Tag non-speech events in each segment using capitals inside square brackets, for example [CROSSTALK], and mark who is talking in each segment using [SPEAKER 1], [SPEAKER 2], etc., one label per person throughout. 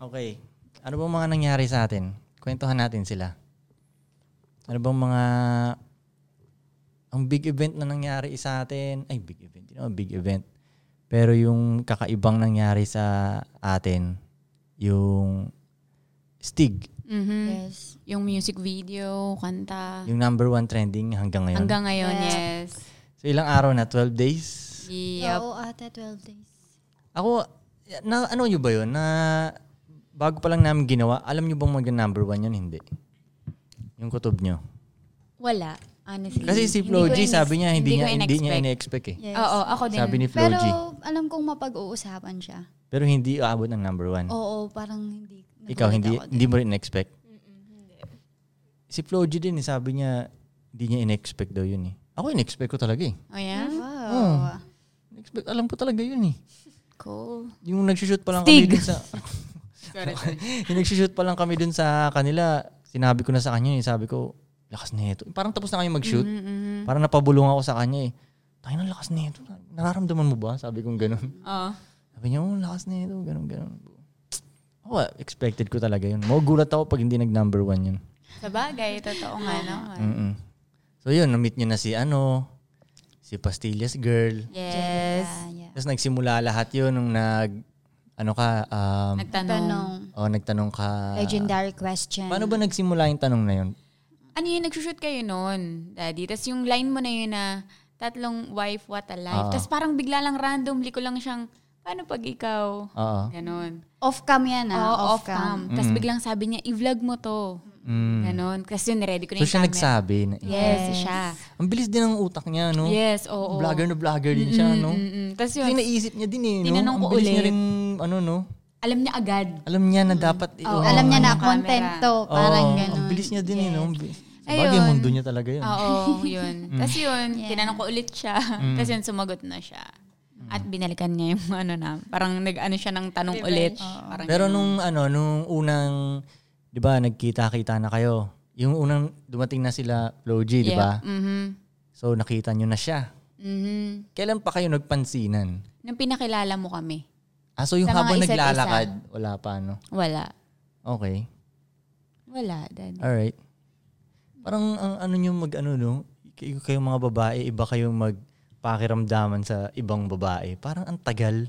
[SPEAKER 1] Okay. Ano bang mga nangyari sa atin? Kwentuhan natin sila. Ano bang mga... Ang big event na nangyari sa atin... Ay, big event. You know, big event. Pero yung kakaibang nangyari sa atin, yung Stig,
[SPEAKER 2] Mhm.
[SPEAKER 3] Yes.
[SPEAKER 2] Yung music video, kanta.
[SPEAKER 1] yung number one trending hanggang ngayon.
[SPEAKER 2] Hanggang ngayon,
[SPEAKER 3] Yeah.
[SPEAKER 2] yes.
[SPEAKER 1] so ilang araw na? 12 days?
[SPEAKER 2] Yep.
[SPEAKER 3] Oo, ata 12 days.
[SPEAKER 1] Ako, na, ano nyo ba yun? Na bago pa lang namin ginawa, alam nyo bang mag number one yun? Hindi. Yung kutob nyo.
[SPEAKER 2] Wala, honestly.
[SPEAKER 1] Kasi si
[SPEAKER 2] Hindi
[SPEAKER 1] Flo
[SPEAKER 2] ko
[SPEAKER 1] G,
[SPEAKER 2] inex-
[SPEAKER 1] sabi niya, hindi,
[SPEAKER 2] ko
[SPEAKER 1] niya, hindi niya
[SPEAKER 2] inexpect.
[SPEAKER 3] Yes.
[SPEAKER 1] in-expect eh.
[SPEAKER 2] Oo, ako din.
[SPEAKER 1] Sabi ni Flo
[SPEAKER 3] Pero
[SPEAKER 1] G.
[SPEAKER 3] alam kong mapag-uusapan siya.
[SPEAKER 1] Pero hindi aabot ng number one.
[SPEAKER 3] Oo,
[SPEAKER 2] Oh,
[SPEAKER 3] parang hindi.
[SPEAKER 1] Mm.
[SPEAKER 3] nagulat
[SPEAKER 1] Ikaw, hindi,
[SPEAKER 3] ako dun.
[SPEAKER 1] hindi mo rin in-expect. Si Flo G din, eh, sabi niya, hindi niya in-expect daw yun eh. Ako in-expect ko talaga eh.
[SPEAKER 2] Oh, yeah?
[SPEAKER 3] Wow.
[SPEAKER 1] Oh. In-expect, alam ko talaga yun eh.
[SPEAKER 2] Cool.
[SPEAKER 1] Yung nagsushoot pa lang kami
[SPEAKER 2] Stig.
[SPEAKER 1] dun sa...
[SPEAKER 2] [LAUGHS]
[SPEAKER 1] [LAUGHS] yung nagsushoot pa lang kami dun sa kanila, sinabi ko na sa kanya eh. Sabi ko, lakas na ito. Parang tapos na kayo mag-shoot.
[SPEAKER 2] Mhm, mhm.
[SPEAKER 1] Parang napabulong ako sa kanya eh. Tayo na lakas na ito. Nararamdaman mo ba? Sabi kong ganun.
[SPEAKER 2] Oo.
[SPEAKER 1] Sabi niya, oh, lakas na ito, ganun, ganun. Ako, ah, expected ko talaga yun. Magugulat ako pag hindi nag-number one yun.
[SPEAKER 2] Sabagay, totoo nga naman.
[SPEAKER 1] Mm-mm. So yun, na-meet niyo na si ano, si Pastillas Girl.
[SPEAKER 2] Yes.
[SPEAKER 3] Yeah, yeah.
[SPEAKER 1] Tapos nagsimula lahat yun nung nag, ano ka, um,
[SPEAKER 2] Nagtanong.
[SPEAKER 3] Tanong.
[SPEAKER 1] oh, nagtanong ka.
[SPEAKER 3] legendary question.
[SPEAKER 1] Paano ba nagsimula yung tanong na yun?
[SPEAKER 2] Ano yun, nagsushoot kayo noon, daddy. Tapos yung line mo na yun na, tatlong wife, what a
[SPEAKER 1] Oo.
[SPEAKER 2] life. Tapos parang bigla lang randomly ko lang siyang, paano pag ikaw?
[SPEAKER 1] Oo.
[SPEAKER 2] Ganon.
[SPEAKER 3] Off-cam yan ah.
[SPEAKER 2] Oo, off
[SPEAKER 3] off-cam.
[SPEAKER 2] cam. Tapos biglang sabi niya, i-vlog mo to.
[SPEAKER 1] Mm.
[SPEAKER 2] Ganon. Kasi yun, ready ko
[SPEAKER 1] So
[SPEAKER 2] na yung
[SPEAKER 1] siya
[SPEAKER 2] camera.
[SPEAKER 1] nagsabi. Na,
[SPEAKER 2] Yes, siya.
[SPEAKER 1] Ang bilis din ng utak niya, no?
[SPEAKER 2] Yes, oo.
[SPEAKER 1] Vlogger na vlogger din siya, no?
[SPEAKER 2] Mm, Tapos yun,
[SPEAKER 1] Kasi naisip niya din eh, no?
[SPEAKER 2] Tinanong
[SPEAKER 1] Ang
[SPEAKER 2] ko
[SPEAKER 1] bilis niya
[SPEAKER 2] ulit.
[SPEAKER 1] rin, ano, no?
[SPEAKER 2] alam niya agad.
[SPEAKER 1] Alam niya na dapat, eh, oh,
[SPEAKER 2] Oo.
[SPEAKER 3] Alam niya na,
[SPEAKER 2] Camera.
[SPEAKER 3] content to. Parang
[SPEAKER 1] Oo,
[SPEAKER 3] ganun.
[SPEAKER 1] Ang bilis niya din eh, no? Ang bilis. Sa
[SPEAKER 2] Ayun.
[SPEAKER 1] bagay, mundo niya talaga yun.
[SPEAKER 2] [LAUGHS]
[SPEAKER 1] Mm.
[SPEAKER 2] Oo, yun. Tapos Mm. yun, tinanong ko ulit siya. Tapos yun, sumagot na siya. At binalikan niya yung ano na, parang nag-ano siya ng tanong ulit. Parang
[SPEAKER 1] Pero nung ano, nung unang, di ba, nagkita-kita na kayo, yung unang dumating na sila, Flo G, di ba?
[SPEAKER 2] mhm
[SPEAKER 1] So, nakita niyo na siya.
[SPEAKER 2] mhm.
[SPEAKER 1] Kailan pa kayo nagpansinan?
[SPEAKER 2] Nung pinakilala mo kami,
[SPEAKER 1] Ah, so yung
[SPEAKER 2] Sa mga
[SPEAKER 1] habang
[SPEAKER 2] isa't isa.
[SPEAKER 1] naglalakad, wala pa, no?
[SPEAKER 2] wala.
[SPEAKER 1] Okay.
[SPEAKER 2] Wala, daddy.
[SPEAKER 1] Alright. Parang ang ano nyo mag ano no, kayo, kayong mga babae, iba kayong magpakiramdaman sa ibang babae. Parang ang tagal.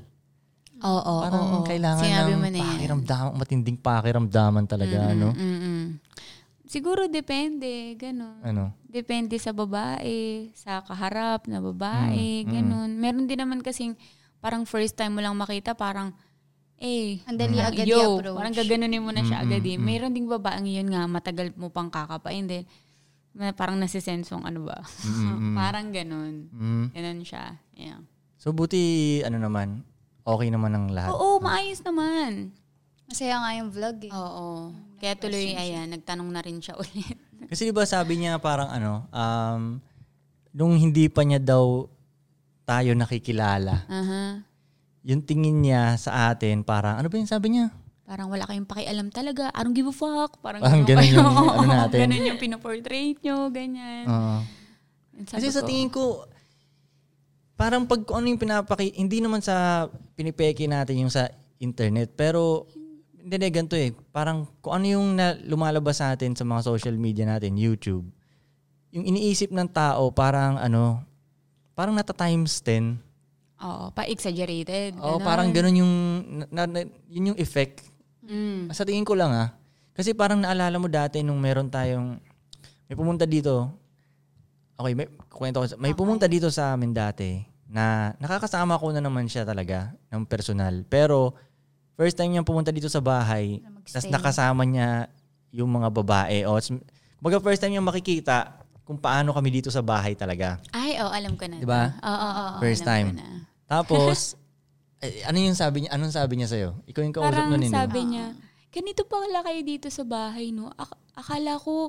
[SPEAKER 2] Oo, oo,
[SPEAKER 1] Parang
[SPEAKER 2] oo.
[SPEAKER 1] kailangan
[SPEAKER 2] Sinabi mo
[SPEAKER 1] ng
[SPEAKER 2] na yan.
[SPEAKER 1] pakiramdaman, matinding pakiramdaman talaga, ano?
[SPEAKER 2] Mm-mm. Siguro depende, ganun.
[SPEAKER 1] Ano?
[SPEAKER 2] Depende sa babae, sa kaharap na babae, ganun. Meron din naman kasing parang first time mo lang makita, parang, eh,
[SPEAKER 3] Ang dali
[SPEAKER 2] parang,
[SPEAKER 3] agad
[SPEAKER 2] yo,
[SPEAKER 3] i-approach.
[SPEAKER 2] parang gaganunin mo na siya agad eh. Meron ding babaeng yun nga, matagal mo pang kakapain din. Na parang nasisensong ano ba. [LAUGHS] parang ganun.
[SPEAKER 1] Mm.
[SPEAKER 2] Ganun siya. Yeah.
[SPEAKER 1] So buti ano naman, okay naman ang lahat.
[SPEAKER 2] Oo, maayos naman.
[SPEAKER 3] Masaya nga yung vlog eh.
[SPEAKER 2] Oo. Kaya tuloy, ayan, nagtanong na rin siya [LAUGHS] ulit.
[SPEAKER 1] Kasi di ba sabi niya parang ano, um, nung hindi pa niya daw tayo nakikilala,
[SPEAKER 2] Aha.
[SPEAKER 1] yung tingin niya sa atin parang, ano ba yung sabi niya?
[SPEAKER 2] Parang wala kayong pakialam talaga. I don't give a fuck. Parang,
[SPEAKER 1] Parang
[SPEAKER 2] ganun
[SPEAKER 1] ganun
[SPEAKER 2] [LAUGHS]
[SPEAKER 1] yung
[SPEAKER 2] kayo.
[SPEAKER 1] ano natin.
[SPEAKER 2] ganun yung pinoportrait nyo, ganyan.
[SPEAKER 1] Oo.
[SPEAKER 2] And
[SPEAKER 1] Kasi
[SPEAKER 2] sabi
[SPEAKER 1] sa
[SPEAKER 2] ko,
[SPEAKER 1] tingin ko, parang pag kung ano yung pinapaki, hindi naman sa pinipeke natin yung sa internet, pero hindi na ganito eh. Parang kung ano yung na, lumalabas sa atin sa mga social media natin, YouTube, yung iniisip ng tao, parang ano, parang nata times 10.
[SPEAKER 2] Oo, pa-exaggerated.
[SPEAKER 1] Oo, parang ganun yung, na, na- yun yung effect.
[SPEAKER 2] Mm.
[SPEAKER 1] Sa tingin ko lang ah. Kasi parang naalala mo dati nung meron tayong, may pumunta dito, okay, may, kwento ko, sa- may pumunta dito sa amin dati na nakakasama ko na naman siya talaga ng personal. Pero first time niyang pumunta dito sa bahay,
[SPEAKER 3] Mag-stay.
[SPEAKER 1] tapos nakasama niya yung mga babae. O, s- kumbaga first time niyang makikita kung paano kami dito sa bahay talaga.
[SPEAKER 2] Ay, oo, alam ko na.
[SPEAKER 1] Di ba?
[SPEAKER 2] Oo, oo, oo,
[SPEAKER 1] Diba? First
[SPEAKER 2] alam ko
[SPEAKER 1] time.
[SPEAKER 2] na.
[SPEAKER 1] Tapos, eh, ano yung sabi niya? Anong sabi niya sa'yo? Ikaw yung kausap
[SPEAKER 2] Parang
[SPEAKER 1] nun, eh, hindi?
[SPEAKER 2] sabi niya, ganito pala kayo dito sa bahay, no? Ak- akala ko,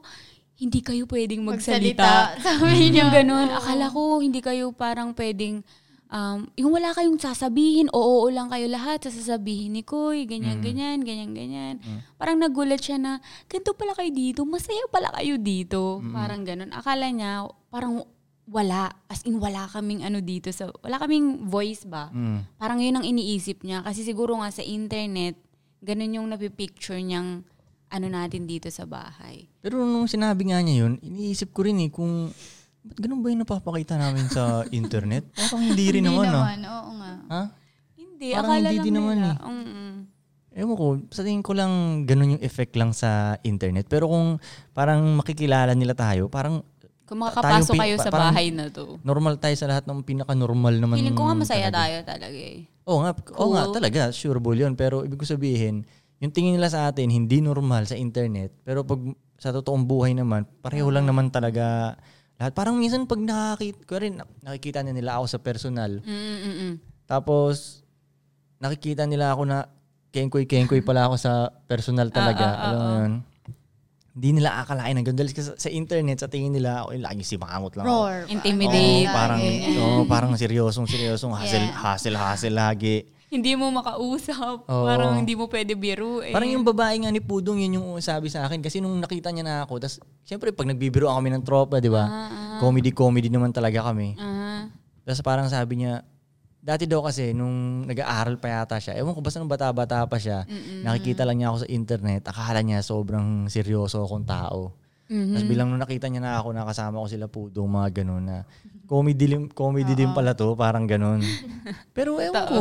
[SPEAKER 2] hindi kayo pwedeng magsalita. [LAUGHS]
[SPEAKER 3] Sabi
[SPEAKER 1] Mm-hmm.
[SPEAKER 3] niya.
[SPEAKER 2] Yung ganun, akala ko hindi kayo parang pwedeng, um, yung wala kayong sasabihin, oo, oo lang kayo lahat, sasabihin ni Koy, ganyan,
[SPEAKER 1] Mm-hmm.
[SPEAKER 2] ganyan, ganyan, ganyan. Parang nagulat siya na, ganito pala kayo dito, masaya pala kayo dito.
[SPEAKER 1] Mm-hmm.
[SPEAKER 2] Parang ganun. Akala niya, parang wala, as in wala kaming ano dito, sa, wala kaming voice ba?
[SPEAKER 1] Mm.
[SPEAKER 2] Parang yun ang iniisip niya. Kasi siguro nga sa internet, Ganun yung napipicture niyang ano natin dito sa bahay.
[SPEAKER 1] Pero nung sinabi nga niya yun, iniisip ko rin eh kung ba't ganun ba yung napapakita namin
[SPEAKER 2] [LAUGHS]
[SPEAKER 1] sa internet? Parang hindi rin naman, ah.
[SPEAKER 3] oo nga.
[SPEAKER 1] Ha?
[SPEAKER 2] Hindi,
[SPEAKER 1] Parang
[SPEAKER 2] akala
[SPEAKER 1] hindi
[SPEAKER 2] lang
[SPEAKER 1] din naman
[SPEAKER 2] nila.
[SPEAKER 1] eh.
[SPEAKER 2] Mm-mm.
[SPEAKER 1] Ewan ko, sa tingin ko lang ganun yung effect lang sa internet. Pero kung parang makikilala nila tayo, parang
[SPEAKER 2] Kung makakapasok
[SPEAKER 1] Tayong pi-
[SPEAKER 2] kayo sa
[SPEAKER 1] pa- parang-
[SPEAKER 2] bahay na to.
[SPEAKER 1] normal tayo sa lahat ng pinaka-normal naman.
[SPEAKER 2] Feeling ko nga masaya
[SPEAKER 1] talaga.
[SPEAKER 2] tayo talaga eh.
[SPEAKER 1] Oo nga, oo nga
[SPEAKER 2] Cool.
[SPEAKER 1] talaga, sure bull yun. Pero ibig ko sabihin, yung tingin nila sa atin, hindi normal sa internet. Pero pag sa totoong buhay naman, pareho lang naman talaga lahat. Parang minsan pag nakakita, ko rin, nakikita na nila ako sa personal.
[SPEAKER 2] Mm-mm-mm.
[SPEAKER 1] Tapos, nakikita nila ako na kengkoy-kengkoy pala ako sa personal talaga.
[SPEAKER 2] ah,
[SPEAKER 1] Alam mo yun? Hindi nila akalain ng ganda. Kasi Sa, sa internet, sa tingin nila, oh, laging si Mangot lang. ako."
[SPEAKER 3] Roar.
[SPEAKER 2] Intimidate.
[SPEAKER 1] Oo, parang,
[SPEAKER 3] Lagi.
[SPEAKER 1] oo, parang seryosong, seryosong, hassle,
[SPEAKER 3] Yeah.
[SPEAKER 1] hassle, hassle lagi.
[SPEAKER 2] Hindi mo makausap.
[SPEAKER 1] Oo.
[SPEAKER 2] Parang hindi mo pwede eh. biruin.
[SPEAKER 1] Parang yung babae nga ni Pudong, yun yung sabi sa akin. Kasi nung nakita niya na ako, tas syempre pag nagbibiro kami ng tropa, di ba? Comedy-comedy naman talaga kami.
[SPEAKER 2] Ah.
[SPEAKER 1] Tapos parang sabi niya, dati daw kasi nung nag-aaral pa yata siya, ewan ko basta nung bata-bata pa siya, nakikita lang niya ako sa internet, akala niya sobrang seryoso akong tao.
[SPEAKER 2] Mm-hmm.
[SPEAKER 1] Tapos bilang nung nakita niya na ako, nakasama ko sila Pudong, mga ganun na comedy, lim, comedy din pala to, parang
[SPEAKER 2] [LAUGHS]
[SPEAKER 1] ganun. Pero ewan ko,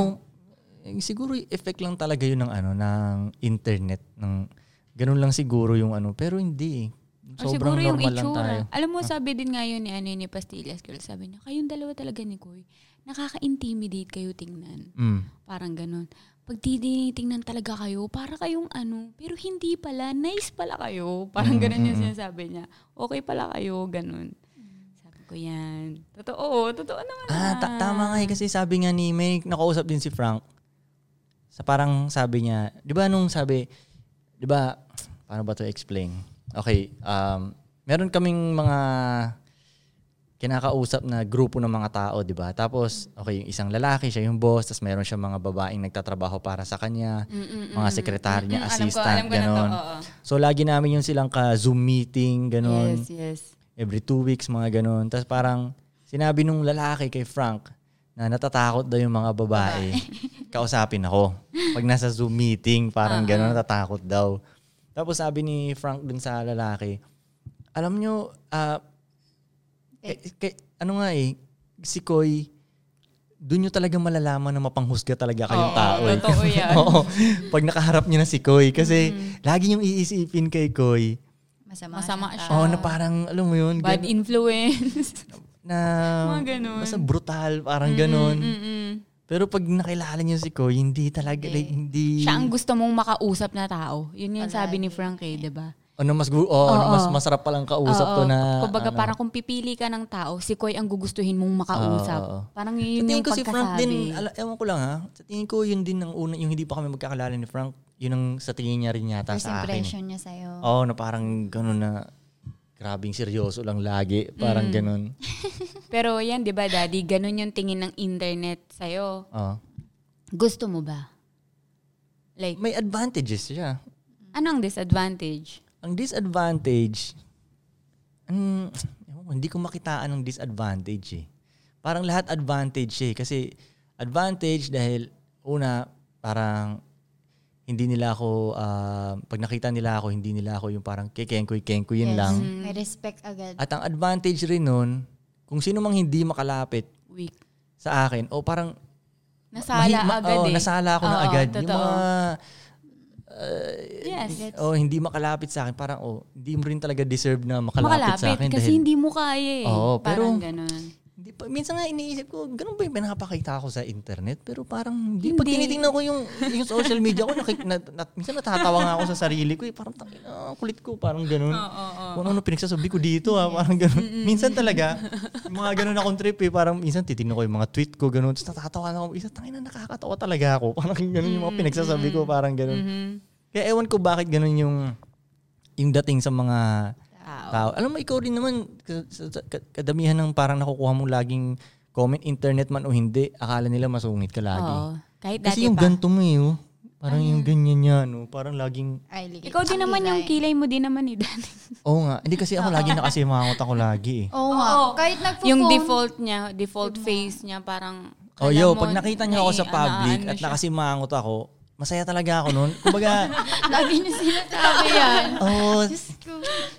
[SPEAKER 1] eh, siguro y- effect lang talaga yun ng ano ng internet ng ganun lang siguro yung ano pero hindi eh.
[SPEAKER 2] Or
[SPEAKER 1] sobrang
[SPEAKER 2] siguro yung
[SPEAKER 1] normal lang
[SPEAKER 2] itsura.
[SPEAKER 1] tayo Ah.
[SPEAKER 2] Alam mo, sabi din nga yun ni, ano, yun ni Pastillas Girl, sabi niya, kayong dalawa talaga ni Koy, nakaka-intimidate kayo tingnan.
[SPEAKER 1] mm.
[SPEAKER 2] Parang ganun. Pag tinitingnan talaga kayo, para kayong ano, pero hindi pala, nice pala kayo.
[SPEAKER 1] Mm,
[SPEAKER 2] Parang ganun yung sinasabi niya. Okay pala kayo, ganun. Sabi ko yan. Totoo, totoo naman.
[SPEAKER 1] Mm. ah ta- tama nga eh, kasi sabi nga ni may nakausap din si Frank sa parang sabi niya 'di ba nung sabi 'di ba paano ba to explain okay um meron kaming mga kinakausap na grupo ng mga tao, di ba? Tapos, okay, yung isang lalaki, siya yung boss, tapos meron siya mga babaeng nagtatrabaho para sa kanya, mga sekretarya niya, assistant, ganon. So, lagi namin yung silang ka-Zoom meeting, ganon.
[SPEAKER 2] Yes, yes.
[SPEAKER 1] Every two weeks, mga ganon. Tapos parang, sinabi nung lalaki kay Frank, na natatakot daw yung mga babae. [LAUGHS] Kausapin ako. Pag nasa Zoom meeting,
[SPEAKER 2] Ah.
[SPEAKER 1] parang ganon, natatakot daw. Tapos sabi ni Frank dun sa lalaki, alam nyo, ah, eh, kay- ano nga eh, si Koy, doon nyo talaga malalaman na mapanghusga talaga kayong
[SPEAKER 2] Oo,
[SPEAKER 1] tao. eh. [LAUGHS]
[SPEAKER 2] totoo yan. Mm.
[SPEAKER 1] Oo. Pag nakaharap nyo na si Koy. Kasi lagi yung iisipin kay Koy.
[SPEAKER 3] Masama.
[SPEAKER 2] Masama
[SPEAKER 3] ng
[SPEAKER 2] siya.
[SPEAKER 3] tao.
[SPEAKER 1] Oo, na parang, alam mo yun,
[SPEAKER 2] Ah. Bad
[SPEAKER 1] gan-
[SPEAKER 2] influence.
[SPEAKER 1] na,
[SPEAKER 2] Mga ganun.
[SPEAKER 1] basta brutal, parang ganun.
[SPEAKER 2] Mm-mm. Eh,
[SPEAKER 1] Pero pag nakilala nyo si Koy, hindi talaga, like, hindi,
[SPEAKER 2] [LAUGHS] Siya ang gusto mong makausap na tao. Yun yung sabi ni Frank eh, di ba?
[SPEAKER 1] ano mas, gu- oh, ano mas masarap palang kausap to
[SPEAKER 2] Oo.
[SPEAKER 1] na,
[SPEAKER 2] Kumbaga
[SPEAKER 1] ano.
[SPEAKER 2] parang kung pipili ka ng tao, si Koy ang gugustuhin mong makausap.
[SPEAKER 1] Oo.
[SPEAKER 2] Parang
[SPEAKER 1] Sa
[SPEAKER 2] yun
[SPEAKER 1] tingin
[SPEAKER 2] yung
[SPEAKER 1] ko si
[SPEAKER 2] pagkasabi.
[SPEAKER 1] Frank din, ala, ewan ko lang ha, sa tingin ko yun din ang una, yung hindi pa kami magkakalala ni Frank, yun ang sa tingin niya rin yata
[SPEAKER 3] First
[SPEAKER 1] sa akin. eh.
[SPEAKER 3] impression niya sa'yo.
[SPEAKER 1] Oo, na parang ganun na, grabing seryoso lang lagi, parang ganun.
[SPEAKER 2] Pero yan, di ba daddy, ganun yung tingin ng internet sa'yo.
[SPEAKER 1] Oo.
[SPEAKER 2] Gusto mo ba? Like,
[SPEAKER 1] May advantages siya.
[SPEAKER 2] ano ang disadvantage?
[SPEAKER 1] Ang disadvantage, mm, ewan ko, hindi ko makitaan ng disadvantage eh. Parang lahat advantage eh. Kasi advantage dahil una, parang hindi nila ako, ah, pag nakita nila ako, hindi nila ako yung parang kekengkoy-kengkoy yun
[SPEAKER 3] Yes.
[SPEAKER 1] lang.
[SPEAKER 2] Mm-hmm. Mm.
[SPEAKER 3] May respect agad.
[SPEAKER 1] At ang advantage rin nun, kung sino mang hindi makalapit
[SPEAKER 2] Weak.
[SPEAKER 1] sa akin, o parang
[SPEAKER 2] Nasala
[SPEAKER 1] mahi- ma-
[SPEAKER 2] agad
[SPEAKER 1] oo,
[SPEAKER 2] eh.
[SPEAKER 1] nasala ako na
[SPEAKER 2] Oo,
[SPEAKER 1] agad. Yung
[SPEAKER 2] totoo.
[SPEAKER 1] mga
[SPEAKER 2] yes.
[SPEAKER 1] oh, hindi makalapit sa akin, parang oh, hindi mo rin talaga deserve na makalapit,
[SPEAKER 2] Makalapit.
[SPEAKER 1] sa akin.
[SPEAKER 2] kasi
[SPEAKER 1] dahil, hindi,
[SPEAKER 2] hindi mo kaya eh.
[SPEAKER 1] Oo,
[SPEAKER 2] Parang
[SPEAKER 1] pero-
[SPEAKER 2] ganun.
[SPEAKER 1] pa, minsan nga iniisip ko, ganun ba yung pinapakita ko sa internet? Pero parang hindi. Pag
[SPEAKER 2] Hindi.
[SPEAKER 1] tinitingnan ko yung, yung social media ko, nakik, na, na- minsan natatawa nga ako sa sarili ko. Eh, parang tangin, ah, kulit ko, parang ganun. Kung ano pinagsasabi ko dito, ah, parang ganun. Minsan talaga, yung mga ganun akong trip eh, parang minsan titignan ko yung mga tweet ko, ganun. Tapos natatawa na ako, isa tangin na nakakatawa talaga ako. Parang ganun yung mga pinagsasabi ko, parang ganun. Kaya ewan ko bakit ganun yung yung dating sa mga
[SPEAKER 2] Tao.
[SPEAKER 1] tao. Alam mo, ikaw rin naman, ka- sa- sa- ka- kadamihan ng parang nakukuha mong laging comment, internet man o hindi, akala nila masungit ka lagi.
[SPEAKER 2] Oo. Kahit dati
[SPEAKER 1] Kasi yung
[SPEAKER 2] pa. Ano
[SPEAKER 1] ganito mo eh, oh. parang yung ganyan niya, no? parang laging,
[SPEAKER 3] Ay, ligay.
[SPEAKER 2] Ikaw din naman yung kilay mo din naman eh, daddy.
[SPEAKER 1] oo nga, hindi kasi
[SPEAKER 2] [LAUGHS]
[SPEAKER 1] ako lagi nakasimangot ako lagi eh.
[SPEAKER 3] Oo nga. Kahit nagpo-phone.
[SPEAKER 2] Yung default niya, default face niya, parang...
[SPEAKER 1] Oh,
[SPEAKER 2] alam
[SPEAKER 1] yo,
[SPEAKER 2] mo,
[SPEAKER 1] pag nakita niyo ako sa
[SPEAKER 2] nai-
[SPEAKER 1] public
[SPEAKER 2] ano, ano [LAUGHS]
[SPEAKER 1] at
[SPEAKER 2] siya.
[SPEAKER 1] nakasimangot ako, masaya talaga ako noon.
[SPEAKER 2] [LAUGHS]
[SPEAKER 1] Kumbaga,
[SPEAKER 3] Lagi niyo
[SPEAKER 1] [LAUGHS]
[SPEAKER 3] sinasabi yan.
[SPEAKER 1] oh,
[SPEAKER 3] Diyos ko.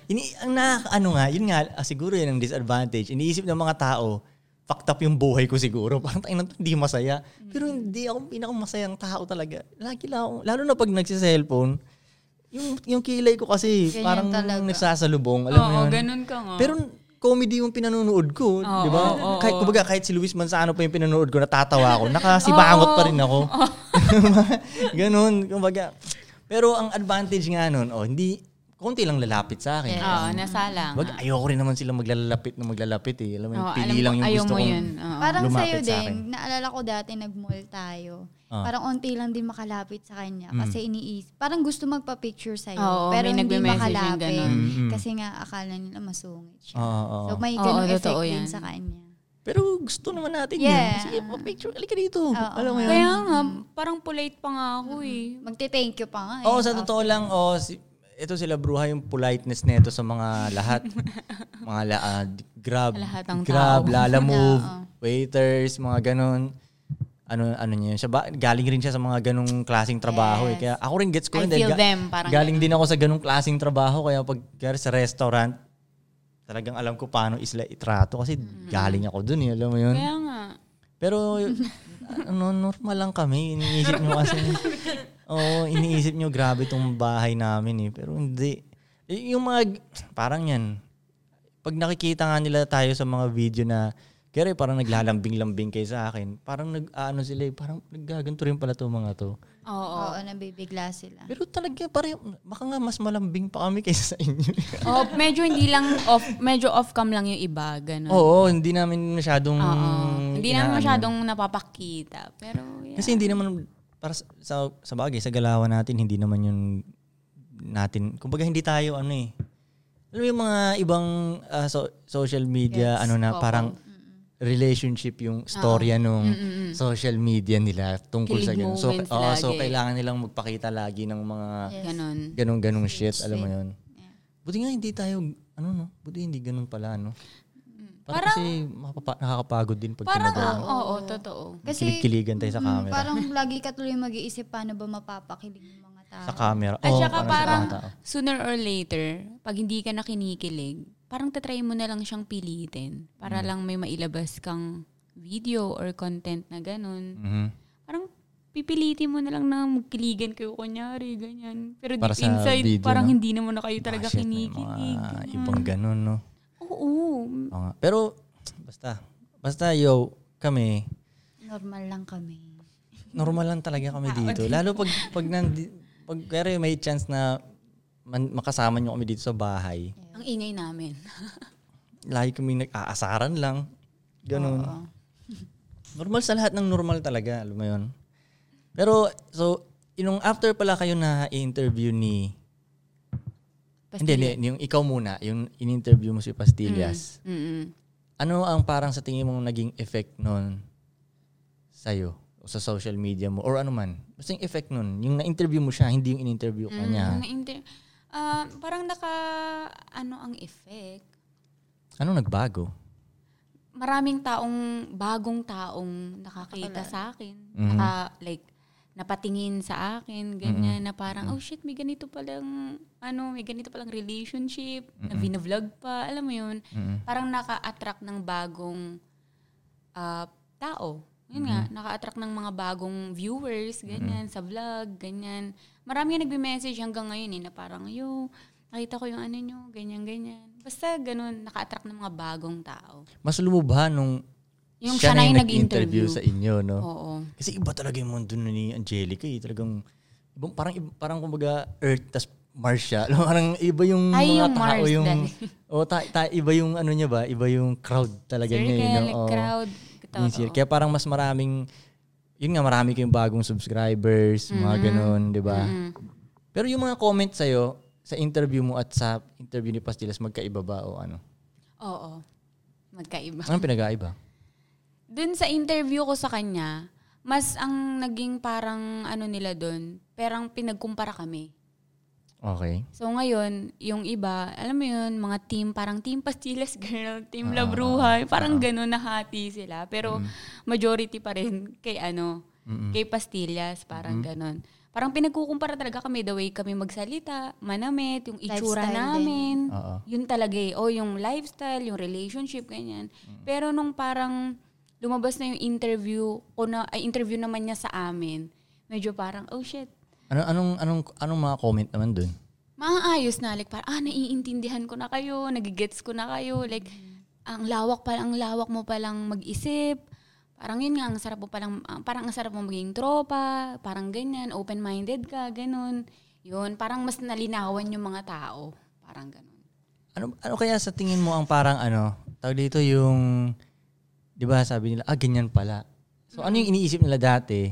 [SPEAKER 1] ini ang na ano nga, yun nga ah, siguro yun ang disadvantage. Iniisip ng mga tao, fucked up yung buhay ko siguro. [LAUGHS] Parang tayo hindi masaya. Pero hindi ako pinakamasayang tao talaga. Lagi lang ako- lalo na pag nagsiselfone, yung yung kilay ko kasi
[SPEAKER 3] Ganyan
[SPEAKER 1] parang
[SPEAKER 3] talaga.
[SPEAKER 1] nagsasalubong, alam mo
[SPEAKER 2] Oo,
[SPEAKER 1] yun.
[SPEAKER 2] ganun ka nga.
[SPEAKER 1] Pero comedy yung pinanonood ko,
[SPEAKER 2] Oo,
[SPEAKER 1] di ba?
[SPEAKER 2] oo,
[SPEAKER 1] kahit
[SPEAKER 2] oo.
[SPEAKER 1] kumbaga kahit si Luis Manzano pa yung pinanonood ko, natatawa
[SPEAKER 2] [LAUGHS]
[SPEAKER 1] ako. Nakasibangot pa rin ako. [LAUGHS] Ganun, kumbaga. Pero ang advantage nga nun, oh, hindi konti lang lalapit sa akin.
[SPEAKER 3] Yes.
[SPEAKER 2] Oo, nasala nga.
[SPEAKER 1] Wag, ayoko rin naman silang maglalapit na maglalapit eh. Alam mo, yun,
[SPEAKER 2] Oo,
[SPEAKER 1] pili
[SPEAKER 2] alam
[SPEAKER 1] lang
[SPEAKER 2] ko,
[SPEAKER 1] yung
[SPEAKER 2] ayaw
[SPEAKER 1] gusto
[SPEAKER 2] mo
[SPEAKER 1] kong...
[SPEAKER 2] yun. Oo.
[SPEAKER 3] Parang
[SPEAKER 1] lumapit
[SPEAKER 3] sa'yo
[SPEAKER 1] sa
[SPEAKER 3] din,
[SPEAKER 1] akin.
[SPEAKER 3] naalala ko dati nag-mall tayo.
[SPEAKER 1] Ah. Mm.
[SPEAKER 3] Parang onti lang din makalapit sa kanya kasi iniisip. Parang gusto magpa-picture sa'yo
[SPEAKER 2] Oo,
[SPEAKER 3] pero
[SPEAKER 2] may
[SPEAKER 3] hindi
[SPEAKER 2] nagme-message yung
[SPEAKER 3] makalapit
[SPEAKER 2] ganun.
[SPEAKER 1] Mm-mm.
[SPEAKER 3] kasi nga akala nila masungit siya.
[SPEAKER 1] Mm, Ah, Oo, oo.
[SPEAKER 3] So may
[SPEAKER 2] Oo,
[SPEAKER 3] ganung effect
[SPEAKER 2] totoo
[SPEAKER 3] din
[SPEAKER 2] yan.
[SPEAKER 3] sa kanya.
[SPEAKER 1] Pero gusto naman natin yun.
[SPEAKER 3] Yeah.
[SPEAKER 1] Sige, picture, alika dito.
[SPEAKER 3] Oo.
[SPEAKER 1] Alam mo yun?
[SPEAKER 2] Kaya nga, parang polite pa nga ako eh.
[SPEAKER 3] Magte-thank you pa nga. eh.
[SPEAKER 1] Oo, sa totoo lang, oh, si, ito sila bruha yung politeness nito sa mga
[SPEAKER 2] [LAUGHS]
[SPEAKER 1] lahat. mga la, ah, d- grab,
[SPEAKER 2] Lahat ng
[SPEAKER 1] grab,
[SPEAKER 2] tao. [LAUGHS]
[SPEAKER 1] lala move, waiters, mga ganun. Ano ano niya yun? siya ba galing rin siya sa mga ganung klasing trabaho eh. Kaya ako rin gets ko
[SPEAKER 2] I
[SPEAKER 1] yun dahil
[SPEAKER 2] feel them, parang
[SPEAKER 1] galing din ako sa ganung klasing trabaho kaya pag kaya sa restaurant talagang alam ko paano isla itrato kasi galing ako dun eh, alam mo yun.
[SPEAKER 2] Mm-hmm. Kaya nga.
[SPEAKER 1] Pero y- ano, normal lang kami. Iniisip nyo
[SPEAKER 2] [LAUGHS]
[SPEAKER 1] kasi, oo, iniisip nyo grabe tong bahay namin eh. Pero hindi. Y- Yung mga, g- parang yan, pag nakikita nga nila tayo sa mga video na, kaya parang naglalambing-lambing kayo sa akin. Parang nag, ano sila eh, parang naggaganto rin pala tong mga to.
[SPEAKER 2] Oo.
[SPEAKER 3] Oo, nabibigla sila.
[SPEAKER 1] Pero talaga, pare, baka nga mas malambing pa kami kaysa sa
[SPEAKER 2] [LAUGHS]
[SPEAKER 1] inyo.
[SPEAKER 2] oh, medyo hindi lang off, medyo off cam lang yung iba, ganun.
[SPEAKER 1] Oo, hindi namin masyadong...
[SPEAKER 2] Mm. Oo. Hindi
[SPEAKER 1] Mm,
[SPEAKER 2] naman
[SPEAKER 1] inaano.
[SPEAKER 2] masyadong napapakita. Pero, yeah.
[SPEAKER 1] Kasi hindi naman para sa sa, sa bagay sa galawan natin hindi naman yun natin kumbaga hindi tayo ano eh. Alam mo yung mga ibang ah, so- social media ano na parang
[SPEAKER 2] Mm,
[SPEAKER 1] relationship yung storya nung social media nila tungkol sa
[SPEAKER 2] Kilig
[SPEAKER 1] ganun. So,
[SPEAKER 2] moments
[SPEAKER 1] oo, so
[SPEAKER 2] lagi.
[SPEAKER 1] kailangan nilang magpakita lagi ng mga
[SPEAKER 2] ganun.
[SPEAKER 1] ganong-ganong shit, alam mo yun. Buti nga hindi tayo ano no, buti hindi ganun pala ano. Parang, kasi mapapa- nakakapagod din pag
[SPEAKER 2] Mm. Parang,
[SPEAKER 1] ginagawa.
[SPEAKER 2] oo, oo, totoo.
[SPEAKER 3] Kasi
[SPEAKER 1] Kilig-kiligan tayo sa
[SPEAKER 3] mm,
[SPEAKER 1] camera.
[SPEAKER 3] parang lagi ka tuloy mag-iisip paano ba mapapakilig yung mga tao.
[SPEAKER 1] sa camera.
[SPEAKER 2] At
[SPEAKER 1] Oo,
[SPEAKER 2] saka
[SPEAKER 1] parang sa
[SPEAKER 2] parang,
[SPEAKER 1] mga tao.
[SPEAKER 2] sooner or later, pag hindi ka na kinikilig, parang tatry mo na lang siyang pilitin. Para
[SPEAKER 1] Mm.
[SPEAKER 2] lang may mailabas kang video or content na ganun.
[SPEAKER 1] Mhm.
[SPEAKER 2] Parang pipilitin mo na lang na magkiligan kayo kunyari, ganyan. Pero
[SPEAKER 1] Para
[SPEAKER 2] deep
[SPEAKER 1] sa
[SPEAKER 2] inside,
[SPEAKER 1] video,
[SPEAKER 2] parang
[SPEAKER 1] no?
[SPEAKER 2] hindi naman na kayo
[SPEAKER 1] Ah,
[SPEAKER 2] talaga
[SPEAKER 1] Shit, may
[SPEAKER 2] kinikilig. Mm-hmm.
[SPEAKER 1] mga
[SPEAKER 2] ganun.
[SPEAKER 1] ibang ganun, no?
[SPEAKER 2] Oo.
[SPEAKER 1] Oo nga. Pero, basta, basta yo, kami,
[SPEAKER 3] Normal lang kami.
[SPEAKER 1] normal lang talaga
[SPEAKER 2] Ah,
[SPEAKER 1] kami dito. Lalo pag, pag, nandi, pag kaya may chance na man, makasama nyo kami dito sa bahay,
[SPEAKER 2] Ang ingay namin.
[SPEAKER 1] lagi kami nag-aasaran lang. Ganun. [LAUGHS] Normal sa lahat ng normal talaga, alam mo yun. Pero, so, yung after pala kayo na i-interview ni Hindi,
[SPEAKER 2] Pastillas.
[SPEAKER 1] hindi, yung ikaw muna, yung in-interview mo si
[SPEAKER 2] Mm.
[SPEAKER 1] Pastillas.
[SPEAKER 2] Mm-mm.
[SPEAKER 1] Ano ang parang sa tingin mong naging effect nun sa'yo? O sa social media mo? Or ano man? Basta yung effect nun. Yung na-interview mo siya, hindi yung in-interview ka niya.
[SPEAKER 2] Mm, na-inter- Ah, parang naka, ano ang effect?
[SPEAKER 1] Ano nagbago?
[SPEAKER 2] Maraming taong, bagong taong nakakita sa akin. Naka, like, napatingin sa akin, ganyan, na parang, oh shit, may ganito palang, ano, may ganito palang relationship, na vinavlog pa, alam mo yun. Parang naka-attract ng bagong ah, tao. Yun nga, naka-attract ng mga bagong viewers, ganyan, sa vlog, ganyan. Marami yung nagbe-message hanggang ngayon eh, na parang, yo, nakita ko yung ano nyo, ganyan, ganyan. Basta ganun, naka-attract ng mga bagong tao.
[SPEAKER 1] Mas lumubha nung
[SPEAKER 2] Yung
[SPEAKER 1] siya
[SPEAKER 2] siya
[SPEAKER 1] na
[SPEAKER 2] na yung
[SPEAKER 1] nag-interview
[SPEAKER 2] nag-interview.
[SPEAKER 1] sa inyo, no?
[SPEAKER 2] Oo.
[SPEAKER 1] Kasi iba talaga yung mundo na ni Angelica eh. Talagang, ibang, parang, parang kumbaga Earth tas Mars siya. [LAUGHS] Alam mo, Parang iba yung
[SPEAKER 2] Ay,
[SPEAKER 1] mga
[SPEAKER 2] yung
[SPEAKER 1] tao
[SPEAKER 2] Mars
[SPEAKER 1] yung... [LAUGHS]
[SPEAKER 2] dali.
[SPEAKER 1] O, ta, ta- iba yung ano niya ba? Iba yung crowd talaga niya. eh,
[SPEAKER 2] Circle,
[SPEAKER 1] no? Oo.
[SPEAKER 2] crowd.
[SPEAKER 1] Yung
[SPEAKER 2] totoo.
[SPEAKER 1] cir- Kaya parang mas maraming, yun nga marami kayong bagong subscribers, mga ganun, di ba? Pero yung mga comment sa'yo, sa interview mo at sa interview ni Pastilas, magkaiba ba o ano?
[SPEAKER 2] Oo. Magkaiba.
[SPEAKER 1] Anong pinag-aiba?
[SPEAKER 2] Dun sa interview ko sa kanya, mas ang naging parang ano nila dun, parang pinagkumpara kami.
[SPEAKER 1] Okay.
[SPEAKER 2] So ngayon, yung iba, alam mo yun, mga team, parang team Pastilas [LAUGHS] Girl, team
[SPEAKER 1] Ah.
[SPEAKER 2] Labruha, parang ganun nahati sila. Pero majority pa rin kay ano, Kay Pastillas, parang ganon. Parang pinagkukumpara talaga kami the way kami magsalita, manamit, yung itsura
[SPEAKER 3] Lifestyle din.
[SPEAKER 2] namin.
[SPEAKER 1] Oo.
[SPEAKER 2] Yun talaga eh. O yung lifestyle, yung relationship, ganyan. Pero nung parang lumabas na yung interview, o na, ay, interview naman niya sa amin, medyo parang, oh shit,
[SPEAKER 1] Ano anong anong anong mga comment naman doon?
[SPEAKER 2] maayos na. Like, parang, ah, naiintindihan ko na kayo, nagigets ko na kayo. Like, ang lawak pa, ang lawak mo palang mag-isip. Parang yun nga, ang sarap mo palang, ah, parang ang sarap mo maging tropa, parang ganyan, open-minded ka, ganun. Yun, parang mas nalinawan yung mga tao. Parang ganun.
[SPEAKER 1] Ano ano kaya sa tingin mo ang parang ano, tawag dito yung 'di ba sabi nila, ah ganyan pala. So ano yung iniisip nila dati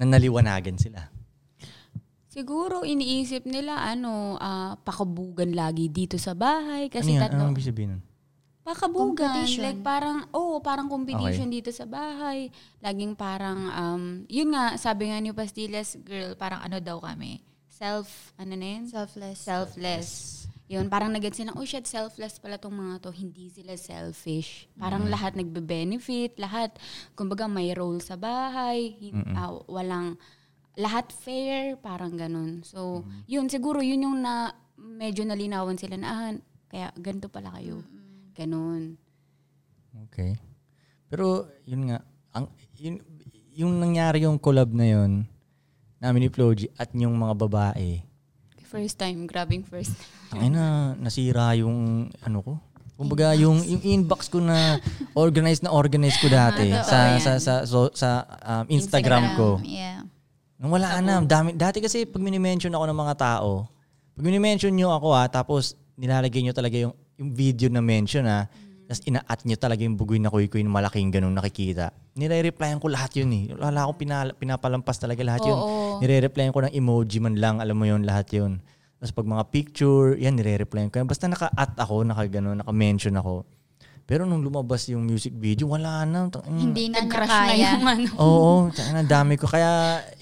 [SPEAKER 1] na naliwanagan sila?
[SPEAKER 2] Siguro iniisip nila, ano, ah, pakabugan lagi dito sa bahay.
[SPEAKER 1] ano
[SPEAKER 2] Kasi
[SPEAKER 1] yan?
[SPEAKER 2] tatlo,
[SPEAKER 1] Ano ibig sabihin? nun?
[SPEAKER 2] Pakabugan.
[SPEAKER 3] Competition.
[SPEAKER 2] Like parang, oh, parang competition dito sa bahay. Laging parang, um, yun nga, sabi nga ni Pastillas, girl, parang ano daw kami? Self, ano na yun?
[SPEAKER 3] Selfless.
[SPEAKER 2] Selfless. Yun, parang nag-get sila, oh shit, selfless pala tong mga to. Hindi sila selfish. Parang lahat nagbe-benefit, lahat, kumbaga may role sa bahay, hin- ah, walang, lahat fair, parang ganun. So, yun, siguro yun yung na, medyo nalinawan sila na, ah, kaya ganito pala kayo. Ganun.
[SPEAKER 1] Okay. Pero yun nga, ang yun, yung nangyari yung collab na yun namin ni Floji at yung mga babae.
[SPEAKER 2] First time, grabbing first
[SPEAKER 1] [LAUGHS]
[SPEAKER 2] time.
[SPEAKER 1] Ay na nasira yung ano ko. Kumbaga yung, yung inbox ko na organized na organized ko [LAUGHS] dati sa, sa sa so- sa um, Instagram, ko.
[SPEAKER 3] Yeah.
[SPEAKER 1] Nung wala na, dami, dati kasi pag minimension ako ng mga tao, pag minimension nyo ako ha, tapos nilalagay nyo talaga yung, yung video na mention ha, tapos ina-at nyo talaga yung bugoy na kuy na malaking ganun nakikita. Nire-replyan ko lahat yun eh. Wala akong pinal- pinapalampas talaga lahat yun.
[SPEAKER 2] Oo.
[SPEAKER 1] Nire-replyan ko ng emoji man lang, alam mo yun, lahat yun. Tapos pag mga picture, yan, nire-replyan ko yan. Basta naka-at ako, naka-ganun, naka-mention ako. Pero nung lumabas yung music video, wala na. Tang- mm.
[SPEAKER 3] Hindi na
[SPEAKER 2] Nag-crush na
[SPEAKER 3] nakaya.
[SPEAKER 2] yung ano.
[SPEAKER 1] Oo, tsaka na dami ko. Kaya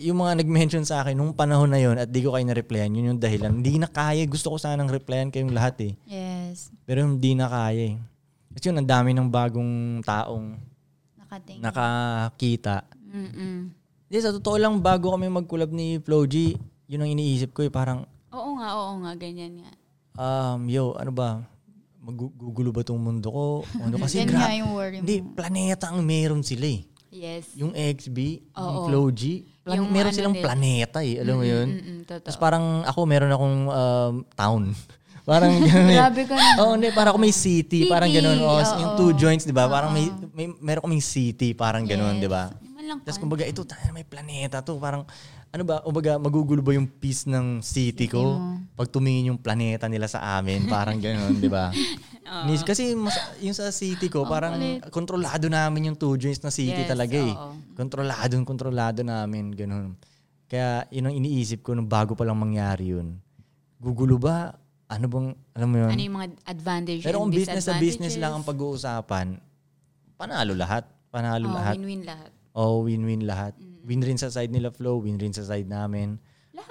[SPEAKER 1] yung mga nag-mention sa akin nung panahon na yon at di ko kayo na-replyan, yun yung dahilan. Hindi na kaya. Gusto ko sanang replyan kayong lahat eh.
[SPEAKER 3] Yes.
[SPEAKER 1] Pero hindi na kaya eh. At yun, ang dami ng bagong taong
[SPEAKER 3] Nakating.
[SPEAKER 1] nakakita.
[SPEAKER 2] Mm-mm.
[SPEAKER 1] Di, sa totoo lang, bago kami mag-collab ni Flo G, yun ang iniisip ko eh. Parang,
[SPEAKER 2] Oo nga, oo nga, ganyan nga.
[SPEAKER 1] um, yo, ano ba? Magugulo ba tong mundo ko? O Ano kasi
[SPEAKER 3] Yan nga
[SPEAKER 1] gra-
[SPEAKER 3] yung worry mo.
[SPEAKER 1] Hindi, planeta ang meron sila eh.
[SPEAKER 2] Yes.
[SPEAKER 1] Yung XB, yung
[SPEAKER 2] Oo.
[SPEAKER 1] Flo G, plan-
[SPEAKER 2] Yung
[SPEAKER 1] meron
[SPEAKER 2] ano
[SPEAKER 1] silang
[SPEAKER 2] nila.
[SPEAKER 1] planeta eh. Alam mo yun?
[SPEAKER 2] Mm-mm,
[SPEAKER 1] Tapos
[SPEAKER 2] totoo.
[SPEAKER 1] parang ako meron akong um, town. [LAUGHS]
[SPEAKER 2] [LAUGHS]
[SPEAKER 1] parang ganun eh.
[SPEAKER 2] Grabe ka na.
[SPEAKER 1] Oo, hindi. Parang ako may city. Parang ganun. Oh,
[SPEAKER 2] City,
[SPEAKER 1] Yung
[SPEAKER 2] oo.
[SPEAKER 1] two joints, di ba? Parang may, may, meron kaming city. Parang ganun, di ba?
[SPEAKER 2] Naman lang
[SPEAKER 1] Tapos kumbaga, ito, tayo, may planeta to. Parang, ano ba, kumbaga, magugulo ba yung piece ng city ko pag tumingin yung planeta nila sa amin? Parang ganun, di
[SPEAKER 2] [LAUGHS]
[SPEAKER 1] ba?
[SPEAKER 2] Ah.
[SPEAKER 1] Nis- Kasi mas, yung sa city ko, parang kontrolado namin yung two joints na city
[SPEAKER 2] Yes,
[SPEAKER 1] talaga eh.
[SPEAKER 2] oo.
[SPEAKER 1] Kontrolado, kontrolado namin, ganun. Kaya yun ang iniisip ko nung bago palang mangyari yun. Gugulo ba? Ano bang, alam mo yun?
[SPEAKER 2] Ano yung mga advantage
[SPEAKER 1] Pero
[SPEAKER 2] and
[SPEAKER 1] kung business na business lang ang
[SPEAKER 2] disadvantages?
[SPEAKER 1] pag-uusapan, panalo lahat. Panalo
[SPEAKER 2] Oo, Mm.
[SPEAKER 1] lahat.
[SPEAKER 2] win-win lahat.
[SPEAKER 1] Oh, win-win lahat. Win rin sa side nila Flow, win rin sa side namin.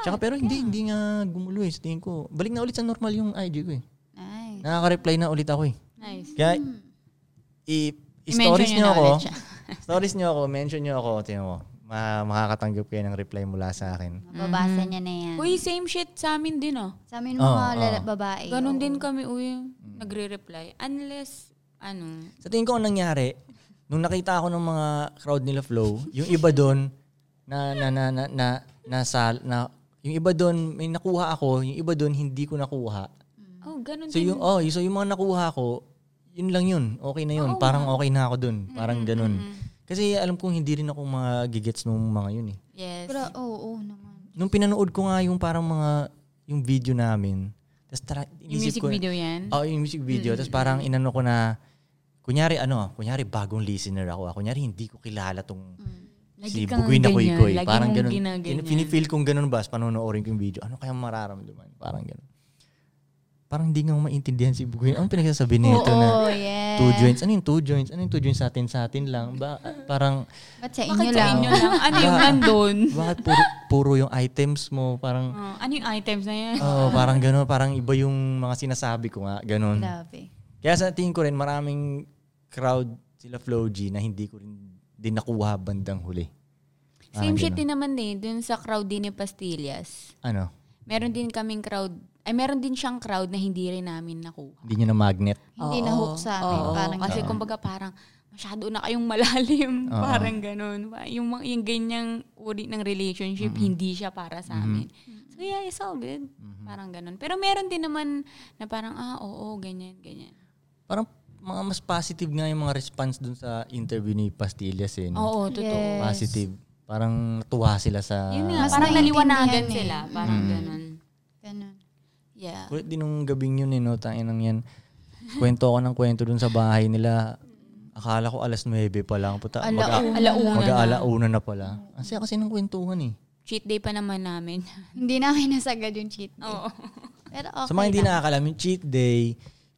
[SPEAKER 1] Tsaka pero hindi, hindi nga gumulo eh. Sa tingin ko, balik na ulit sa normal yung IG ko eh.
[SPEAKER 3] Nice.
[SPEAKER 1] Nakaka-reply na ulit ako eh.
[SPEAKER 2] Nice.
[SPEAKER 1] Kaya, i-
[SPEAKER 2] Hmm. I-mention
[SPEAKER 1] stories
[SPEAKER 2] nyo
[SPEAKER 1] nyo
[SPEAKER 2] na
[SPEAKER 1] ako,
[SPEAKER 2] ulit siya.
[SPEAKER 1] [LAUGHS] stories nyo ako, mention nyo ako, tingnan mo, ma- makakatanggap kayo ng reply mula sa akin.
[SPEAKER 3] Mababasa niya na yan.
[SPEAKER 2] Uy, same shit sa amin din oh.
[SPEAKER 3] Sa amin
[SPEAKER 1] Oo,
[SPEAKER 3] mga
[SPEAKER 1] Mm-hmm. oo.
[SPEAKER 3] lala- babae.
[SPEAKER 2] Ganon
[SPEAKER 3] oo.
[SPEAKER 2] din kami uy,
[SPEAKER 1] Mm.
[SPEAKER 2] nagre-reply. Unless, ano,
[SPEAKER 1] Sa tingin ko, ang nangyari, nung nakita ako ng mga crowd nila Flow, yung iba doon, na, na, na, na, na, nasa, na, yung iba doon, may nakuha ako, yung iba doon, hindi ko nakuha.
[SPEAKER 3] Mm.
[SPEAKER 2] oh, ganon
[SPEAKER 1] So
[SPEAKER 2] din.
[SPEAKER 1] yung oh, so yung mga nakuha ko, yun lang yun. Okay na yun. Parang okay na ako dun. Parang
[SPEAKER 2] Mm-hmm,
[SPEAKER 1] ganun. Kasi alam kong hindi rin ako magigets nung mga yun eh.
[SPEAKER 2] yes.
[SPEAKER 3] Pero oo oo naman.
[SPEAKER 1] Nung pinanood ko nga yung parang mga yung video namin, tapos tara,
[SPEAKER 2] yung
[SPEAKER 1] inisip
[SPEAKER 2] music
[SPEAKER 1] ko.
[SPEAKER 2] video yan.
[SPEAKER 1] Oh, yung music video. Tapos parang inano ko na, kunyari ano, kunyari bagong listener ako. ah. Kunyari hindi ko kilala tong
[SPEAKER 2] Mm.
[SPEAKER 1] si
[SPEAKER 2] Lagi kang
[SPEAKER 1] Bugoy na
[SPEAKER 2] ganyan.
[SPEAKER 1] Koy
[SPEAKER 2] Lagi
[SPEAKER 1] Parang
[SPEAKER 2] mong
[SPEAKER 1] ganun.
[SPEAKER 2] ginaganyan.
[SPEAKER 1] In- Pinifeel kong ganun ba? Panonoodin ko yung video. Ano kaya mararamdaman? Parang ganun. Parang hindi nga ako maintindihan si Bugoy. Ang pinagsasabi nito na
[SPEAKER 3] Oo,
[SPEAKER 2] eh.
[SPEAKER 3] yeah.
[SPEAKER 1] two joints. Ano yung two joints? Ano yung two joints sa atin? Sa atin lang. Ba, parang,
[SPEAKER 3] Ba't sa inyo
[SPEAKER 2] Bakit sa
[SPEAKER 3] lang?
[SPEAKER 2] inyo
[SPEAKER 1] [LAUGHS]
[SPEAKER 2] lang? Ano yung
[SPEAKER 1] Ah.
[SPEAKER 2] nandun?
[SPEAKER 1] bakit puro, puro yung items mo? Parang,
[SPEAKER 2] Oh, ano yung items na yan?
[SPEAKER 1] oh, parang gano'n. Parang iba yung mga sinasabi ko nga. Gano'n.
[SPEAKER 3] Grabe.
[SPEAKER 1] Kaya sa tingin ko rin, maraming crowd sila Flo G na hindi ko rin din nakuha bandang huli. Ah,
[SPEAKER 2] Same shit
[SPEAKER 1] ganun.
[SPEAKER 2] din naman eh, dun sa crowd din ni Pastillas.
[SPEAKER 1] Ano?
[SPEAKER 2] Meron din kaming crowd, ay meron din siyang crowd na hindi rin namin nakuha.
[SPEAKER 1] Hindi nyo na magnet.
[SPEAKER 3] Hindi
[SPEAKER 2] Oo.
[SPEAKER 3] na-hook sa amin.
[SPEAKER 2] Oo,
[SPEAKER 3] parang
[SPEAKER 2] kasi
[SPEAKER 3] ganun.
[SPEAKER 2] kumbaga parang masyado na kayong malalim. [LAUGHS]
[SPEAKER 1] Oo.
[SPEAKER 2] Parang ganun. Yung, mga- yung ganyang uri ng relationship,
[SPEAKER 1] Mm-hmm.
[SPEAKER 2] hindi siya para sa amin. So yeah, it's all good. Parang ganun. Pero meron din naman na parang, ah, oo, ganyan, ganyan.
[SPEAKER 1] Mm-hmm. Parang mga mas positive nga yung mga response dun sa interview ni Pastillas eh. no?
[SPEAKER 2] Oo, totoo.
[SPEAKER 3] Yes.
[SPEAKER 1] Positive. Parang natuwa sila sa...
[SPEAKER 2] Yun nga,
[SPEAKER 3] Mas
[SPEAKER 2] parang
[SPEAKER 3] naiintindihan
[SPEAKER 2] naliwanagan
[SPEAKER 3] eh.
[SPEAKER 2] sila. Parang
[SPEAKER 1] Mm-hmm.
[SPEAKER 2] ganun.
[SPEAKER 3] Ganun.
[SPEAKER 2] Yeah.
[SPEAKER 1] Kulit din nung gabing yun eh, no? Tangin yan. Kwento ako ng kwento dun sa bahay nila. Akala ko alas 9 pa lang. Puta,
[SPEAKER 3] Alauna
[SPEAKER 1] mag-
[SPEAKER 2] Alauna na.
[SPEAKER 1] mag-aalauna na pala. Ang saya kasi ng kwentuhan eh.
[SPEAKER 2] Cheat day pa naman namin.
[SPEAKER 3] Hindi namin nasagad yung cheat day.
[SPEAKER 2] Oo.
[SPEAKER 3] Pero okay
[SPEAKER 1] sa mga hindi
[SPEAKER 3] lang.
[SPEAKER 1] nakakalam, yung cheat day,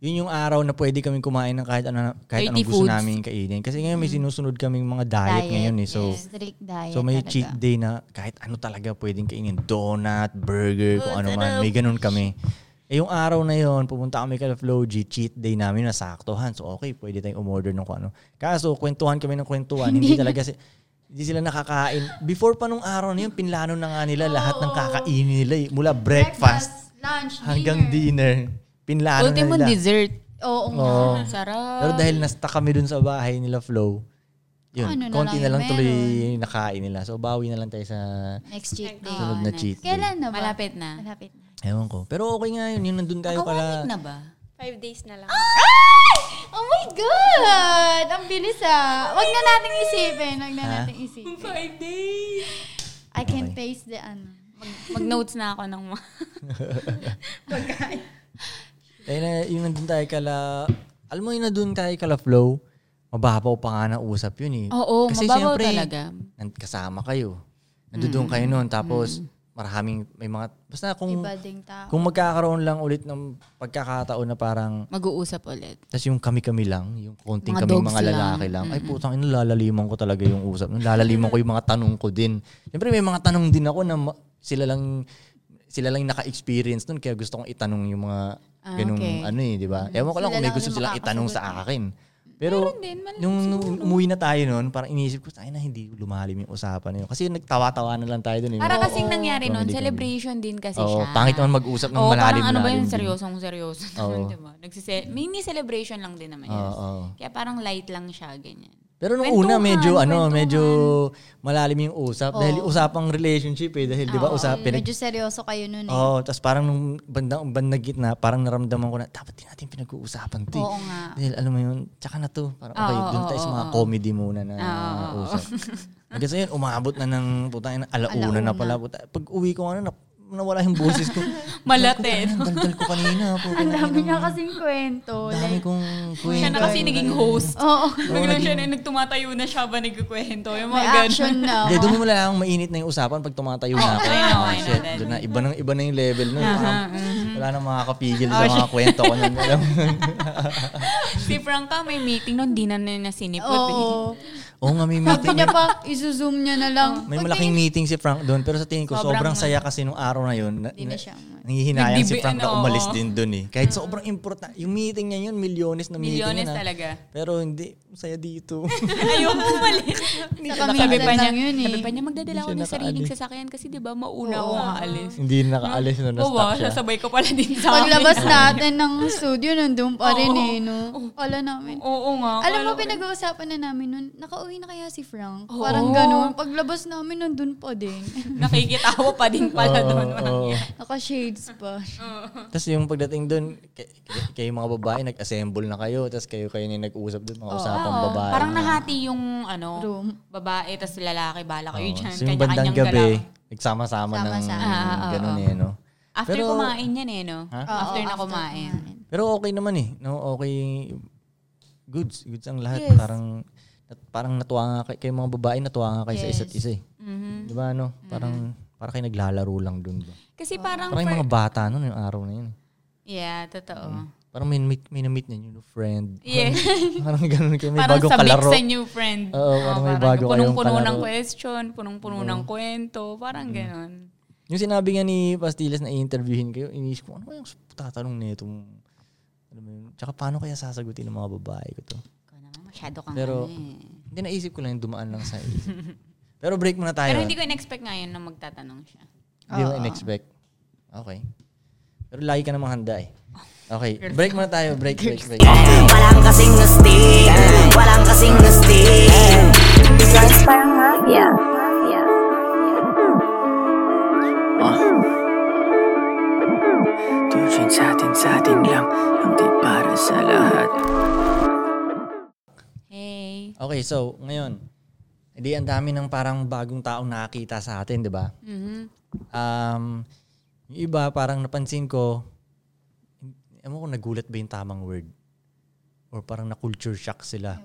[SPEAKER 1] yun yung araw na pwede kami kumain ng kahit ano kahit anong
[SPEAKER 2] Healthy
[SPEAKER 1] gusto
[SPEAKER 2] foods.
[SPEAKER 1] namin kainin. Kasi ngayon may sinusunod kaming mga diet, ngayon eh. So,
[SPEAKER 3] Mm. yes, strict diet
[SPEAKER 1] so may
[SPEAKER 3] talaga.
[SPEAKER 1] cheat day na kahit ano talaga pwedeng kainin. Donut, burger, kung ano man. May ganun kami. Eh yung araw na yon pumunta kami kay Flow G, cheat day namin, nasaktohan. So okay, pwede tayong umorder ng kung ano. Kaso, kwentuhan kami ng kwentuhan.
[SPEAKER 3] [LAUGHS]
[SPEAKER 1] hindi talaga si hindi sila nakakain. Before pa nung araw na yun, pinlano na nga nila lahat ng kakainin nila. eh. Mula breakfast
[SPEAKER 3] lunch,
[SPEAKER 1] hanggang dinner.
[SPEAKER 2] [LAUGHS]
[SPEAKER 1] Pinlano
[SPEAKER 2] Ultimo
[SPEAKER 1] na Ano nila.
[SPEAKER 2] dessert.
[SPEAKER 3] Oo nga.
[SPEAKER 2] [LAUGHS]
[SPEAKER 1] Oo.
[SPEAKER 2] Sarap.
[SPEAKER 1] Pero dahil nasta kami dun sa bahay nila Flow, yun,
[SPEAKER 3] Ano na
[SPEAKER 1] konti
[SPEAKER 3] lang
[SPEAKER 1] na
[SPEAKER 3] yung
[SPEAKER 1] lang tuloy nakain nila. So, bawi na lang tayo sa
[SPEAKER 3] Next cheat day.
[SPEAKER 1] sunod na cheat day.
[SPEAKER 3] Kailan na ba?
[SPEAKER 2] Malapit na.
[SPEAKER 3] Malapit na.
[SPEAKER 1] Ewan ko. Pero okay nga yun. Yun, nandun tayo
[SPEAKER 2] Kawamik
[SPEAKER 1] pala.
[SPEAKER 2] na ba?
[SPEAKER 4] Five days na lang.
[SPEAKER 3] Ay! Oh my God! Ang bilis ah. Huwag na nating isipin. Huwag na
[SPEAKER 1] Ha?
[SPEAKER 3] nating isipin.
[SPEAKER 4] Five days!
[SPEAKER 3] I can taste the ano.
[SPEAKER 2] Mag-notes na ako ng mga...
[SPEAKER 3] [LAUGHS]
[SPEAKER 1] Tayo na, yun, nandun tayo kala... Alam mo yun, nandun tayo kala Flow. Mababaw pa nga na usap yun eh.
[SPEAKER 2] Oo, mababaw
[SPEAKER 1] siyempre,
[SPEAKER 2] talaga.
[SPEAKER 1] nan- kasama kayo. Nandun kayo noon. Tapos, maraming, may mga... Basta kung,
[SPEAKER 3] Iba ding tao.
[SPEAKER 1] Oh. kung magkakaroon lang ulit ng pagkakataon na parang
[SPEAKER 2] Mag-uusap ulit.
[SPEAKER 1] Tapos yung kami-kami lang, yung konting
[SPEAKER 2] Mga
[SPEAKER 1] kami
[SPEAKER 2] dogs
[SPEAKER 1] mga lalaki lang. Ay putang ina, lalaliman ko talaga yung usap. nun. Lalaliman ko yung mga tanong ko din. Siyempre may mga tanong din ako na ma- sila lang sila lang naka-experience nun kaya gusto kong itanong yung mga
[SPEAKER 2] Ah,
[SPEAKER 1] ganung
[SPEAKER 2] okay.
[SPEAKER 1] ano eh, di ba? Ewan ko lang
[SPEAKER 3] Sila
[SPEAKER 1] kung may
[SPEAKER 3] lang
[SPEAKER 1] gusto
[SPEAKER 3] yung
[SPEAKER 1] silang itanong sa akin. Pero
[SPEAKER 2] Meron din, mal-
[SPEAKER 1] nung, nung umuwi na tayo nun, parang iniisip ko, ay na hindi lumalim yung usapan na yun. Kasi nagtawa-tawa na lang tayo dun. Eh.
[SPEAKER 2] Para kasing nangyari
[SPEAKER 1] Comedy
[SPEAKER 2] nun,
[SPEAKER 1] kami.
[SPEAKER 2] celebration din kasi
[SPEAKER 1] Oo,
[SPEAKER 2] siya.
[SPEAKER 1] pangit naman mag-usap ng
[SPEAKER 2] Oo,
[SPEAKER 1] malalim
[SPEAKER 2] parang ano ba yun,
[SPEAKER 1] din.
[SPEAKER 2] seryosong seryoso
[SPEAKER 1] Oo.
[SPEAKER 2] [LAUGHS] naman, diba? Nagsise- mini celebration lang din naman yun.
[SPEAKER 1] Oo, oo.
[SPEAKER 2] Kaya parang light lang siya, ganyan.
[SPEAKER 1] Pero nung
[SPEAKER 2] Kwentuhan,
[SPEAKER 1] una medyo ano,
[SPEAKER 2] kwentuhan.
[SPEAKER 1] medyo malalim yung usap dahil usapang relationship eh dahil 'di ba usap pinag
[SPEAKER 3] Medyo seryoso kayo nun eh.
[SPEAKER 1] Oh, tapos parang nung bandang bandang gitna, parang naramdaman ko na dapat din natin pinag-uusapan 'to. eh.
[SPEAKER 3] Oo nga.
[SPEAKER 1] Dahil alam mo yun, tsaka na 'to. Parang okay,
[SPEAKER 2] Oo,
[SPEAKER 1] doon tayo sa
[SPEAKER 2] oo,
[SPEAKER 1] mga
[SPEAKER 2] oo.
[SPEAKER 1] comedy muna na
[SPEAKER 2] Oo, oo, [LAUGHS]
[SPEAKER 1] usap. Hanggang sa yun, umabot na ng puta na alauna na pala. Puta. Pag uwi ko ano, na- nawala yung boses
[SPEAKER 2] [LAUGHS]
[SPEAKER 1] ko.
[SPEAKER 2] Malate.
[SPEAKER 1] Ang dandal ko
[SPEAKER 2] [LAUGHS]
[SPEAKER 1] kanina. puta
[SPEAKER 3] Ang
[SPEAKER 1] na,
[SPEAKER 3] dami
[SPEAKER 1] yun,
[SPEAKER 3] niya kasing kwento.
[SPEAKER 1] ang Dami
[SPEAKER 3] Like,
[SPEAKER 1] kong kwento.
[SPEAKER 2] Siya na kasi naging host.
[SPEAKER 3] oo.
[SPEAKER 2] [LAUGHS] Biglang siya na nagtumatayo na siya ba nagkukwento. Yung
[SPEAKER 3] May
[SPEAKER 2] mga
[SPEAKER 3] action
[SPEAKER 2] ganun.
[SPEAKER 3] na.
[SPEAKER 1] Hindi, doon mo malalaman mainit na yung usapan pag tumatayo na ako.
[SPEAKER 2] I know, I
[SPEAKER 1] Ah,
[SPEAKER 2] know
[SPEAKER 1] shit.
[SPEAKER 2] that.
[SPEAKER 1] Doon na, iba, na, iba na yung level nun.
[SPEAKER 2] Aha,
[SPEAKER 1] Parang
[SPEAKER 2] uh-huh.
[SPEAKER 1] Wala nang makakapigil
[SPEAKER 2] Oh,
[SPEAKER 1] sa mga kwento ko nun. Alam mo?
[SPEAKER 2] [LAUGHS] si Franca may meeting nun, di na na sinipot.
[SPEAKER 3] Oo.
[SPEAKER 1] Oo nga, may
[SPEAKER 3] Sabi
[SPEAKER 1] meeting.
[SPEAKER 3] niya pa, isu-zoom niya na lang.
[SPEAKER 1] May malaking meeting si Frank doon. Pero sa tingin ko, sobrang,
[SPEAKER 2] Sobrang- ano.
[SPEAKER 1] saya kasi nung araw na yun. Na,
[SPEAKER 3] Hindi na
[SPEAKER 1] na-
[SPEAKER 3] siya.
[SPEAKER 1] Nangihinayang si
[SPEAKER 2] Nagdibi-
[SPEAKER 1] Frank na
[SPEAKER 2] ano,
[SPEAKER 1] umalis
[SPEAKER 2] oo.
[SPEAKER 1] din doon eh. Kahit sobrang important. Yung meeting niya yun, milyones na meeting
[SPEAKER 2] Milyones
[SPEAKER 1] yun, ah.
[SPEAKER 2] talaga.
[SPEAKER 1] Pero hindi, masaya dito. [LAUGHS]
[SPEAKER 2] Ayoko umalis.
[SPEAKER 3] Saka
[SPEAKER 2] sabi
[SPEAKER 3] minsan
[SPEAKER 2] pa niya,
[SPEAKER 3] lang yun eh.
[SPEAKER 2] sabi pa niya, magdadala
[SPEAKER 1] Hindi
[SPEAKER 2] ako
[SPEAKER 1] siya
[SPEAKER 2] ng sariling
[SPEAKER 1] nakaalis.
[SPEAKER 2] sasakyan kasi di ba mauna ako makaalis.
[SPEAKER 1] hindi na nakaalis na
[SPEAKER 2] Oo,
[SPEAKER 1] na-stuck siya.
[SPEAKER 2] sasabay ko pala din sa amin.
[SPEAKER 3] Paglabas natin ng studio, nandun pa rin
[SPEAKER 2] Oo.
[SPEAKER 3] eh, no? Wala namin.
[SPEAKER 2] [LAUGHS] Oo nga.
[SPEAKER 3] Alam mo,
[SPEAKER 2] wala-
[SPEAKER 3] pinag-uusapan na namin nun, nakauwi na kaya si Frank?
[SPEAKER 2] Oo.
[SPEAKER 3] Parang ganun. Paglabas namin, nandun pa din. [LAUGHS]
[SPEAKER 2] Nakikitawa pa din pala
[SPEAKER 1] Oo,
[SPEAKER 2] doon.
[SPEAKER 1] oo.
[SPEAKER 3] Naka-shades pa.
[SPEAKER 1] Tapos yung pagdating doon, kay, kay- kayo mga babae, nag-assemble na kayo. Tapos kayo kayo na yung nag-uusap doon, mga usapang
[SPEAKER 2] Oo,
[SPEAKER 1] babae.
[SPEAKER 2] Parang nahati yung ano,
[SPEAKER 3] Room.
[SPEAKER 2] babae tas lalaki, bala kayo
[SPEAKER 1] Oo.
[SPEAKER 2] dyan.
[SPEAKER 1] So yung bandang
[SPEAKER 2] kanya-kanyang
[SPEAKER 1] gabi,
[SPEAKER 2] galaw.
[SPEAKER 1] nagsama-sama ng
[SPEAKER 3] Sama-sama.
[SPEAKER 2] Ah, oo,
[SPEAKER 1] ganun
[SPEAKER 2] oo.
[SPEAKER 1] eh, no?
[SPEAKER 2] After
[SPEAKER 1] Pero-
[SPEAKER 2] kumain yan eh, no?
[SPEAKER 1] Ha?
[SPEAKER 3] Oo,
[SPEAKER 2] After na kumain.
[SPEAKER 1] Pero okay naman eh. No, okay. Goods. Goods ang lahat.
[SPEAKER 3] Yes.
[SPEAKER 1] Parang nat- parang natuwa nga kay, kayo mga babae, natuwa nga kayo sa isa't
[SPEAKER 3] Yes.
[SPEAKER 1] isa eh.
[SPEAKER 2] Mhm.
[SPEAKER 1] Di ba ano? Parang para kayo naglalaro lang doon ba?
[SPEAKER 2] Kasi parang,
[SPEAKER 1] Parang yung
[SPEAKER 2] Mm-hmm. fir-
[SPEAKER 1] mga Hmm. bata noon yung araw na yun. eh.
[SPEAKER 2] yeah, totoo.
[SPEAKER 1] Parang may meet, may na-meet niya yung friend.
[SPEAKER 2] [LAUGHS] Yeah.
[SPEAKER 1] parang ganun kayo. May
[SPEAKER 2] parang
[SPEAKER 1] bagong
[SPEAKER 2] sabik
[SPEAKER 1] kalaro.
[SPEAKER 2] sa new friend.
[SPEAKER 1] Oo, parang may bago kayong
[SPEAKER 2] Punong-puno ng
[SPEAKER 1] kalaro. Hmm.
[SPEAKER 2] question, punong-puno ng kwento, parang ganon.
[SPEAKER 1] Yung sinabi nga ni Pastiles na i-interviewin kayo, iniisip ko, ano kaya tatanong na itong, alam mo yun, tsaka paano kaya sasagutin ng mga babae ko to?
[SPEAKER 2] Ikaw naman, masyado kang
[SPEAKER 1] Pero-
[SPEAKER 2] ano eh. [LAUGHS]
[SPEAKER 1] Hindi, naisip ko lang yung dumaan lang sa isip. Pero break muna tayo.
[SPEAKER 2] Pero hindi ko in-expect ngayon na magtatanong siya.
[SPEAKER 1] Hindi mo in-expect. Okay. Pero lagi ka namang handa eh. Okay, break muna tayo. Break, break, break.
[SPEAKER 5] Walang kasing astig Walang kasing astig Because parang mafia Mafia.
[SPEAKER 6] Tujuan sa atin, sa atin lang Ang di para sa lahat
[SPEAKER 2] Hey.
[SPEAKER 1] Okay, so ngayon, hindi ang dami ng parang bagong taong nakakita sa atin, di ba?
[SPEAKER 2] Mhm.
[SPEAKER 1] Um, yung iba, parang napansin ko, ewan ko, nagulat ba yung tamang word? Or parang na-culture shock sila.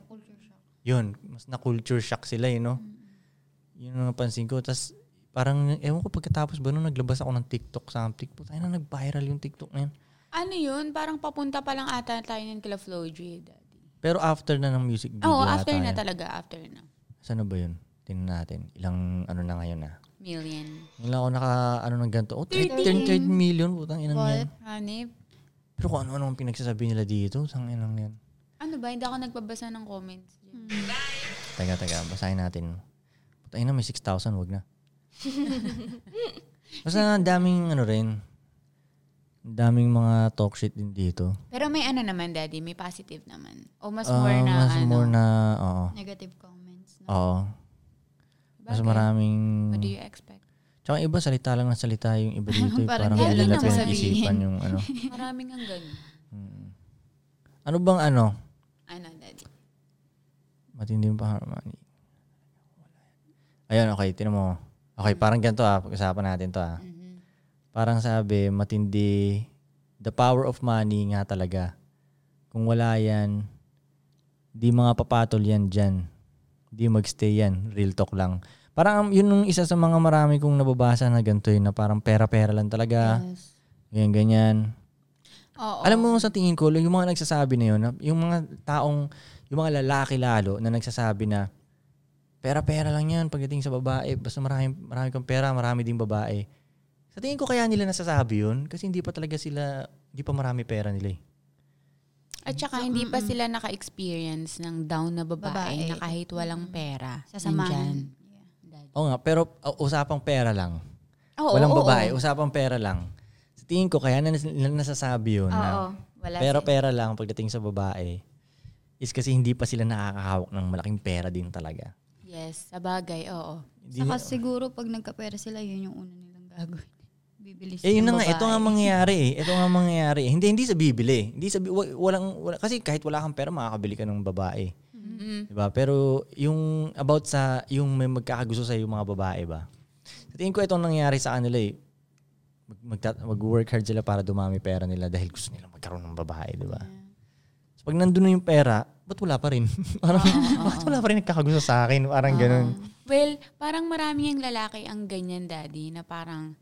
[SPEAKER 1] Yun, mas na-culture shock sila, eh, no?
[SPEAKER 2] Mm-hmm.
[SPEAKER 1] Yun ang napansin ko. Tapos, parang, ewan ko, pagkatapos ba nung naglabas ako ng TikTok something, puta na nag-viral yung TikTok na yun.
[SPEAKER 2] Ano yun? Parang papunta pa lang ata tayo ng kila Flo G, Daddy.
[SPEAKER 1] Pero after na ng music video
[SPEAKER 2] Oo, after
[SPEAKER 1] ata
[SPEAKER 2] na
[SPEAKER 1] yun.
[SPEAKER 2] talaga. After na.
[SPEAKER 1] Saan na ba yun? Tingnan natin. Ilang ano na ngayon na.
[SPEAKER 2] Million.
[SPEAKER 1] Hindi ako naka ano ng ganito. Oh, 13 million. Putang inang
[SPEAKER 3] What?
[SPEAKER 1] yan.
[SPEAKER 2] Hanip.
[SPEAKER 1] Pero kung ano-ano ang pinagsasabi nila dito, sang inang yan.
[SPEAKER 2] Ano ba? Hindi ako nagbabasa ng comments.
[SPEAKER 1] Teka, teka. Basahin natin. Putang ina, may 6,000. Wag
[SPEAKER 2] [LAUGHS]
[SPEAKER 1] na. Basta ang daming ano rin. Ang daming mga talk shit din dito.
[SPEAKER 2] Pero may ano naman, Daddy. May positive naman. O mas
[SPEAKER 1] Ah,
[SPEAKER 2] more na
[SPEAKER 1] mas
[SPEAKER 2] ano.
[SPEAKER 1] more na, oo.
[SPEAKER 3] Negative comments. No?
[SPEAKER 1] Oo. Mas
[SPEAKER 2] Bagay.
[SPEAKER 1] maraming...
[SPEAKER 2] What do you expect?
[SPEAKER 1] Tsaka iba, salita lang ng salita yung iba dito. eh.
[SPEAKER 2] [LAUGHS]
[SPEAKER 3] Parang
[SPEAKER 1] parang hindi
[SPEAKER 2] hindi
[SPEAKER 1] nila
[SPEAKER 2] naman
[SPEAKER 1] pinag-isipan
[SPEAKER 3] sabihin.
[SPEAKER 1] yung ano.
[SPEAKER 2] Maraming ang ganyan.
[SPEAKER 1] Ano bang ano?
[SPEAKER 2] Ano, Daddy?
[SPEAKER 1] Matindi yung paharmony. Ayun, okay. Tinan mo. Okay, parang ganito ah. Pag-usapan natin to ah. Parang sabi, matindi, the power of money nga talaga. Kung wala yan, di mga papatol yan dyan. Di magstay yan. Real talk lang. Parang um, yun yung isa sa mga marami kong nababasa na ganito yun, na parang pera-pera lang talaga. Ganyan, ganyan.
[SPEAKER 2] Oo.
[SPEAKER 1] Alam mo sa tingin ko, yung mga nagsasabi na yun, yung mga taong, yung mga lalaki lalo na nagsasabi na, pera-pera lang yan pagdating sa babae. Basta marami, marami kang pera, marami ding babae. Sa tingin ko kaya nila nasasabi yun kasi hindi pa talaga sila, hindi pa marami pera nila eh.
[SPEAKER 2] At saka hindi pa sila naka-experience ng down na babae,
[SPEAKER 3] Babae.
[SPEAKER 2] na kahit walang pera.
[SPEAKER 3] Sasamahan.
[SPEAKER 1] Oo nga, pero uh, usapang pera lang.
[SPEAKER 2] Oo,
[SPEAKER 1] Walang
[SPEAKER 2] oo,
[SPEAKER 1] babae,
[SPEAKER 2] oo.
[SPEAKER 1] usapang pera lang. Sa tingin ko kaya na nila nasasabi yun na,
[SPEAKER 2] Oo. Wala
[SPEAKER 1] Pero pera lang pagdating sa babae is kasi hindi pa sila nakakahawak ng malaking pera din talaga.
[SPEAKER 2] Yes, sa bagay, oo.
[SPEAKER 1] Hindi
[SPEAKER 3] Saka
[SPEAKER 1] na-
[SPEAKER 3] siguro pag nagkapera sila, yun yung una nilang
[SPEAKER 2] [LAUGHS]
[SPEAKER 3] gagawin. Bibilis
[SPEAKER 1] Eh, yun
[SPEAKER 3] ng
[SPEAKER 1] na nga, ito
[SPEAKER 3] babae.
[SPEAKER 1] nga mangyayari eh. Ito nga mangyayari eh. Hindi, hindi sa bibili. Hindi sa, bi- wa- walang, wala, kasi kahit wala kang pera, makakabili ka ng babae.
[SPEAKER 2] Mhm.
[SPEAKER 1] Diba? Pero yung about sa, yung may magkakagusto sa yung mga babae ba? Sa tingin ko itong nangyayari sa kanila eh. Mag, magta- mag-work hard sila para dumami pera nila dahil gusto nila magkaroon ng babae, di ba? So, pag nandun na yung pera, ba't wala pa rin? [LAUGHS] parang, bakit wala pa rin nagkakagusto sa akin? Parang ganun.
[SPEAKER 2] Well, parang marami ang lalaki ang ganyan, daddy, na parang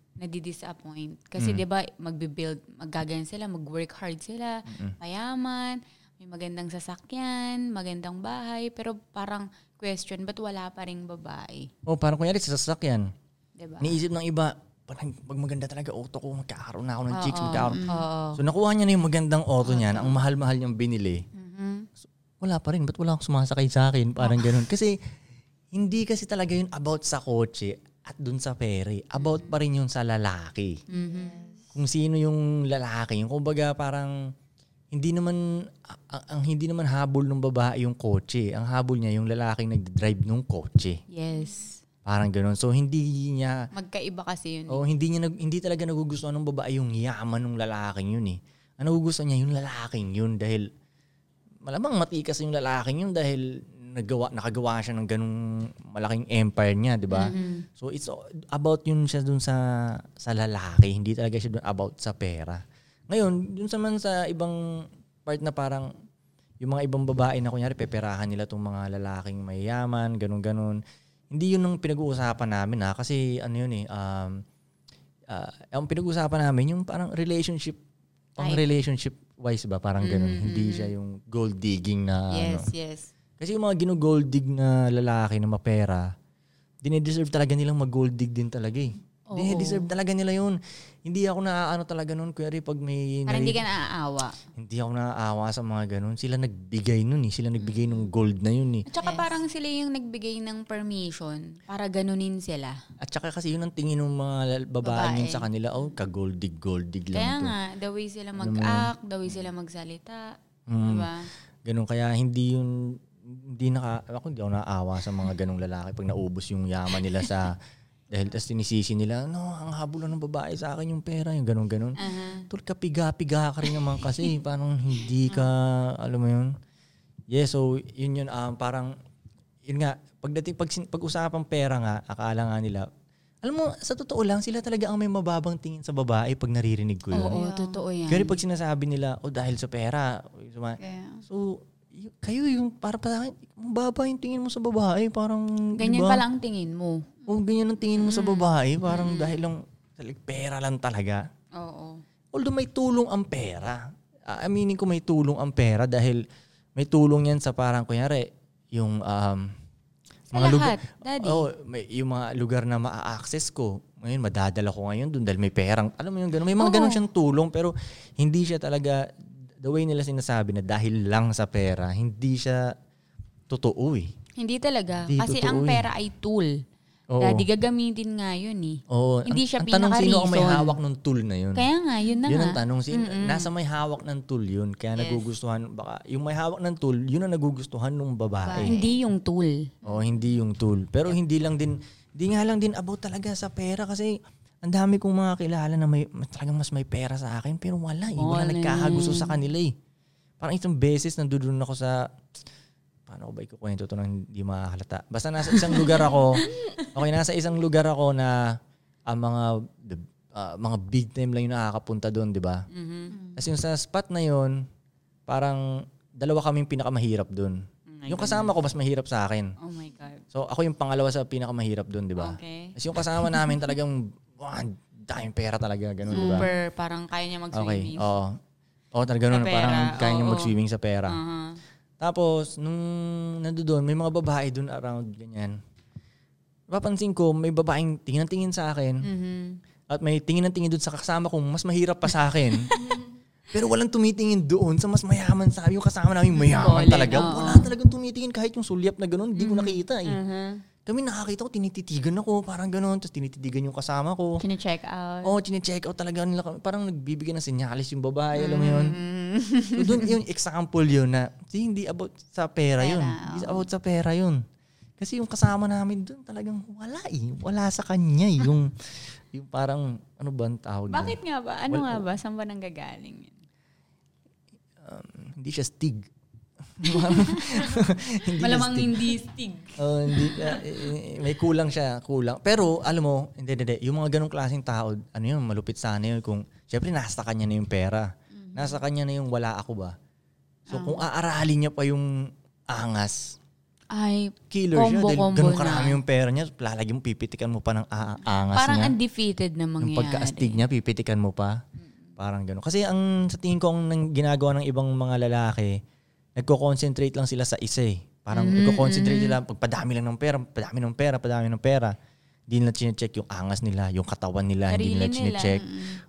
[SPEAKER 2] nadidisappoint. Kasi 'di ba, magbi-build, magagayan sila, mag-work hard sila, mayaman, may magandang sasakyan, magandang bahay, pero parang question, ba't wala pa ring babae? Diba?
[SPEAKER 1] O, parang kunyari sa sasakyan.
[SPEAKER 2] 'Di ba?
[SPEAKER 1] Niisip ng iba, parang pag maganda talaga auto ko, magkakaroon na ako ng chicks, magkakaroon.
[SPEAKER 2] Oo. Mm-hmm. Mm.
[SPEAKER 1] So nakuha niya na yung magandang auto niya, na ang mahal-mahal niyang binili.
[SPEAKER 2] Mm-hmm.
[SPEAKER 1] So, wala pa rin, ba't wala akong sumasakay sa akin? Parang ganun. Kasi hindi kasi talaga yun about sa kotse at dun sa pere.
[SPEAKER 2] Mm.
[SPEAKER 1] About pa rin yun sa lalaki.
[SPEAKER 2] Mm-hmm.
[SPEAKER 1] Kung sino yung lalaki. Yung kumbaga parang hindi naman a- a- ang hindi naman habol ng babae yung kotse. Ang habol niya yung lalaking nagdadrive ng kotse.
[SPEAKER 2] Yes.
[SPEAKER 1] Parang ganun. So hindi niya
[SPEAKER 2] Magkaiba kasi yun.
[SPEAKER 1] Oh, hindi niya nag- hindi talaga nagugustuhan ng babae yung yaman ng lalaking yun eh. Ang nagugustuhan niya yung lalaking yun dahil malamang matikas yung lalaking yun dahil nagawa nakagawa siya ng ganung malaking empire niya, 'di ba? So it's all- about yun siya dun sa sa lalaki, hindi talaga siya dun about sa pera. Ngayon, dun sa man sa ibang part na parang yung mga ibang babae na kunyari peperahan nila tong mga lalaking mayayaman, ganun-ganun. Hindi yun ang pinag-uusapan namin ha kasi ano yun eh um, ah, ang pinag-uusapan namin yung parang relationship pang relationship wise ba parang ganun hindi siya yung gold digging na ano.
[SPEAKER 2] Yes, yes.
[SPEAKER 1] Kasi yung mga gino-gold dig na lalaki na mapera, dinedeserve talaga nilang mag-gold dig din talaga eh. Di- deserve talaga nila yun. Hindi ako naaano talaga nun, kuwari pag may...
[SPEAKER 2] Parang
[SPEAKER 1] nari-
[SPEAKER 2] hindi ka naaawa.
[SPEAKER 1] hindi ako naaawa sa mga ganun. Sila nagbigay nun eh. Sila
[SPEAKER 2] Mm.
[SPEAKER 1] nagbigay ng gold na yun eh.
[SPEAKER 2] At saka parang sila yung nagbigay ng permission para ganunin sila.
[SPEAKER 1] At saka kasi yun ang tingin ng mga lal- babae, yun sa kanila, oh, ka-gold dig, gold dig
[SPEAKER 2] Kaya
[SPEAKER 1] lang to.
[SPEAKER 2] nga, the way sila mag-act, the way sila magsalita.
[SPEAKER 1] Mm.
[SPEAKER 2] Diba?
[SPEAKER 1] Ganun kaya hindi yun, hindi naka, ako hindi ako naawa sa mga ganung lalaki pag naubos yung yaman nila sa, dahil tas tinisisi nila, no, ang habulan ng babae sa akin yung pera, yung ganun ganun. Tul ka piga-piga ka rin naman kasi, parang hindi ka, alam mo yun. Yeah, so yun yun, um, parang, yun nga, pagdating, pag, sin- pag-usapang pera nga, akala nga nila, alam mo, sa totoo lang, sila talaga ang may mababang tingin sa babae pag naririnig ko yun.
[SPEAKER 2] Oo, totoo yan.
[SPEAKER 1] Kaya pag sinasabi nila, oh dahil sa pera. suma- So, y- kayo yung, para pa sa akin, mababa yung tingin mo sa babae. Parang,
[SPEAKER 2] Ganyan
[SPEAKER 1] diba?
[SPEAKER 2] pala ang tingin mo.
[SPEAKER 1] Oh, ganyan ang tingin mo sa babae. Parang dahil lang, talag pera lang talaga.
[SPEAKER 2] Oo.
[SPEAKER 1] Although may tulong ang pera. Ah, Aminin ko may tulong ang pera dahil may tulong yan sa parang, kunyari, yung um,
[SPEAKER 2] Sa lahat, Daddy.
[SPEAKER 1] Oh, may, yung mga lugar na maa-access ko. Ngayon, madadala ko ngayon dun dahil may perang. Alam mo yung ganun. May mga ganun siyang tulong pero hindi siya talaga, the way nila sinasabi na dahil lang sa pera, hindi siya totoo eh.
[SPEAKER 2] Hindi talaga.
[SPEAKER 1] Hindi,
[SPEAKER 2] Kasi
[SPEAKER 1] totoo
[SPEAKER 2] ang
[SPEAKER 1] eh.
[SPEAKER 2] pera ay tool.
[SPEAKER 1] Oo.
[SPEAKER 2] Daddy, gagamitin nga yun eh.
[SPEAKER 1] Oo,
[SPEAKER 2] Hindi
[SPEAKER 1] ang,
[SPEAKER 2] siya
[SPEAKER 1] ang tanong sino ang may
[SPEAKER 2] pinaka-reason.
[SPEAKER 1] hawak ng tool na yun.
[SPEAKER 2] Kaya nga, yun na
[SPEAKER 1] yun
[SPEAKER 2] nga.
[SPEAKER 1] ang tanong. Sin, nasa may hawak ng tool yun. Kaya nagugustuhan, baka yung may hawak ng tool, yun ang nagugustuhan ng babae.
[SPEAKER 2] Hindi yung tool.
[SPEAKER 1] O hindi yung tool. Pero hindi lang din, hindi nga lang din about talaga sa pera kasi ang dami kong mga kilala na may, ma- talagang mas may pera sa akin pero wala eh. Wala
[SPEAKER 2] Wala.
[SPEAKER 1] nagkakagusto sa kanila eh. Parang isang beses nandoon ako sa paano ko ba ikukwento to nang hindi makahalata. Basta nasa isang lugar ako. Okay, nasa isang lugar ako na ang mga the, ah, mga big time lang yung nakakapunta doon, di ba?
[SPEAKER 2] Mm-hmm.
[SPEAKER 1] Kasi yung sa spot na yun, parang dalawa kaming pinakamahirap doon.
[SPEAKER 2] Mm,
[SPEAKER 1] Yung kasama ko, mas mahirap sa akin.
[SPEAKER 2] Oh my God.
[SPEAKER 1] So ako yung pangalawa sa pinakamahirap doon, di ba?
[SPEAKER 2] Okay.
[SPEAKER 1] Kasi yung kasama namin talagang, wow, daming pera talaga, ganun, di ba?
[SPEAKER 2] Super, parang kaya niya
[SPEAKER 1] Okay,
[SPEAKER 2] mag-swimming.
[SPEAKER 1] oo. Oo, talaga ganun,
[SPEAKER 2] Sa pera,
[SPEAKER 1] parang kaya niya
[SPEAKER 2] oo.
[SPEAKER 1] mag-swimming sa pera.
[SPEAKER 2] Uh-huh.
[SPEAKER 1] Tapos, nung nandoon, may mga babae doon around, ganyan. Papansin ko, may babaeng tingin ng tingin sa
[SPEAKER 2] Mm.
[SPEAKER 1] akin
[SPEAKER 2] Mm-hmm.
[SPEAKER 1] at may tingin ng tingin doon sa kasama kong mas mahirap pa sa akin. Pero walang tumitingin doon sa mas mayaman sa yung kasama namin mayaman
[SPEAKER 2] Bolin,
[SPEAKER 1] talaga.
[SPEAKER 2] oo.
[SPEAKER 1] Wala talagang tumitingin kahit yung sulyap na ganun, hindi ko nakita eh. Kami nakakita ko, tinititigan ako, parang ganun. Tapos tinititigan yung kasama ko.
[SPEAKER 2] Kine-check out.
[SPEAKER 1] Oo, oh, check out talaga nila. kami. Parang nagbibigay ng senyalis yung babae, alam mo yun.
[SPEAKER 2] Mm.
[SPEAKER 1] so, doon yung example yun na, see, hindi about sa pera, yun. Hindi about sa pera yun. Kasi yung kasama namin doon talagang wala eh. Wala sa kanya eh.
[SPEAKER 2] [LAUGHS]
[SPEAKER 1] Yung, yung parang, ano ba ang tawag doon?
[SPEAKER 2] Bakit nga ba? Ano nga ba? Saan ba nanggagaling yun?
[SPEAKER 1] Hindi siya
[SPEAKER 2] [LAUGHS]
[SPEAKER 1] stig. [LAUGHS] Parang- hindi siya
[SPEAKER 2] Malamang
[SPEAKER 1] stig.
[SPEAKER 2] hindi stig.
[SPEAKER 1] Oo, hindi, ah, eh, eh, may kulang siya, kulang. Pero, alam mo, hindi, hindi, hindi. Yung mga ganong klaseng tao, ano yun, malupit sana yun kung, syempre, nasa kanya na yung pera. Nasa kanya na yung wala ako ba. So, kung aaralin niya pa yung angas,
[SPEAKER 2] Ay,
[SPEAKER 1] killer siya. Dahil
[SPEAKER 2] Combo-combo
[SPEAKER 1] ganun
[SPEAKER 2] na.
[SPEAKER 1] karami yung pera niya, lalagyan mo, pipitikan mo pa ng a- angas
[SPEAKER 2] parang
[SPEAKER 1] niya.
[SPEAKER 2] undefeated na mangyayari.
[SPEAKER 1] Yung pagkaastig niya, pipitikan mo pa. Parang gano'n. Kasi ang sa tingin ko ang nang- ginagawa ng ibang mga lalaki, nagko-concentrate lang sila sa isa eh. Parang
[SPEAKER 2] Mm.
[SPEAKER 1] nagko-concentrate sila, pagpadami lang ng pera, padami ng pera, padami ng pera. Hindi nila chinecheck yung angas nila, yung katawan nila, hindi nila
[SPEAKER 2] Sarili nila,
[SPEAKER 1] chinecheck.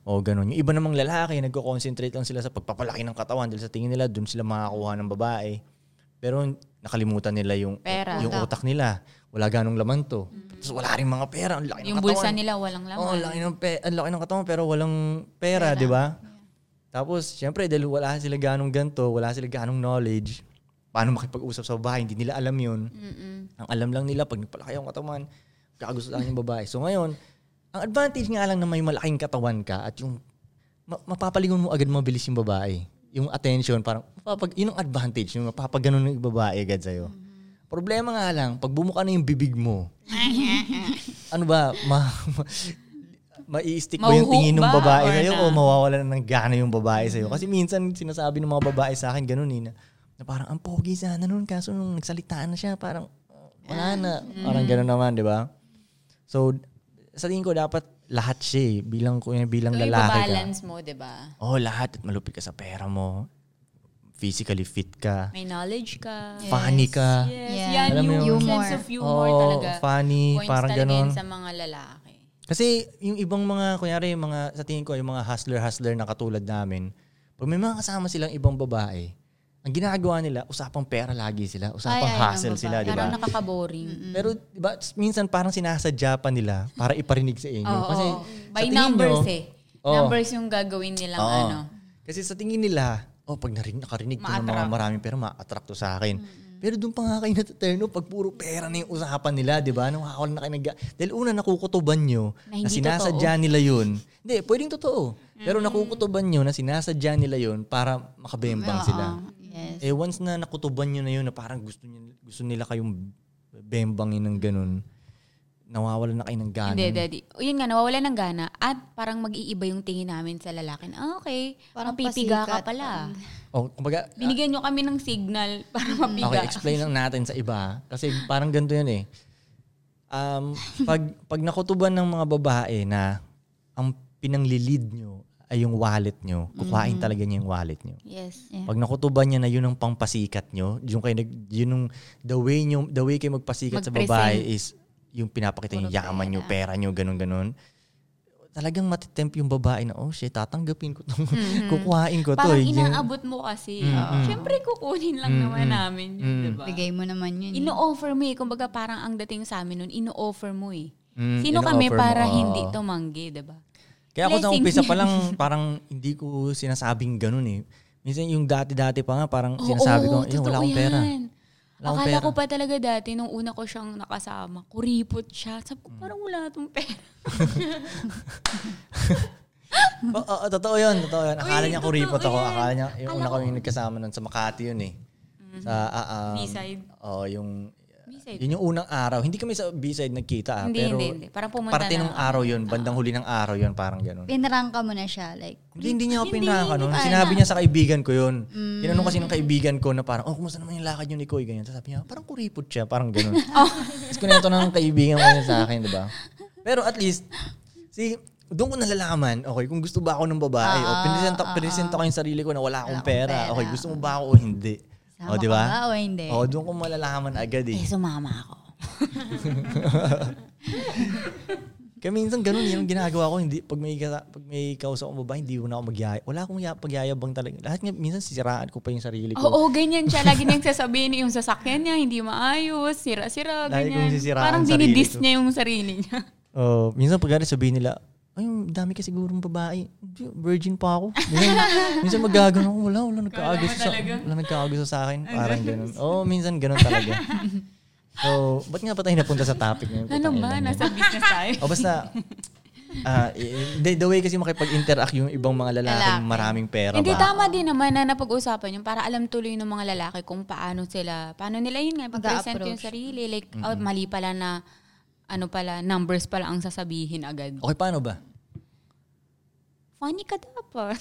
[SPEAKER 1] O ganun. Yung iba namang lalaki, nagko-concentrate lang sila sa pagpapalaki ng katawan dahil sa tingin nila, dun sila makakuha ng babae. Pero nakalimutan nila yung
[SPEAKER 2] Pera. Mm.
[SPEAKER 1] yung utak nila. Wala ganong laman to. Tapos wala rin mga pera. Ang laki ng
[SPEAKER 2] Yung bulsa
[SPEAKER 1] katawan.
[SPEAKER 2] nila walang laman.
[SPEAKER 1] Oo, ang laki ng, pe- ang laki ng katawan pero walang pera, di ba? Tapos, syempre, dahil wala sila ganong ganto, wala sila ganong knowledge, paano makipag-usap sa babae, hindi nila alam yun. Ang alam lang nila, pag nagpalaki ang katawan, kagusto lang yung babae. So ngayon, ang advantage nga lang na may malaking katawan ka at yung ma- mapapaligon mo agad mabilis yung babae. Yung attention, parang, mapapag, yun ang advantage, yung mapapaganon ng babae agad sa'yo. Problema nga lang, pag bumuka na yung bibig
[SPEAKER 2] [LAUGHS]
[SPEAKER 1] mo, ano ba, ma, ma, mai-stick mo yung
[SPEAKER 2] Mauhook
[SPEAKER 1] tingin ng
[SPEAKER 2] ba?
[SPEAKER 1] babae
[SPEAKER 2] Or
[SPEAKER 1] sa'yo
[SPEAKER 2] na-
[SPEAKER 1] o mawawala na ng gana yung babae sa'yo. Kasi minsan sinasabi ng mga babae sa akin, ganun eh, na, na parang ang pogi sana nun, kaso nung nagsalita na siya, parang uh, wala na.
[SPEAKER 2] Ah.
[SPEAKER 1] Parang
[SPEAKER 2] Mm.
[SPEAKER 1] ganun naman, di ba? So, sa tingin ko dapat lahat siya eh, bilang, kuya, bilang
[SPEAKER 2] So,
[SPEAKER 1] lalaki ka.
[SPEAKER 2] ibabalance mo, di ba?
[SPEAKER 1] Oh, lahat. At malupit ka sa pera mo. Physically fit ka.
[SPEAKER 2] May knowledge ka.
[SPEAKER 1] Funny ka.
[SPEAKER 2] Yes.
[SPEAKER 3] Yeah.
[SPEAKER 2] Yan
[SPEAKER 1] Alam mo yun.
[SPEAKER 2] yung sense of humor
[SPEAKER 1] Oo,
[SPEAKER 2] talaga.
[SPEAKER 1] funny,
[SPEAKER 2] Points
[SPEAKER 1] parang
[SPEAKER 2] talaga yun
[SPEAKER 1] ganun.
[SPEAKER 2] sa mga lalaki.
[SPEAKER 1] Kasi yung ibang mga, kunyari, yung mga, sa tingin ko, yung mga hustler-hustler na katulad namin, pag may mga kasama silang ibang babae, ang ginagawa nila, usapang pera lagi sila, usapang
[SPEAKER 3] ay, ng
[SPEAKER 1] hustle sila, di
[SPEAKER 2] Parang Mm.
[SPEAKER 1] ba? Mm.
[SPEAKER 2] nakakaboring.
[SPEAKER 1] Pero di ba, s- minsan parang sinasadya pa nila para iparinig sa inyo.
[SPEAKER 2] Oo,
[SPEAKER 1] kasi
[SPEAKER 2] oo.
[SPEAKER 1] sa
[SPEAKER 2] by
[SPEAKER 1] tingin
[SPEAKER 2] numbers
[SPEAKER 1] nyo-
[SPEAKER 2] eh.
[SPEAKER 1] Oo.
[SPEAKER 2] Numbers yung gagawin nilang
[SPEAKER 1] Oo.
[SPEAKER 2] ano.
[SPEAKER 1] Ah. Kasi sa tingin nila, oh, pag narinig, nakarinig ko ng mga
[SPEAKER 2] Ma-attract.
[SPEAKER 1] maraming pera, ma-attract to sa akin. Pero doon pa nga kayo nataterno pag puro pera na yung usapan nila, di ba? Nakakawal na kayo nag- Dahil una, nakukutuban nyo
[SPEAKER 2] Na
[SPEAKER 1] na,
[SPEAKER 2] hindi
[SPEAKER 1] sinasadya nila yun. Hindi, pwedeng totoo. Pero nakukutuban nyo na sinasadya nila yun para makabembang
[SPEAKER 2] Ah.
[SPEAKER 1] sila.
[SPEAKER 3] Yes.
[SPEAKER 1] Eh once na nakutuban nyo na yun na parang gusto, nyo, gusto nila kayong bembangin ng ganun, nawawalan na kayo ng gana.
[SPEAKER 2] Hindi, daddy. O, yun nga, nawawala ng gana. At parang mag-iiba yung tingin namin sa lalakin. Ah, okay.
[SPEAKER 3] Parang
[SPEAKER 2] mapipiga ka
[SPEAKER 3] pasikat.
[SPEAKER 2] pala.
[SPEAKER 1] Oh, kumbaga,
[SPEAKER 2] Binigyan nyo kami ng signal para
[SPEAKER 1] Okay,
[SPEAKER 2] mapiga.
[SPEAKER 1] explain lang natin sa iba. Kasi parang ganito yun eh. Um, pag, pag nakutuban ng mga babae na ang pinanglilid nyo ay yung wallet nyo,
[SPEAKER 2] Mm-hmm.
[SPEAKER 1] kukuhain talaga niya yung wallet nyo.
[SPEAKER 2] Yes.
[SPEAKER 1] Pag nakutuban niya na yun ang pampasikat nyo, yung kayo, nag- yun ang, the way, nyo, the way kayo magpasikat sa
[SPEAKER 2] Mag-present.
[SPEAKER 1] babae is yung pinapakita yung
[SPEAKER 2] Puro
[SPEAKER 1] yaman nyo, pera nyo, ganun-ganun. Talagang matitemp yung babae na, oh shit, tatanggapin ko to. [LAUGHS] kukuhain ko to.
[SPEAKER 2] Mm-hmm. Parang
[SPEAKER 1] eh." Yung-
[SPEAKER 2] inaabot mo kasi.
[SPEAKER 1] Mm-mm.
[SPEAKER 2] Siyempre, kukunin lang naman namin yun,
[SPEAKER 1] Mm.
[SPEAKER 2] diba?
[SPEAKER 3] Bigay mo naman yun. eh.
[SPEAKER 2] Ino-offer mo eh. Kumbaga parang ang dating sa amin nun, ino-offer mo eh.
[SPEAKER 1] Mm,
[SPEAKER 2] Sino kami
[SPEAKER 1] ino-offer mo,
[SPEAKER 2] para
[SPEAKER 1] oo.
[SPEAKER 2] hindi tumanggi, diba?
[SPEAKER 1] Kaya ako sa
[SPEAKER 2] Blessing
[SPEAKER 1] umpisa
[SPEAKER 2] niya.
[SPEAKER 1] pa
[SPEAKER 2] [LAUGHS]
[SPEAKER 1] lang, parang hindi ko sinasabing ganun eh. Minsan yung dati-dati pa nga, parang
[SPEAKER 2] Oo,
[SPEAKER 1] sinasabi ko, eh,
[SPEAKER 2] totoo
[SPEAKER 1] wala akong pera.
[SPEAKER 2] yan.
[SPEAKER 1] Wala akong
[SPEAKER 2] Akala
[SPEAKER 1] pera.
[SPEAKER 2] ko pa talaga dati, nung una ko siyang nakasama, kuripot siya.
[SPEAKER 1] Mm.
[SPEAKER 2] Sabi ko, parang wala tong pera.
[SPEAKER 1] Oo, oo, Oh, totoo yun, totoo yun. Akala
[SPEAKER 2] Uy,
[SPEAKER 1] niya kuripot
[SPEAKER 2] totoo
[SPEAKER 1] ako.
[SPEAKER 2] yan.
[SPEAKER 1] Akala niya, yung una
[SPEAKER 2] Akala Mhm.
[SPEAKER 1] kami nagkasama nun sa Makati yun eh. Sa, ah, ah,
[SPEAKER 2] B-side.
[SPEAKER 1] Oo, yung,
[SPEAKER 2] B-side.
[SPEAKER 1] yun yung unang araw. Hindi kami sa B-side nagkita ah.
[SPEAKER 2] Hindi,
[SPEAKER 1] pero
[SPEAKER 2] hindi, hindi. Parang pumunta
[SPEAKER 1] parte
[SPEAKER 2] na. Ah.
[SPEAKER 1] ng araw yun, bandang huli ng araw yun, parang ganun.
[SPEAKER 3] Pinarangka mo na siya. Like,
[SPEAKER 1] Hindi, hindi Mm. niya ako pinaka nun. Sinabi niya sa kaibigan ko yun. Tinanong kasi ng kaibigan ko na parang, oh, kumusta naman yung lakad yun ni Koy? Ganyan. Tapos sabi niya, parang kuripot siya. Parang ganun. [LAUGHS] Tapos kunento ng kaibigan ko yun sa akin, di ba? Pero at least, si doon ko nalalaman, okay, kung gusto ba ako ng babae, o pinisenta, pinisenta ko yung sarili ko na Ah, wala akong pera. Okay, gusto mo ba ako o hindi?
[SPEAKER 3] Sama
[SPEAKER 1] o, di ba?
[SPEAKER 3] ka ba o hindi?
[SPEAKER 1] O, doon ko malalaman agad eh.
[SPEAKER 2] Eh, sumama ako.
[SPEAKER 1] Kaya minsan ganun yun ang ginagawa ko. Hindi, pag may, kasa- pag may kausap akong babae, hindi ko na ako magyaya. Wala akong ya- pagyayabang talaga. Lahat nga, minsan sisiraan ko pa yung sarili ko.
[SPEAKER 2] Oo, ganyan siya.
[SPEAKER 1] [LAUGHS]
[SPEAKER 2] Lagi niyang sasabihin yung sasakyan niya, hindi maayos, sira-sira,
[SPEAKER 1] Lagi
[SPEAKER 2] ganyan.
[SPEAKER 1] kong sisiraan
[SPEAKER 2] Parang
[SPEAKER 1] sarili
[SPEAKER 2] dinidis
[SPEAKER 1] ko.
[SPEAKER 2] niya yung sarili niya.
[SPEAKER 1] Oh, minsan pag ganun, sabihin nila, ay, ang dami kasi sigurong babae. Hindi, Virgin pa ako. Minsan, [LAUGHS] minsan magagano ako, wala, wala nagkaagusto sa, wala nagkaagusto sa akin. Parang ganun. Oo, oh, minsan ganun talaga. So, ba't nga pa tayo napunta sa topic ngayon?
[SPEAKER 2] Ano
[SPEAKER 1] Putang
[SPEAKER 2] ba?
[SPEAKER 1] ina.
[SPEAKER 2] Nasa business tayo.
[SPEAKER 1] O basta, ah, i- the, the way kasi makipag-interact yung ibang mga lalaking maraming pera
[SPEAKER 2] Hindi,
[SPEAKER 1] ba?
[SPEAKER 2] tama din naman na napag-usapan yun para alam tuloy ng mga lalaki kung paano sila, paano nila yun nga, pag-present yung sarili. Like, oh, mali pala na, ano pala, numbers pala ang sasabihin agad.
[SPEAKER 1] Okay, paano ba?
[SPEAKER 2] Funny ka dapat.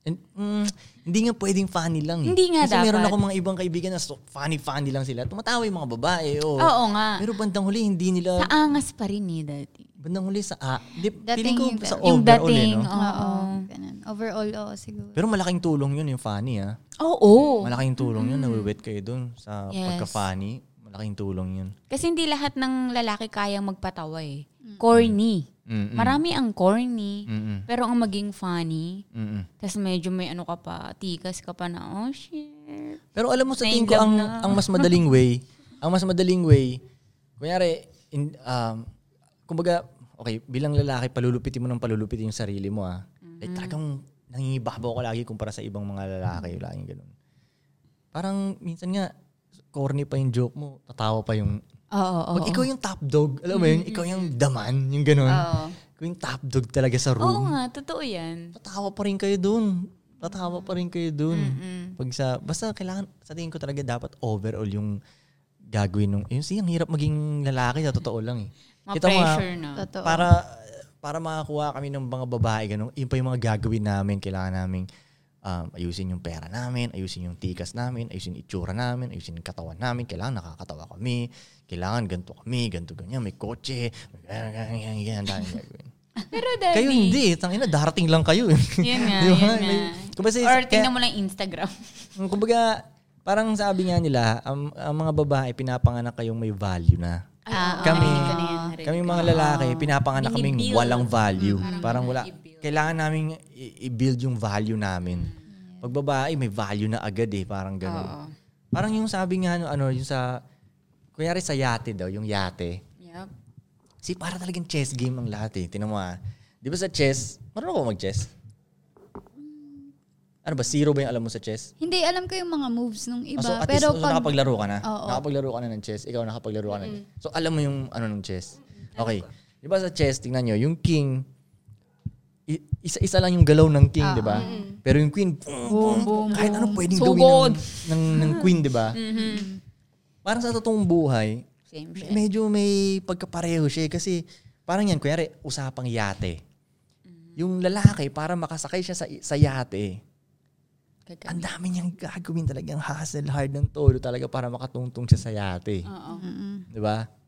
[SPEAKER 1] And, mm, hindi nga pwedeng funny lang eh.
[SPEAKER 2] Hindi nga
[SPEAKER 1] Kasi meron
[SPEAKER 2] dapat.
[SPEAKER 1] ako mga ibang kaibigan na so, funny-funny lang sila. Tumatawa yung mga babae. Oh.
[SPEAKER 2] Oo nga.
[SPEAKER 1] Pero bandang huli, hindi nila...
[SPEAKER 2] Sa angas pa rin eh, dati.
[SPEAKER 1] bandang huli sa... A. Di,
[SPEAKER 3] Dating
[SPEAKER 1] feeling ko
[SPEAKER 3] yung-
[SPEAKER 1] sa
[SPEAKER 2] Yung
[SPEAKER 1] overall eh,
[SPEAKER 2] dating,
[SPEAKER 1] no?
[SPEAKER 2] oo.
[SPEAKER 3] ganun. Overall, oo, siguro.
[SPEAKER 1] Pero malaking tulong yun yung funny ah.
[SPEAKER 2] Oo.
[SPEAKER 1] Malaking tulong yun. Nawiwit kayo dun sa
[SPEAKER 2] Mm-hmm. Yes.
[SPEAKER 1] pagka-funny. Malaking tulong yun.
[SPEAKER 2] Kasi hindi lahat ng lalaki kayang magpatawa eh. Corny.
[SPEAKER 1] Mm-mm.
[SPEAKER 2] Marami ang corny.
[SPEAKER 1] Mm-mm.
[SPEAKER 2] Pero ang maging funny,
[SPEAKER 1] Mm-mm.
[SPEAKER 2] tas medyo may ano ka pa, tikas ka pa na, oh shit.
[SPEAKER 1] Pero alam mo sa tingin
[SPEAKER 2] Naiinlove
[SPEAKER 1] ko ang
[SPEAKER 2] na.
[SPEAKER 1] ang mas madaling
[SPEAKER 2] [LAUGHS]
[SPEAKER 1] way, ang mas madaling way, kunyari in, um kumbaga okay, bilang lalaki palulupitin mo ng palulupitin yung sarili mo ah.
[SPEAKER 2] Mm-hmm.
[SPEAKER 1] Like talagang nangingibabaw ka lagi kumpara sa ibang mga lalaki,
[SPEAKER 2] Mm-hmm.
[SPEAKER 1] laging ganun. Parang minsan nga corny pa yung joke mo, tatawa pa yung
[SPEAKER 2] Oo, oo. Mm-hmm.
[SPEAKER 1] Pag ikaw yung top dog, alam mo yun, ikaw yung daman, yung ganun. Ikaw yung top dog talaga sa room
[SPEAKER 2] Oo nga, totoo yan.
[SPEAKER 1] tatawa pa rin kayo dun. Tatawa pa rin kayo dun.
[SPEAKER 2] Mm-hmm.
[SPEAKER 1] Pag sa, basta kailangan, sa tingin ko talaga dapat overall yung gagawin nung, yun siya, ang hirap maging lalaki sa totoo lang eh. Kita mo, ah,
[SPEAKER 2] Ma-pressure na.
[SPEAKER 3] Totoo.
[SPEAKER 1] Para, para makakuha kami ng mga babae, ganun, yun pa yung mga gagawin namin, kailangan namin um, ayusin yung pera namin, ayusin yung tikas namin, ayusin yung itsura namin, ayusin yung katawan namin, kailangan nakakatawa kami, kailangan ganito kami, ganito ganyan, may kotse, may ganyan, ganyan, ganyan, daming gagawin.
[SPEAKER 2] Pero daddy,
[SPEAKER 1] Kayo hindi. Tangina, darating lang kayo. eh.
[SPEAKER 2] Yun nga,
[SPEAKER 1] [LAUGHS] Di ba?
[SPEAKER 2] yun nga.
[SPEAKER 1] May- kumbaga,
[SPEAKER 2] Or
[SPEAKER 1] kaya-
[SPEAKER 2] tingnan mo lang
[SPEAKER 1] [LAUGHS]
[SPEAKER 2] Instagram.
[SPEAKER 1] Hmm, kumbaga, parang sabi nga nila, ang, ang mga babae, pinapanganak kayong may value na.
[SPEAKER 2] Ah,
[SPEAKER 1] Kami,
[SPEAKER 2] narinig ko na yan, narinig
[SPEAKER 1] Kami
[SPEAKER 2] ko.
[SPEAKER 1] mga lalaki, pinapanganak kaming
[SPEAKER 2] Binibuild.
[SPEAKER 1] walang value.
[SPEAKER 2] Mm,
[SPEAKER 1] Parang wala.
[SPEAKER 2] i-build.
[SPEAKER 1] Kailangan namin i- i-build yung value namin. Pag babae, may value na agad eh. Parang gano'n.
[SPEAKER 2] Oo.
[SPEAKER 1] Parang yung sabi nga, ano, ano, yung sa, kunyari sa yate daw, yung yate.
[SPEAKER 2] Yep.
[SPEAKER 1] Si para talagang chess game ang lahat eh. Tinan mo ah. Di ba sa chess, marunong ako mag-chess? Ano ba, zero ba yung alam mo sa chess?
[SPEAKER 7] Hindi, alam ko yung mga moves nung
[SPEAKER 1] Ah,
[SPEAKER 7] iba.
[SPEAKER 1] so at
[SPEAKER 7] pero
[SPEAKER 1] least so,
[SPEAKER 7] pag,
[SPEAKER 1] nakapaglaro ka na.
[SPEAKER 7] Oo.
[SPEAKER 1] Nakapaglaro ka na ng chess. Ikaw nakapaglaro ka na. So alam mo yung ano ng chess. Okay. Di ba sa chess, tingnan nyo, yung king, i- isa-isa lang yung galaw ng king, di ba? Pero yung queen, boom, boom,
[SPEAKER 7] Ah, boom, Mm-hmm.
[SPEAKER 1] kahit ano pwedeng
[SPEAKER 2] So
[SPEAKER 1] gawin ng,
[SPEAKER 2] good.
[SPEAKER 1] ng, ng queen, di ba? Parang sa totoong buhay,
[SPEAKER 2] Same
[SPEAKER 1] me-
[SPEAKER 2] shit.
[SPEAKER 1] medyo may pagkapareho siya eh. kasi parang yan, kunyari, usapang yate.
[SPEAKER 7] Mm-hmm.
[SPEAKER 1] Yung lalaki, para makasakay siya sa, sa yate,
[SPEAKER 2] Kagabi.
[SPEAKER 1] ang dami niyang gagawin talagang hustle hard ng todo talaga para makatungtong siya sa yate.
[SPEAKER 2] Oo.
[SPEAKER 1] Di ba?
[SPEAKER 2] Pero,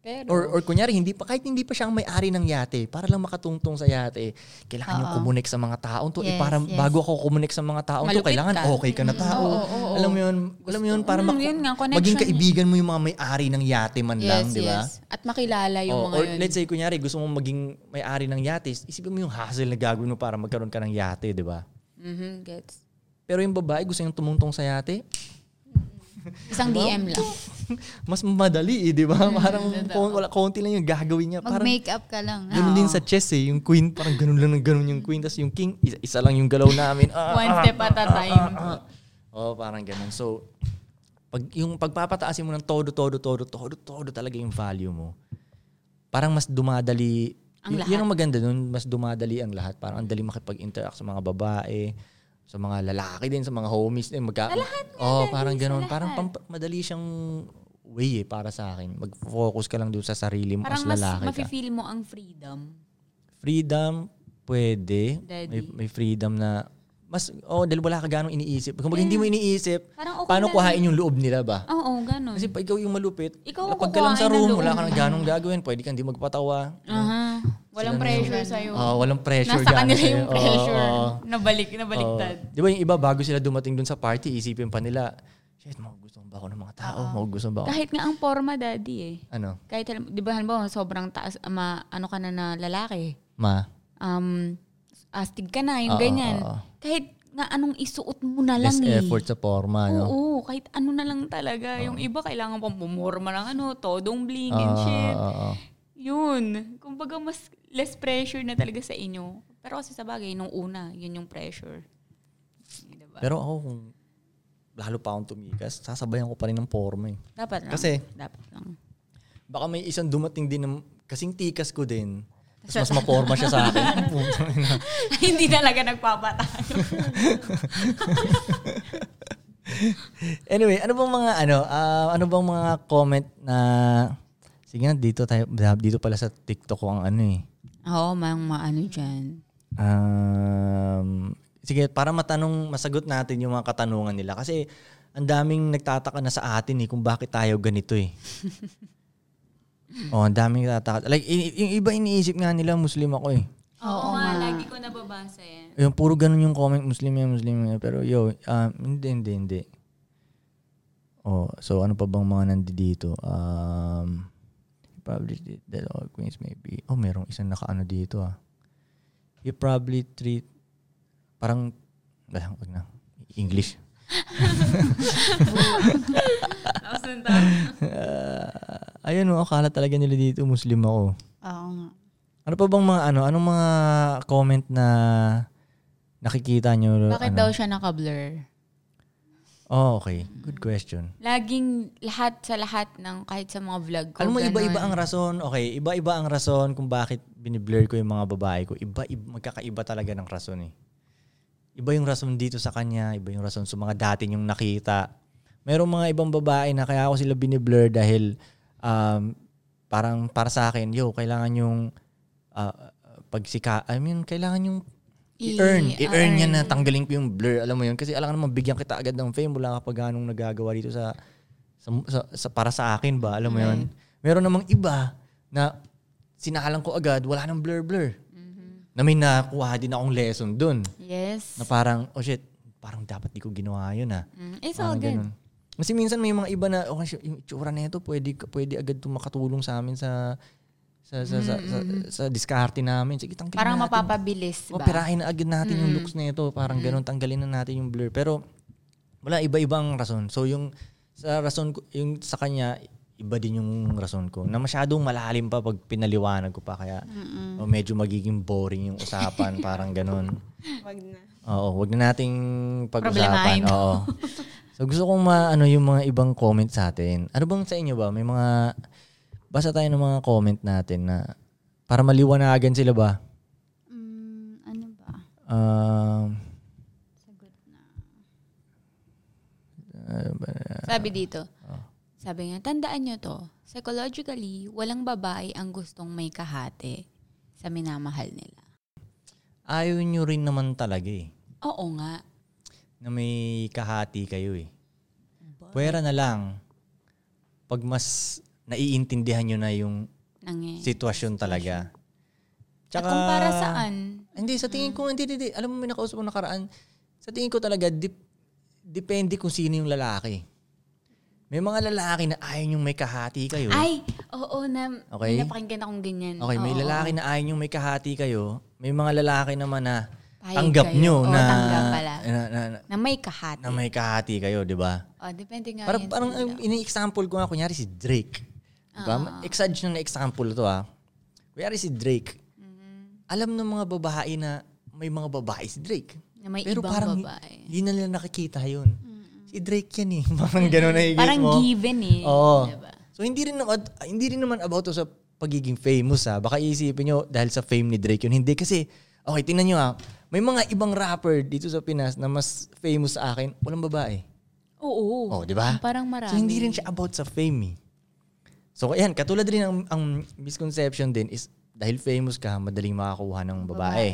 [SPEAKER 1] Mm-hmm. Or, or kunyari, hindi pa, kahit hindi pa siya ang may-ari ng yate, para lang makatungtong sa yate, kailangan
[SPEAKER 2] Ah,
[SPEAKER 1] yung kumunik sa mga taong to. eh,
[SPEAKER 7] Yes,
[SPEAKER 1] para
[SPEAKER 7] yes.
[SPEAKER 1] bago ako kumunik sa mga taong to,
[SPEAKER 2] Malupit
[SPEAKER 1] kailangan
[SPEAKER 2] ka.
[SPEAKER 1] okay ka na tao.
[SPEAKER 7] oo, oo, oo.
[SPEAKER 1] Alam mo yun, alam mo yun, para
[SPEAKER 2] Mm,
[SPEAKER 1] mak-
[SPEAKER 2] yun nga, connection
[SPEAKER 1] maging
[SPEAKER 2] eh.
[SPEAKER 1] kaibigan mo yung mga may-ari ng yate man lang,
[SPEAKER 2] yes,
[SPEAKER 1] di ba?
[SPEAKER 2] yes. At makilala yung
[SPEAKER 1] Oh,
[SPEAKER 2] mga
[SPEAKER 1] or
[SPEAKER 2] yun.
[SPEAKER 1] let's say, kunyari, gusto mong maging may-ari ng yate, isipin mo yung hassle na gagawin mo para magkaroon ka ng yate, di ba?
[SPEAKER 2] Mhm, gets.
[SPEAKER 1] Pero yung babae, gusto niyang tumuntong sa yate,
[SPEAKER 2] Isang DM lang.
[SPEAKER 1] mas madali eh, di ba? Parang kon- wala, konti lang yung gagawin niya. Parang,
[SPEAKER 7] mag-makeup ka lang.
[SPEAKER 3] ah.
[SPEAKER 1] Ganun din sa chess eh. Yung queen, parang ganun lang ng ganun yung queen. Tapos yung king, isa, isa lang yung galaw namin. [LAUGHS] Ah,
[SPEAKER 2] One
[SPEAKER 1] ah,
[SPEAKER 2] step at a
[SPEAKER 1] ah,
[SPEAKER 2] time.
[SPEAKER 1] ah, ah. Oo, parang ganun. So, pag, yung pagpapataasin mo ng todo, todo, todo, todo, todo talaga yung value mo, parang mas dumadali.
[SPEAKER 2] Ang
[SPEAKER 1] y- Yun ang maganda nun, mas dumadali ang lahat. Parang ang dali makipag-interact sa mga babae, sa mga lalaki din, sa mga homies din. Magka- lahat Oo, parang ganun. Parang pamp- madali siyang way eh, para sa akin. Mag-focus ka lang doon sa sarili mo
[SPEAKER 2] Parang
[SPEAKER 1] as
[SPEAKER 2] mas
[SPEAKER 1] lalaki ka.
[SPEAKER 2] mafe-feel mo ang freedom.
[SPEAKER 1] Freedom, pwede.
[SPEAKER 2] Daddy.
[SPEAKER 1] May, may freedom na mas oh dahil wala ka ganong iniisip. Kung hindi mo iniisip,
[SPEAKER 2] Parang okay
[SPEAKER 1] paano
[SPEAKER 2] lang
[SPEAKER 1] kuhain yung loob nila ba?
[SPEAKER 2] Oo, ganun.
[SPEAKER 1] Kasi pag ikaw yung malupit,
[SPEAKER 2] Ikaw ang
[SPEAKER 1] kapag ka lang sa
[SPEAKER 2] kukuhain ng
[SPEAKER 1] room,
[SPEAKER 2] loob.
[SPEAKER 1] wala ka ng ganong gagawin, pwede kang hindi magpatawa.
[SPEAKER 2] Aha.
[SPEAKER 3] Walang pressure sa'yo.
[SPEAKER 1] Ah, walang pressure.
[SPEAKER 2] Nasa
[SPEAKER 1] ganun
[SPEAKER 2] kanila
[SPEAKER 1] sa'yo.
[SPEAKER 2] yung
[SPEAKER 1] Oo,
[SPEAKER 2] pressure.
[SPEAKER 1] oo.
[SPEAKER 2] Nabalik,
[SPEAKER 1] Oo.
[SPEAKER 2] nabaliktad.
[SPEAKER 1] Di ba yung iba, bago sila dumating dun sa party, isipin pa nila, shit, magugustuhan ba ako ng mga tao? Magugustuhan ba ako?
[SPEAKER 2] Kahit nga ang forma, daddy eh.
[SPEAKER 1] ano?
[SPEAKER 2] Kahit, alam- di ba, halimbawa, sobrang taas, ma, ano ka na na lalaki.
[SPEAKER 1] Ma?
[SPEAKER 2] Um, astig ka na, yung
[SPEAKER 1] Oo,
[SPEAKER 2] ganyan.
[SPEAKER 1] oo.
[SPEAKER 2] Kahit na anong isuot mo na lang
[SPEAKER 1] Less
[SPEAKER 2] eh.
[SPEAKER 1] ah, effort sa forma, no?
[SPEAKER 2] Oo, kahit ano na lang talaga. Yung iba, kailangan pang pumorma ng ano, todong bling and
[SPEAKER 1] Ah,
[SPEAKER 2] shit.
[SPEAKER 1] ah, ah.
[SPEAKER 2] Yun. Kumbaga, mas less pressure na talaga sa inyo. Pero kasi sa bagay, nung una, yun yung pressure. Diba?
[SPEAKER 1] Pero ako, kung lalo pa akong tumikas, sasabayan ko pa rin ng forma eh.
[SPEAKER 2] Dapat lang.
[SPEAKER 1] Kasi-
[SPEAKER 2] Dapat lang. [LAUGHS]
[SPEAKER 1] Baka may isang dumating din ng kasing tikas ko din. Tapos mas maporma siya sa akin. Puta na.
[SPEAKER 2] Hindi talaga nagpapatay.
[SPEAKER 1] anyway, ano bang mga ano, ah, ano bang mga comment na sige na dito tayo dito pala sa TikTok ko ang ano eh.
[SPEAKER 2] Oo, oh, mang maano dyan.
[SPEAKER 1] Um, sige, para matanong, masagot natin yung mga katanungan nila. Kasi ang daming nagtataka na sa atin eh kung bakit tayo ganito eh. oh, ang daming nagtataka. Like, i- i- yung iba iniisip nga nila, Muslim ako eh.
[SPEAKER 2] Oo, nga, lagi ko nababasa yan.
[SPEAKER 1] Yung puro ganun yung comment, Muslim yan, Muslim yan. Pero yo, um, hindi, hindi, hindi. Oh, so ano pa bang mga nandito? Um, he probably did that all queens maybe. Oh, merong isang nakaano dito ah. You probably treat, parang, ah, wag na, English. [LAUGHS]
[SPEAKER 2] Tapos nung tao,
[SPEAKER 1] Ah, ayun, oh, akala talaga nila dito, Muslim ako.
[SPEAKER 7] Oo nga.
[SPEAKER 1] Ano pa bang mga ano, anong mga comment na nakikita nyo?
[SPEAKER 2] bakit
[SPEAKER 1] ano?
[SPEAKER 2] daw siya naka-blur?
[SPEAKER 1] Oh, okay. Good question.
[SPEAKER 2] Laging lahat sa lahat ng kahit sa mga vlog ko.
[SPEAKER 1] Alam mo,
[SPEAKER 2] ganun.
[SPEAKER 1] iba-iba ang rason. Okay, iba-iba ang rason kung bakit biniblur ko yung mga babae ko. Iba, iba magkakaiba talaga ng rason eh. Iba yung rason dito sa kanya, iba yung rason sa mga dati niyong nakita. Merong mga ibang babae na kaya ako sila biniblur dahil um, parang para sa akin, yo, kailangan yung ah, pagsika, I mean, kailangan yung i-earn.
[SPEAKER 2] I- ah,
[SPEAKER 1] I-earn niya na
[SPEAKER 2] earn.
[SPEAKER 1] tanggalin ko yung blur. Alam mo yun? Kasi alam ka naman, bigyan kita agad ng fame mula kapag anong nagagawa dito sa, sa, sa, sa- para sa akin ba? Alam mo yun? Meron namang iba na sinalang ko agad, wala nang blur-blur.
[SPEAKER 2] Mm-hmm.
[SPEAKER 1] Na may nakuha din akong lesson dun.
[SPEAKER 2] Yes.
[SPEAKER 1] Na parang, oh shit, parang dapat di ko ginawa yun ah.
[SPEAKER 2] Mm, It's all
[SPEAKER 1] Parang
[SPEAKER 2] good.
[SPEAKER 1] ganun. Kasi minsan may mga iba na, oh, kasi yung itsura na ito, pwede, ka- pwede agad itong makatulong sa amin sa sa sa sa, sa, sa diskarte namin. Sige, tanggalin
[SPEAKER 8] Parang
[SPEAKER 1] na natin.
[SPEAKER 8] mapapabilis
[SPEAKER 1] O,
[SPEAKER 8] ba? Mm.
[SPEAKER 1] pirahin na agad natin yung looks na ito. Parang ganun, tanggalin na natin yung blur. Pero, wala, iba-ibang rason. So, yung sa rason ko, yung sa kanya, iba din yung rason ko. Na masyadong malalim pa pag pinaliwanag ko pa. Kaya, o, medyo magiging boring yung usapan.
[SPEAKER 8] [LAUGHS]
[SPEAKER 1] parang ganun.
[SPEAKER 4] Wag na.
[SPEAKER 1] Oo, wag na nating
[SPEAKER 8] Problemahin.
[SPEAKER 1] pag-usapan. Oo. so gusto kong maano yung mga ibang comment sa atin. Ano bang sa inyo ba? May mga basa tayo ng mga comment natin na para maliwanagan sila ba?
[SPEAKER 7] Mm, ano ba?
[SPEAKER 1] Um,
[SPEAKER 2] Sabi dito,
[SPEAKER 1] Oh.
[SPEAKER 2] sabi nga, tandaan nyo to, psychologically, walang babae ang gustong may kahate sa minamahal nila.
[SPEAKER 1] ayaw nyo rin naman talaga eh.
[SPEAKER 2] Oo nga.
[SPEAKER 1] Na may kahati kayo eh. Pwera na lang pag mas naiintindihan nyo na yung
[SPEAKER 2] Nangyay.
[SPEAKER 1] sitwasyon talaga.
[SPEAKER 2] At kung para saan,
[SPEAKER 1] Hindi, sa tingin ko, hindi, hindi. Alam mo, may nakausap ko nakaraan. Sa tingin ko talaga, dip- depende kung sino yung lalaki. May mga lalaki na ayaw yung may kahati kayo.
[SPEAKER 2] ay, oo na,
[SPEAKER 1] Okay.
[SPEAKER 2] okay. napakinggan akong ganyan.
[SPEAKER 1] okay, may
[SPEAKER 2] Oo,
[SPEAKER 1] lalaki na ayaw yung may kahati kayo. May mga lalaki naman na
[SPEAKER 2] Payag
[SPEAKER 1] tanggap
[SPEAKER 2] kayo.
[SPEAKER 1] nyo
[SPEAKER 2] Oo,
[SPEAKER 1] na,
[SPEAKER 2] tanggap pala.
[SPEAKER 1] na, na, na,
[SPEAKER 2] na may kahate.
[SPEAKER 1] na may kahati kayo, di ba?
[SPEAKER 2] oh, depende nga
[SPEAKER 1] Parang,
[SPEAKER 2] yun sa
[SPEAKER 1] parang
[SPEAKER 2] nila.
[SPEAKER 1] ang ini-example ko nga, kunyari si Drake.
[SPEAKER 2] Ah,
[SPEAKER 1] Diba? Exage na na-example to ah. Kunyari si Drake.
[SPEAKER 2] Mm-hmm.
[SPEAKER 1] Alam ng mga babae na may mga babae si Drake.
[SPEAKER 2] Na may
[SPEAKER 1] Pero
[SPEAKER 2] ibang
[SPEAKER 1] parang
[SPEAKER 2] babae.
[SPEAKER 1] hindi na nila nakikita yun. Si Drake yan eh. [LAUGHS] Parang gano'n na i-gets
[SPEAKER 2] Parang
[SPEAKER 1] mo.
[SPEAKER 2] given eh.
[SPEAKER 1] Oo.
[SPEAKER 8] Diba?
[SPEAKER 1] So hindi rin, naman, hindi rin naman about to sa pagiging famous ha. Baka iisipin nyo dahil sa fame ni Drake yun. Hindi kasi, okay, tingnan nyo ha. May mga ibang rapper dito sa Pinas na mas famous sa akin, walang babae.
[SPEAKER 2] Oo.
[SPEAKER 1] Oh, di ba?
[SPEAKER 2] Parang marami.
[SPEAKER 1] So hindi rin siya about sa fame. eh. So ayan, katulad rin ang, ang misconception din is dahil famous ka, madaling makakuha ng babae.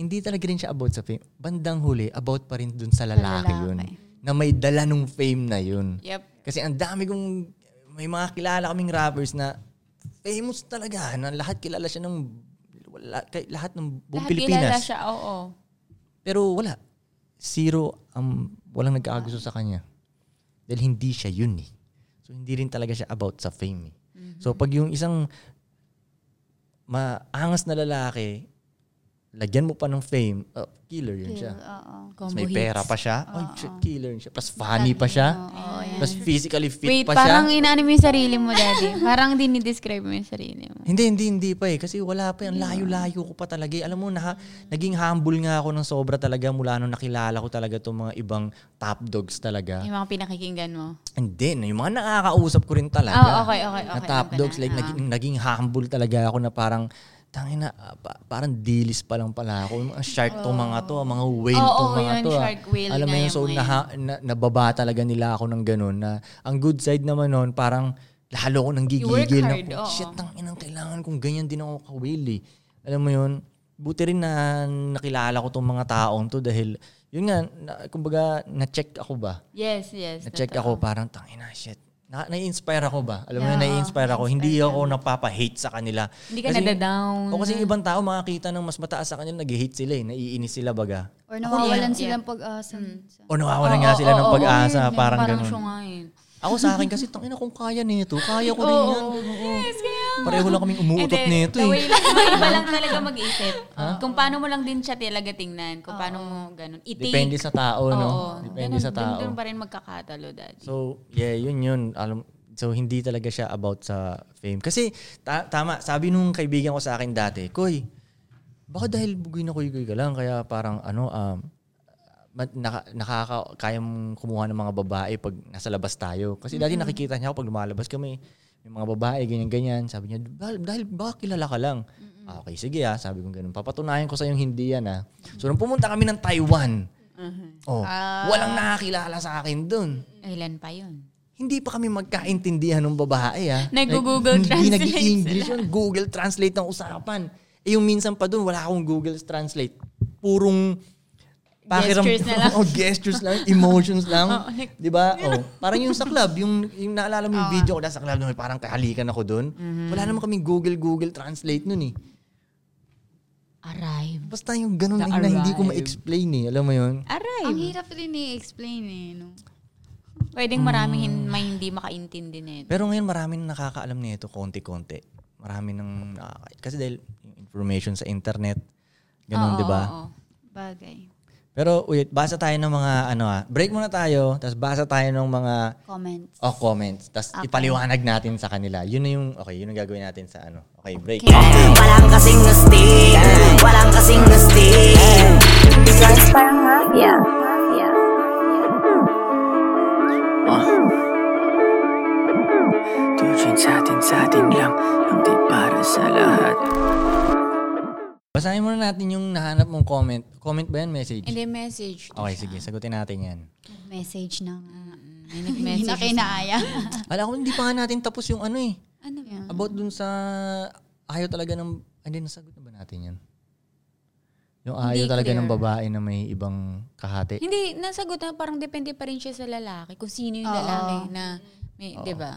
[SPEAKER 1] Hindi talaga rin siya about sa fame. Bandang huli, about pa rin dun sa lalaki, yun. Na may dala nung fame na yun.
[SPEAKER 2] Yep.
[SPEAKER 1] Kasi ang dami kong, may mga kilala kaming rappers na famous talaga. Na lahat kilala siya ng, wala, kay- lahat ng buong
[SPEAKER 2] Lahat kilala
[SPEAKER 1] Pilipinas.
[SPEAKER 2] siya, oo.
[SPEAKER 1] Pero wala. Zero, um, walang nagkakagusto sa kanya. Dahil hindi siya yun eh. So hindi rin talaga siya about sa fame eh. So pag yung isang maangas na lalaki, lagyan mo pa ng fame, oh, killer yun siya.
[SPEAKER 7] Oo.
[SPEAKER 1] Mas
[SPEAKER 2] Combo
[SPEAKER 1] may
[SPEAKER 2] hit.
[SPEAKER 1] pera pa siya. Oh, shit, killer yun siya. Plus funny pa siya.
[SPEAKER 7] Oo, yan.
[SPEAKER 1] Plus physically fit
[SPEAKER 8] Wait,
[SPEAKER 1] pa
[SPEAKER 8] parang
[SPEAKER 1] siya.
[SPEAKER 8] inaano mo yung sarili mo, daddy. parang dinidescribe mo yung sarili mo.
[SPEAKER 1] Hindi, hindi, hindi pa eh. Kasi wala pa yan. Layo-layo ko pa talaga eh. Alam mo, naha, naging humble nga ako ng sobra talaga mula nung nakilala ko talaga itong mga ibang top dogs talaga.
[SPEAKER 8] Yung mga pinakikinggan mo.
[SPEAKER 1] And then, yung mga nakakausap ko rin talaga.
[SPEAKER 8] Oh, okay, okay, okay.
[SPEAKER 1] na top
[SPEAKER 8] okay
[SPEAKER 1] dogs,
[SPEAKER 8] na.
[SPEAKER 1] like,
[SPEAKER 8] Ah.
[SPEAKER 1] naging, naging humble talaga ako na parang, tangina, ah, pa- parang dilis pa lang pala ako. Yung mga shark to mga to, ah, mga whale
[SPEAKER 8] Oh. Oo,
[SPEAKER 1] to
[SPEAKER 8] oo,
[SPEAKER 1] mga
[SPEAKER 8] yun,
[SPEAKER 1] to. ah.
[SPEAKER 8] shark whale
[SPEAKER 1] Alam mo
[SPEAKER 8] nga
[SPEAKER 1] yun,
[SPEAKER 8] yung
[SPEAKER 1] so
[SPEAKER 8] mga yun.
[SPEAKER 1] naha, na, nababa talaga nila ako ng ganun. Na, ang good side naman nun, parang lalo ko nang
[SPEAKER 8] work
[SPEAKER 1] gigigil.
[SPEAKER 8] hard,
[SPEAKER 1] na,
[SPEAKER 8] oo.
[SPEAKER 1] Shit, tangina, kailangan kung ganyan din ako ka-whale eh. Alam mo yun, buti rin na nakilala ko tong mga taong to dahil, yun nga, na, kumbaga, na-check ako ba?
[SPEAKER 8] Yes, yes.
[SPEAKER 1] Na-check
[SPEAKER 8] totoo.
[SPEAKER 1] ako, parang, tangina, shit. Na, nai-inspire ako ba? Alam mo, yun, nai-inspire ako. Hindi ako napapa-hate sa kanila.
[SPEAKER 8] Hindi ka nadadown.
[SPEAKER 1] O kasi yung ibang tao makakita ng mas mataas sa kanila, nag-hate sila eh. Naiinis sila baga.
[SPEAKER 7] Or nawawalan silang pag-asa. minsan.
[SPEAKER 1] O nawawalan nga sila ng pag-asa, parang
[SPEAKER 8] parang
[SPEAKER 1] ganun.
[SPEAKER 8] siya nga eh. yun.
[SPEAKER 1] Ako sa akin kasi, tangina, kung kaya nito,
[SPEAKER 8] [LAUGHS]
[SPEAKER 1] kaya ko rin yan. Yes, kaya. Pareho lang kaming umuutot
[SPEAKER 8] Hindi,
[SPEAKER 1] nito
[SPEAKER 8] the
[SPEAKER 1] eh. [LAUGHS]
[SPEAKER 8] way lang, may iba lang talaga mag-isip. Kung paano mo lang din siya talaga tingnan. Kung paano mo ganun. I-take.
[SPEAKER 1] Depende sa tao, no?
[SPEAKER 8] Oo.
[SPEAKER 1] Depende
[SPEAKER 8] Ganun,
[SPEAKER 1] sa tao.
[SPEAKER 8] Doon, doon pa rin magkakatalo, daddy.
[SPEAKER 1] So, yeah, yun yun. Alam, so, hindi talaga siya about sa fame. Kasi, ta- tama, sabi nung kaibigan ko sa akin dati, Koy, baka dahil bugoy na kuy-kuy ka lang, kaya parang ano, um, ma- naka, nakaka, kaya mong kumuha ng mga babae pag nasa labas tayo. Kasi dati nakikita niya ako pag lumalabas kami, may mga babae, ganyan-ganyan. Sabi niya, dahil, dahil baka kilala ka lang. Ah, okay, sige ah. Sabi ko ganun. Papatunayan ko sa yung hindi yan ah. So, nung pumunta kami ng Taiwan, oh, walang nakakilala sa akin dun
[SPEAKER 8] Ilan pa yun?
[SPEAKER 1] hindi pa kami magkaintindihan ng babae ah.
[SPEAKER 8] Nag-Google
[SPEAKER 1] Like,
[SPEAKER 8] Translate
[SPEAKER 1] Hindi nag-English yun. Google Translate ng usapan. Eh yung minsan pa dun, wala akong Google Translate. Purong
[SPEAKER 8] Gestures na lang.
[SPEAKER 1] [LAUGHS] oh, gestures lang,
[SPEAKER 8] [LAUGHS]
[SPEAKER 1] emotions lang.
[SPEAKER 8] Oo, like-
[SPEAKER 1] 'Di ba? Oh, parang yung sa club, yung yung naalala mo yung video ko dahil sa club, noon, parang kahalikan ako doon.
[SPEAKER 8] Mm-hmm.
[SPEAKER 1] Wala naman kaming Google Google Translate noon eh.
[SPEAKER 8] Arrive.
[SPEAKER 1] Basta yung ganun
[SPEAKER 8] The
[SPEAKER 1] eh, na hindi ko
[SPEAKER 8] arrive.
[SPEAKER 1] ma-explain eh. Alam mo yun?
[SPEAKER 8] Arrive.
[SPEAKER 7] Ang hirap rin i-explain eh. No?
[SPEAKER 8] Ah,
[SPEAKER 2] Pwedeng maraming
[SPEAKER 1] Hmm.
[SPEAKER 2] hin- may hindi makaintindi nito.
[SPEAKER 1] Pero ngayon marami na nakakaalam nito konti-konti. Marami nang nakaka- kasi dahil yung information sa internet ganun,
[SPEAKER 2] Oo,
[SPEAKER 1] 'di ba?
[SPEAKER 2] oo.
[SPEAKER 7] Bagay.
[SPEAKER 1] Pero wait, basa tayo ng mga ano ah. Break muna tayo, tapos basa tayo ng mga
[SPEAKER 7] Comments.
[SPEAKER 1] oh, comments, tapos ipaliwanag natin sa kanila. Yun na yung okay, yun ang gagawin natin sa ano. Okay, break.
[SPEAKER 5] Walang kasing astig Walang kasing astig It's like parang mafia Mafia.
[SPEAKER 6] Tutusin sa atin, sa atin lang Ang di para sa lahat
[SPEAKER 1] Basahin muna natin yung nahanap mong comment. Comment ba yan? Message?
[SPEAKER 2] Hindi Ah. message.
[SPEAKER 1] Okay, sige. Sagutin natin yan.
[SPEAKER 7] Message na nga.
[SPEAKER 2] May
[SPEAKER 7] [LAUGHS] Hindi na
[SPEAKER 2] nag-message.
[SPEAKER 7] kinaaya.
[SPEAKER 2] Ah.
[SPEAKER 1] Alam ko, hindi pa nga natin tapos yung ano eh.
[SPEAKER 7] [LAUGHS] ano ba?
[SPEAKER 1] About dun sa ayaw talaga ng... Hindi, nasagot na ba natin yan? Yung ayaw
[SPEAKER 2] Hindi
[SPEAKER 1] talaga ng
[SPEAKER 2] clear.
[SPEAKER 1] babae na may ibang kahati.
[SPEAKER 2] Hindi, nasagot na parang depende pa rin siya sa lalaki. Kung sino yung
[SPEAKER 7] Oo.
[SPEAKER 2] lalaki na may, di ba?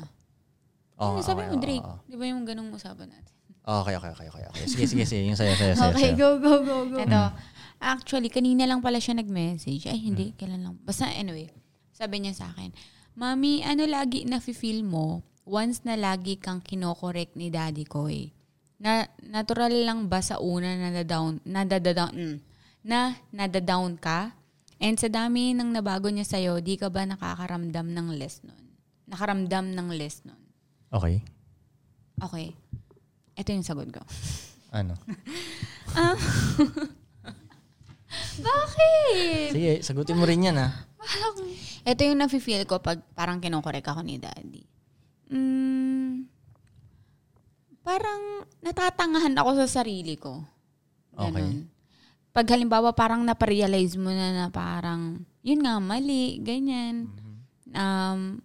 [SPEAKER 1] Oo,
[SPEAKER 2] Yung sabi
[SPEAKER 1] Ah, okay,
[SPEAKER 2] mo,
[SPEAKER 1] oo,
[SPEAKER 2] Drake.
[SPEAKER 1] oo.
[SPEAKER 2] Di ba yung ganung usapan natin?
[SPEAKER 1] Okay, okay, okay, okay. okay. Sige, sige, sige. Yung sayo, sayo, sayo.
[SPEAKER 7] Okay,
[SPEAKER 1] sayo.
[SPEAKER 7] go, go, go, go.
[SPEAKER 2] Ito, actually, kanina lang pala siya nag-message. Ay, hindi, kailan lang. Basta anyway, sabi niya sa akin, Mami, ano lagi na feel mo once na lagi kang kinokorek ni daddy ko eh? Na, natural lang ba sa una na nadadown, nadadadown, mm, na nadadown ka? And sa dami ng nabago niya sa'yo, di ka ba nakakaramdam ng less nun? Nakaramdam ng less nun?
[SPEAKER 1] Okay.
[SPEAKER 2] Okay. Ito yung sagot ko. [LAUGHS]
[SPEAKER 1] Ano?
[SPEAKER 2] Ah. Bakit?
[SPEAKER 1] Sige, sagutin mo rin yan ah.
[SPEAKER 2] Ito yung nafe-feel ko pag parang kinokorek ako ni daddy. Mm, parang natatangahan ako sa sarili ko. Ganun.
[SPEAKER 1] Okay.
[SPEAKER 2] Pag halimbawa parang naparealize mo na na parang, yun nga, mali, ganyan. Um,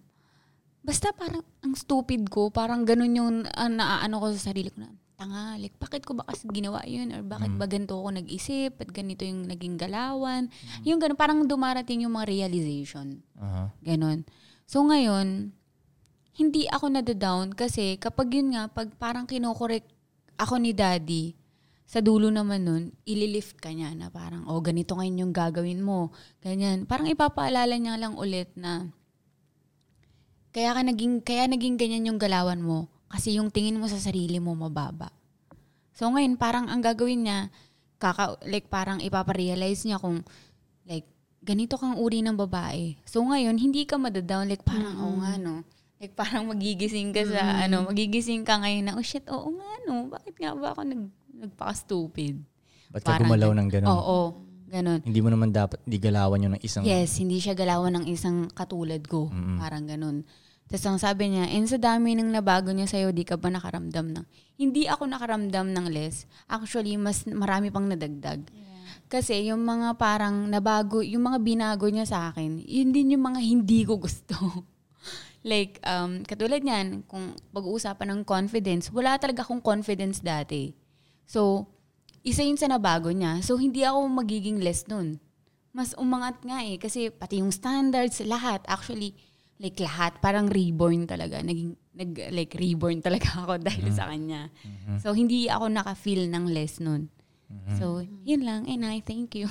[SPEAKER 2] basta parang ang stupid ko, parang ganun yung ah, naaano ko sa sarili ko na, tanga, like, bakit ko ba kasi ginawa yun? Or bakit ba ganito ako nag-isip? At ganito yung naging galawan? Yung ganun, parang dumarating yung mga realization.
[SPEAKER 1] Aha.
[SPEAKER 2] Ganon. So ngayon, hindi ako nadadown kasi kapag yun nga, pag parang kinokorek ako ni daddy, sa dulo naman nun, ililift ka niya na parang, oh, ganito ngayon yung gagawin mo. Ganyan. Parang ipapaalala niya lang ulit na kaya, ka naging, kaya naging ganyan yung galawan mo kasi yung tingin mo sa sarili mo mababa. So ngayon, parang ang gagawin niya, kaka, like parang ipaparealize niya kung like, ganito kang uri ng babae. So ngayon, hindi ka madadown. Like parang, oo nga no. Like parang magigising ka sa, ano, magigising ka ngayon na, oh shit, oo nga no. Bakit nga ba ako nag, nagpaka-stupid?
[SPEAKER 1] Ba't ka
[SPEAKER 2] Parang
[SPEAKER 1] gumalaw
[SPEAKER 2] gan-
[SPEAKER 1] ng ganun?
[SPEAKER 2] Oo, ganun.
[SPEAKER 1] Hindi mo naman dapat digalawan yun ng isang...
[SPEAKER 2] Yes, hindi siya galawan ng isang katulad ko. Parang ganun. Tapos ang sabi niya, and sa dami ng nabago niya sa'yo, di ka ba nakaramdam ng... Hindi ako nakaramdam ng less. Actually, mas marami pang nadagdag. Kasi yung mga parang nabago, yung mga binago niya sa akin, yun din yung mga hindi ko gusto. [LAUGHS] like, um, katulad niyan, kung pag-uusapan ng confidence, wala talaga akong confidence dati. So, isa yun sa nabago niya. So, hindi ako magiging less nun mas umangat nga eh. Kasi pati yung standards, lahat, actually, like lahat, parang reborn talaga. Naging, nag, like reborn talaga ako [LAUGHS] dahil sa kanya. So, hindi ako naka-feel ng less nun. So, yun lang. And I thank you.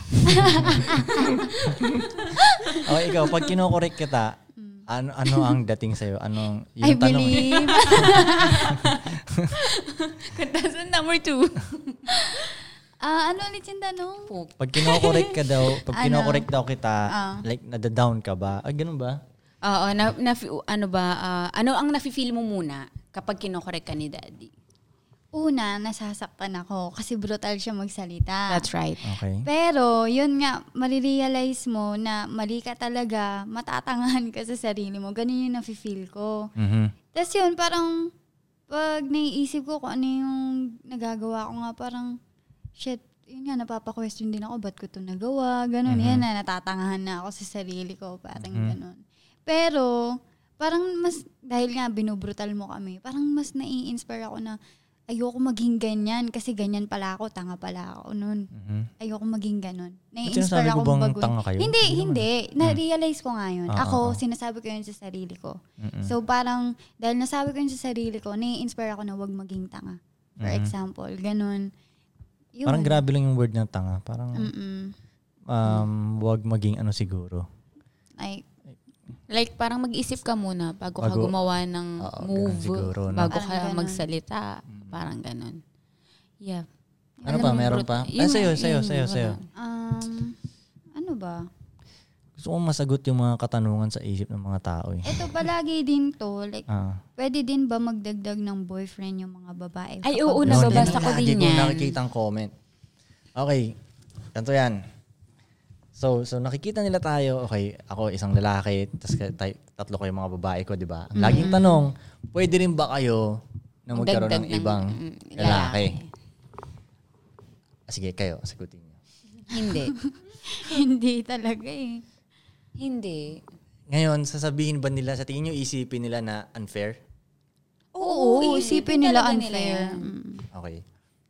[SPEAKER 2] [LAUGHS]
[SPEAKER 1] Okay, ikaw, pag kinokorek kita, ano ano ang dating sa'yo? Anong, yung
[SPEAKER 7] I
[SPEAKER 1] tanong eh.
[SPEAKER 7] believe.
[SPEAKER 2] Contestant number two.
[SPEAKER 7] [LAUGHS] Ah, ano ulit yung tanong?
[SPEAKER 1] Pag kinokorek ka
[SPEAKER 7] [LAUGHS]
[SPEAKER 1] daw, pag
[SPEAKER 7] Ano?
[SPEAKER 1] kinokorek daw kita,
[SPEAKER 7] Ah.
[SPEAKER 1] like, nadadown ka ba? Ay, ganun ba?
[SPEAKER 2] Oo, na, na, ano ba, ah, ano ang nafe-feel mo muna kapag kinokorek ka ni daddy?
[SPEAKER 7] Una, nasasaktan ako kasi brutal siya magsalita.
[SPEAKER 8] Ah.
[SPEAKER 2] That's right.
[SPEAKER 1] Okay.
[SPEAKER 7] Pero, yun nga, marirealize mo na mali ka talaga, matatangahan ka sa sarili mo. Ganun yung nafe-feel ko.
[SPEAKER 1] Mhm.
[SPEAKER 7] Tapos yun, parang pag naiisip ko kung ano yung nagagawa ko nga, parang shit, yun nga, napapa-question din ako, ba't ko ito nagawa, ganun, yan na, natatangahan na ako sa sarili ko, parang ganun. Pero, parang mas, dahil nga binubrutal mo kami, parang mas nai-inspire ako na ayoko maging ganyan kasi ganyan pala ako, tanga pala ako noon.
[SPEAKER 1] Mhm.
[SPEAKER 7] Ayoko maging ganun.
[SPEAKER 1] sinasabi
[SPEAKER 7] Nai-inspire
[SPEAKER 1] ko
[SPEAKER 7] ako
[SPEAKER 1] bang
[SPEAKER 7] baguhin.
[SPEAKER 1] tanga kayo?
[SPEAKER 7] Hindi,
[SPEAKER 1] Hindi Hmm.
[SPEAKER 7] hindi. Na-realize ko nga yun.
[SPEAKER 1] Ah,
[SPEAKER 7] ako,
[SPEAKER 1] ah, Hmm. ah.
[SPEAKER 7] sinasabi ko yun sa sarili ko. So parang, dahil nasabi ko yun sa sarili ko, nai-inspire ako na wag maging tanga. For
[SPEAKER 1] Mhm.
[SPEAKER 7] example, ganun. Yun.
[SPEAKER 1] Parang grabe lang yung word ng tanga. Parang,
[SPEAKER 7] Mm-mm.
[SPEAKER 1] um, wag maging ano siguro.
[SPEAKER 7] Like,
[SPEAKER 8] Like parang mag-isip ka muna bago, ka
[SPEAKER 1] Bago-
[SPEAKER 8] gumawa ng
[SPEAKER 1] Oo, ganun
[SPEAKER 8] move,
[SPEAKER 1] siguro, no? Mm.
[SPEAKER 8] bago
[SPEAKER 7] Parang
[SPEAKER 8] ka
[SPEAKER 7] ganun.
[SPEAKER 8] magsalita, parang ganun. Yeah.
[SPEAKER 1] Ano pa, meron pa? Ah, sa'yo, sa'yo, sa'yo, sa'yo.
[SPEAKER 7] Um, ano ba?
[SPEAKER 1] Gusto kong masagot yung mga katanungan sa isip ng mga tao eh.
[SPEAKER 7] Ito palagi din to, like,
[SPEAKER 1] Ah.
[SPEAKER 7] pwede din ba magdagdag ng boyfriend yung mga babae?
[SPEAKER 8] Ay,
[SPEAKER 7] Kapag-
[SPEAKER 8] oo,
[SPEAKER 1] Yun, yun
[SPEAKER 8] nababasa
[SPEAKER 1] yung
[SPEAKER 8] ko
[SPEAKER 1] lagi
[SPEAKER 8] din
[SPEAKER 1] kong
[SPEAKER 8] yan.
[SPEAKER 1] nakikita ang comment. Okay, ganito yan. So, so nakikita nila tayo, okay, ako isang lalaki, tapos tatlo ko yung mga babae ko, di ba? Ang laging tanong, pwede rin ba kayo na magkaroon
[SPEAKER 8] Dagdag
[SPEAKER 1] ng
[SPEAKER 8] ng-
[SPEAKER 1] ibang
[SPEAKER 8] mm,
[SPEAKER 1] lalaki? Ah, sige, kayo, sagutin niyo.
[SPEAKER 8] [LAUGHS] Hindi.
[SPEAKER 7] [LAUGHS] Hindi talaga eh.
[SPEAKER 8] Hindi.
[SPEAKER 1] Ngayon, sasabihin ba nila, sa tingin niyo isipin nila na unfair?
[SPEAKER 7] Oo, isipin nila
[SPEAKER 8] talaga nila
[SPEAKER 7] unfair.
[SPEAKER 8] yan.
[SPEAKER 7] Mm.
[SPEAKER 1] Okay.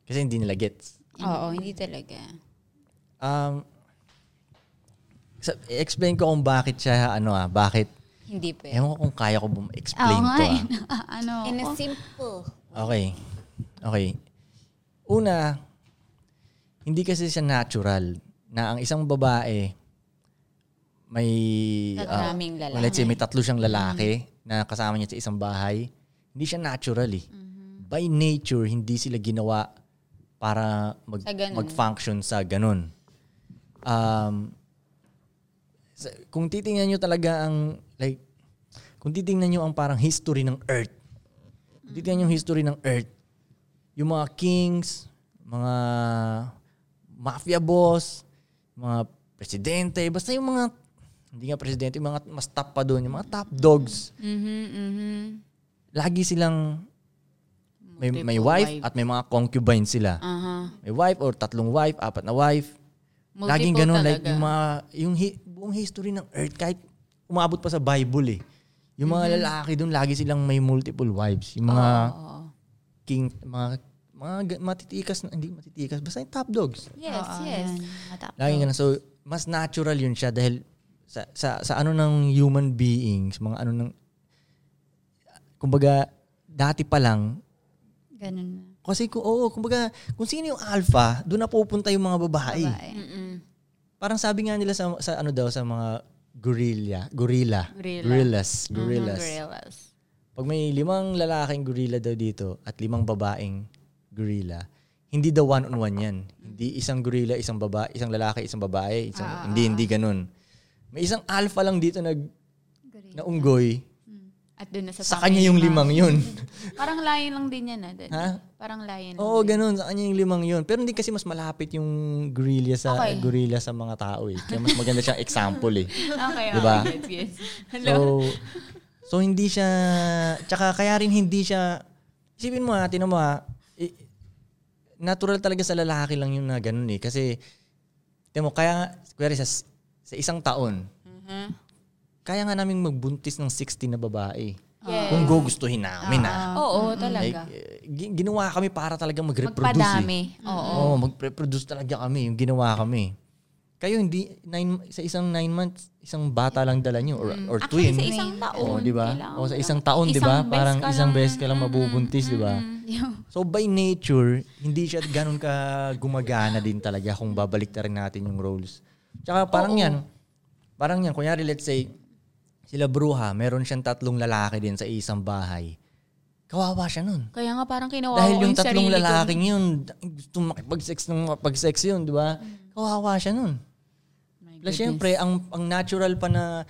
[SPEAKER 1] Kasi hindi nila gets.
[SPEAKER 8] Oo, hindi talaga.
[SPEAKER 1] Um, sa- explain ko kung bakit siya, ano ah, bakit,
[SPEAKER 8] Hindi pa.
[SPEAKER 1] ewan ko kung kaya ko bum- explain
[SPEAKER 7] Oo nga
[SPEAKER 1] to
[SPEAKER 7] eh.
[SPEAKER 1] ah.
[SPEAKER 7] [LAUGHS] ano,
[SPEAKER 4] In a simple.
[SPEAKER 1] Okay. Okay. Una, hindi kasi siya natural na ang isang babae may ah,
[SPEAKER 8] Maraming lalaki.
[SPEAKER 1] let's say may tatlo siyang lalaki
[SPEAKER 7] Mm-hmm.
[SPEAKER 1] na kasama niya sa isang bahay. Hindi siya natural eh.
[SPEAKER 7] Mm-hmm.
[SPEAKER 1] By nature, hindi sila ginawa para mag,
[SPEAKER 8] Sa ganun.
[SPEAKER 1] mag-function sa ganun. Um, sa- kung titingnan nyo talaga ang, like, kung titingnan nyo ang parang history ng Earth, kung titingnan yung history ng Earth, yung mga kings, mga mafia boss, mga presidente, basta yung mga, hindi nga presidente, yung mga mas top pa doon, yung mga top dogs,
[SPEAKER 8] Mhm, mhm.
[SPEAKER 1] lagi silang may, may wife at may mga concubines sila.
[SPEAKER 8] Aha.
[SPEAKER 1] May wife or tatlong wife, apat na wife.
[SPEAKER 8] Uh-huh. Multiple
[SPEAKER 1] Laging ganun, like
[SPEAKER 8] talaga.
[SPEAKER 1] yung mga, yung hi- buong history ng Earth, kahit umabot pa sa Bible eh. Yung mga lalaki doon, lagi silang may multiple wives. Yung mga
[SPEAKER 8] Mm-hmm. Oo.
[SPEAKER 1] king, mga, mga ga- matitikas, na, hindi matitikas, basta yung top dogs.
[SPEAKER 8] Yes, yes.
[SPEAKER 1] Laging ganun. So, mas natural yun siya dahil sa, sa, sa ano ng human beings, mga ano ng, kumbaga, dati pa lang,
[SPEAKER 7] ganun na.
[SPEAKER 1] kasi kung, oo, kumbaga, kung sino yung alpha, doon na pupunta yung mga babae.
[SPEAKER 7] Babae.
[SPEAKER 8] Mm-mm.
[SPEAKER 1] Parang sabi nga nila sa, sa ano daw, sa mga gorilla, gorilla,
[SPEAKER 8] Gorilla. Mhm,
[SPEAKER 1] gorillas, gorillas.
[SPEAKER 8] Uh-huh, Gorillas.
[SPEAKER 1] Pag may limang lalaking gorilla daw dito at limang babaeng gorilla, hindi daw one-on-one yan. Hindi isang gorilla, isang babae, isang lalaki, isang babae. Isang,
[SPEAKER 8] Ah.
[SPEAKER 1] hindi, hindi ganun. May isang alpha lang dito nag, na unggoy.
[SPEAKER 8] At doon na sa
[SPEAKER 1] Sa kanya yung limang yun. [LAUGHS]
[SPEAKER 8] Parang lion lang din yan. Ah,
[SPEAKER 1] Ha?
[SPEAKER 8] Parang lion.
[SPEAKER 1] Oo, ganun. Sa kanya yung limang yun. Pero hindi kasi mas malapit yung gorilla sa
[SPEAKER 8] Okay.
[SPEAKER 1] gorilla sa mga tao eh. Kaya mas maganda siyang example eh.
[SPEAKER 8] Okay,
[SPEAKER 1] Diba?
[SPEAKER 8] okay. Yes, yes.
[SPEAKER 1] So, so hindi siya, tsaka kaya rin hindi siya, isipin mo ha, tinan mo ha, i- natural talaga sa lalaki lang yun na ganun eh. Kasi, tinan mo, kaya, kuwari sa, sa isang taon,
[SPEAKER 8] Mm-hmm.
[SPEAKER 1] kaya nga namin magbuntis ng 60 na babae.
[SPEAKER 8] Yes.
[SPEAKER 1] Kung gugustuhin namin na.
[SPEAKER 8] Oo,
[SPEAKER 1] Like,
[SPEAKER 8] Ah, talaga.
[SPEAKER 1] eh, gi- ginawa kami para talaga mag-reproduce eh.
[SPEAKER 8] Magpadami. Oo.
[SPEAKER 1] Oo, mag-reproduce talaga kami, yung ginawa kami. Kayo hindi, nine, sa isang nine months, isang bata lang dala nyo or, or
[SPEAKER 8] Mm. Actually,
[SPEAKER 1] twin.
[SPEAKER 8] sa isang taon.
[SPEAKER 1] Oo, Oh, di ba?
[SPEAKER 8] kailangan
[SPEAKER 1] O sa
[SPEAKER 8] mo
[SPEAKER 1] isang
[SPEAKER 8] lang.
[SPEAKER 1] taon, di ba?
[SPEAKER 8] Isang beses
[SPEAKER 1] Parang
[SPEAKER 8] ka
[SPEAKER 1] isang
[SPEAKER 8] lang.
[SPEAKER 1] beses ka lang mabubuntis, di ba? So by nature, hindi siya ganun ka gumagana din talaga kung babalik na rin natin yung roles. Tsaka parang yan, parang yan, kunyari let's say, sila bruha, meron siyang tatlong lalaki din sa isang bahay. Kawawa siya nun.
[SPEAKER 8] Kaya nga parang kinawawa
[SPEAKER 1] Dahil
[SPEAKER 8] ko
[SPEAKER 1] yung tatlong
[SPEAKER 8] sarili ko.
[SPEAKER 1] lalaking yun, gusto makipag-sex ng makipag-sex yun, di ba? Kawawa siya nun.
[SPEAKER 8] My
[SPEAKER 1] Plus,
[SPEAKER 8] Mm. goodness.
[SPEAKER 1] syempre, ang, ang natural pa na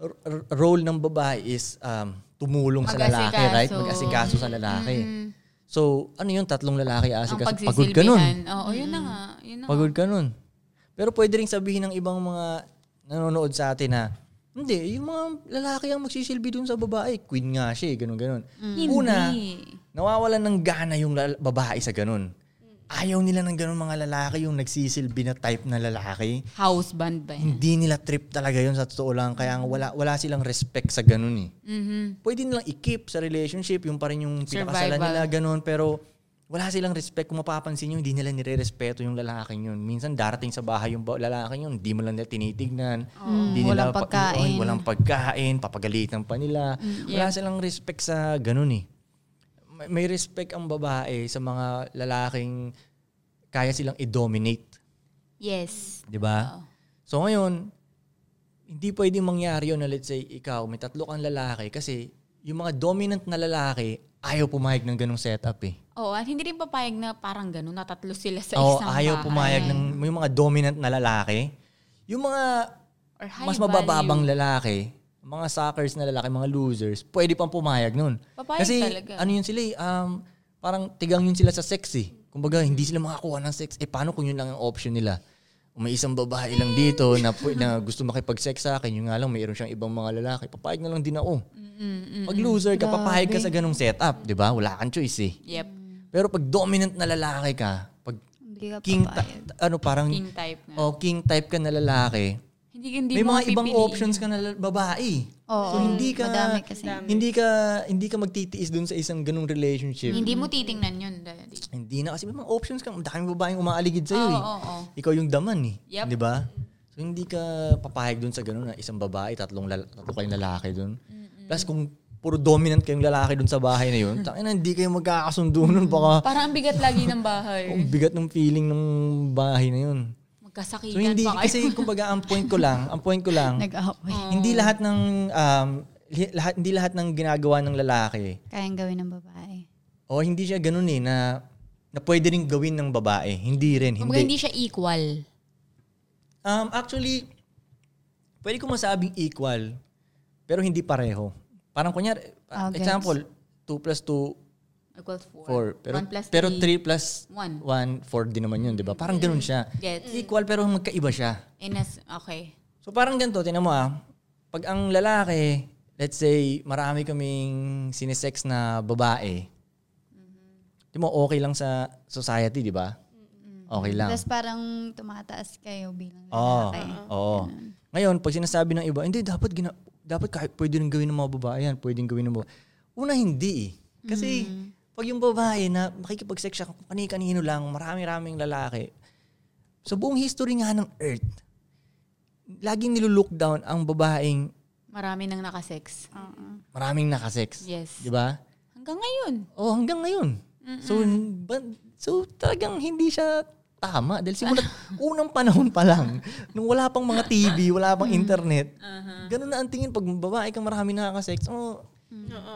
[SPEAKER 1] r- r- role ng babae is um, tumulong sa lalaki,
[SPEAKER 8] Mag-asikaso. Mm.
[SPEAKER 1] right? Mag-asikaso sa lalaki. So, ano yun? Tatlong lalaki
[SPEAKER 8] Ang
[SPEAKER 1] asikaso.
[SPEAKER 8] pagsisilbihan.
[SPEAKER 1] Pagod ka nun.
[SPEAKER 8] Oo, yun na nga. Yun na nga.
[SPEAKER 1] Pagod ka nun. Pero pwede rin sabihin ng ibang mga nanonood sa atin na, hindi, yung mga lalaki ang magsisilbi dun sa babae. Queen nga siya, eh, ganun, ganun.
[SPEAKER 8] Mm.
[SPEAKER 1] Una,
[SPEAKER 8] Hindi.
[SPEAKER 1] nawawalan ng gana yung lal- babae sa ganun. Ayaw nila ng ganun mga lalaki, yung nagsisilbi na type na lalaki.
[SPEAKER 8] House band ba yan?
[SPEAKER 1] Hindi nila trip talaga yun sa totoo lang. Kaya nga wala, wala silang respect sa ganun eh.
[SPEAKER 8] Mhm.
[SPEAKER 1] Pwede nilang i-keep sa relationship, yung pa rin yung pinakasalan
[SPEAKER 8] Survival.
[SPEAKER 1] nila, ganun. Pero wala silang respect. Kung mapapansin nyo, hindi nila nire-respeto yung lalaking yun. Minsan darating sa bahay yung ba- lalaking yun, hindi mo lang nila tinitignan. Hindi
[SPEAKER 7] walang
[SPEAKER 1] pa- Oo,
[SPEAKER 7] pagkain.
[SPEAKER 1] walang pagkain, papagalitan pa nila. Wala silang respect sa ganun eh. May- May respect ang babae sa mga lalaking kaya silang i-dominate.
[SPEAKER 8] Yes.
[SPEAKER 1] Di ba? So ngayon, hindi pwedeng mangyari yun na let's say ikaw, may tatlo kang lalaki kasi yung mga dominant na lalaki ayaw pumayag ng ganong setup eh.
[SPEAKER 8] Oo, at hindi rin papayag na parang gano'n, natatlo sila sa
[SPEAKER 1] Oo,
[SPEAKER 8] isang
[SPEAKER 1] ayaw
[SPEAKER 8] bahay.
[SPEAKER 1] pumayag ng yung mga dominant na lalaki. Yung mga
[SPEAKER 8] Or high
[SPEAKER 1] mas
[SPEAKER 8] value.
[SPEAKER 1] mabababang lalaki, mga suckers na lalaki, mga losers, pwede pang pumayag nun.
[SPEAKER 8] Papayag
[SPEAKER 1] Kasi
[SPEAKER 8] talaga.
[SPEAKER 1] ano yun sila eh, um, parang tigang yun sila sa sex eh. Kumbaga,
[SPEAKER 8] Mm-hmm.
[SPEAKER 1] hindi sila makakuha ng sex. Eh, paano kung yun lang ang option nila? Kung May isang babae lang dito na, pu-
[SPEAKER 8] [LAUGHS]
[SPEAKER 1] na gusto makipag-sex sa akin, yung nga lang mayroon siyang ibang mga lalaki, papayag na lang din ako. Pag loser ka, papayag ka sa ganong setup, di ba? Wala kang choice eh.
[SPEAKER 8] Yep,
[SPEAKER 1] Pero pag dominant na lalaki ka, pag
[SPEAKER 7] Hindi ka
[SPEAKER 1] king, ta-
[SPEAKER 7] papayag.
[SPEAKER 1] ano parang,
[SPEAKER 8] king type nga.
[SPEAKER 1] oh, king type ka na lalaki,
[SPEAKER 8] Hindi, hindi
[SPEAKER 1] may
[SPEAKER 8] mo
[SPEAKER 1] mga ibang
[SPEAKER 8] pipiliin.
[SPEAKER 1] options ka na lal- babae.
[SPEAKER 7] Oo,
[SPEAKER 1] so hindi ka
[SPEAKER 7] madami kasi.
[SPEAKER 1] hindi ka hindi ka magtitiis dun sa isang ganung relationship.
[SPEAKER 8] Hindi mo titingnan yun.
[SPEAKER 1] [LAUGHS]
[SPEAKER 8] daddy.
[SPEAKER 1] Hindi na kasi may mga options ka, ang daming babaeng umaaligid sa
[SPEAKER 8] Oo,
[SPEAKER 1] iyo. eh.
[SPEAKER 8] oo, oo.
[SPEAKER 1] Ikaw yung daman eh,
[SPEAKER 8] Yep.
[SPEAKER 1] 'di ba? So hindi ka papayag dun sa ganun na isang babae, tatlong lal- tatlo kayong lalaki dun. Plus kung puro dominant kayong lalaki dun sa bahay na
[SPEAKER 8] [LAUGHS]
[SPEAKER 1] yun, tangina hindi kayo magkakasundo nun baka
[SPEAKER 8] Parang ang bigat lagi ng bahay.
[SPEAKER 1] [LAUGHS] ang bigat ng feeling ng bahay na yun.
[SPEAKER 8] Magkasakitan
[SPEAKER 1] So hindi
[SPEAKER 8] pa kayo.
[SPEAKER 1] kasi kumbaga ang point ko lang, ang
[SPEAKER 7] [LAUGHS]
[SPEAKER 1] point ko lang
[SPEAKER 7] Nag-aaway.
[SPEAKER 1] hindi
[SPEAKER 8] Oh.
[SPEAKER 1] lahat ng um, li- lahat hindi lahat ng ginagawa ng lalaki
[SPEAKER 7] Kayang gawin ng babae.
[SPEAKER 1] o hindi siya ganun eh na na pwede rin gawin ng babae. Hindi rin,
[SPEAKER 8] Kumbaga, hindi
[SPEAKER 1] hindi.
[SPEAKER 8] siya equal.
[SPEAKER 1] Um, actually pwede ko masabing equal pero hindi pareho. Parang kunyari,
[SPEAKER 7] Ah, gets.
[SPEAKER 1] example, 2 plus 2,
[SPEAKER 8] Equals 4.
[SPEAKER 1] 4. Pero,
[SPEAKER 8] One plus
[SPEAKER 1] pero
[SPEAKER 8] three.
[SPEAKER 1] 3 plus
[SPEAKER 8] One. Mm.
[SPEAKER 1] 1, 4 din naman yun, di ba? Parang ganun siya.
[SPEAKER 8] Gets.
[SPEAKER 1] Equal pero magkaiba siya.
[SPEAKER 8] In as, okay.
[SPEAKER 1] So parang ganito, tinan mo ah, pag ang lalaki, let's say, marami kaming sinisex na babae, di mo, okay lang sa society, di ba? Okay lang. Oh.
[SPEAKER 7] Tapos parang tumataas kayo bilang
[SPEAKER 1] Oo.
[SPEAKER 7] lalaki.
[SPEAKER 1] Oo. Ngayon, pag sinasabi ng iba, hindi, dapat, gina- dapat kahit pwede rin gawin ng mga babae yan, pwedeng gawin ng mga Una, hindi eh. Kasi, pag yung babae na makikipag-sex siya kung kani-kanino lang, marami-raming lalaki, sa buong history nga ng Earth, laging nilulook down ang babaeng
[SPEAKER 8] Marami nang nakasex.
[SPEAKER 1] maraming nakasex.
[SPEAKER 8] Yes.
[SPEAKER 1] Di ba?
[SPEAKER 8] Hanggang ngayon.
[SPEAKER 1] O hanggang ngayon. So, ba- so talagang hindi siya tama.
[SPEAKER 8] [LAUGHS]
[SPEAKER 1] Dahil simulat unang panahon pa lang, nung wala pang mga TV, wala pang internet,
[SPEAKER 8] Uh-huh.
[SPEAKER 1] ganun na ang tingin pag babae kang marami nakakasex. Oh,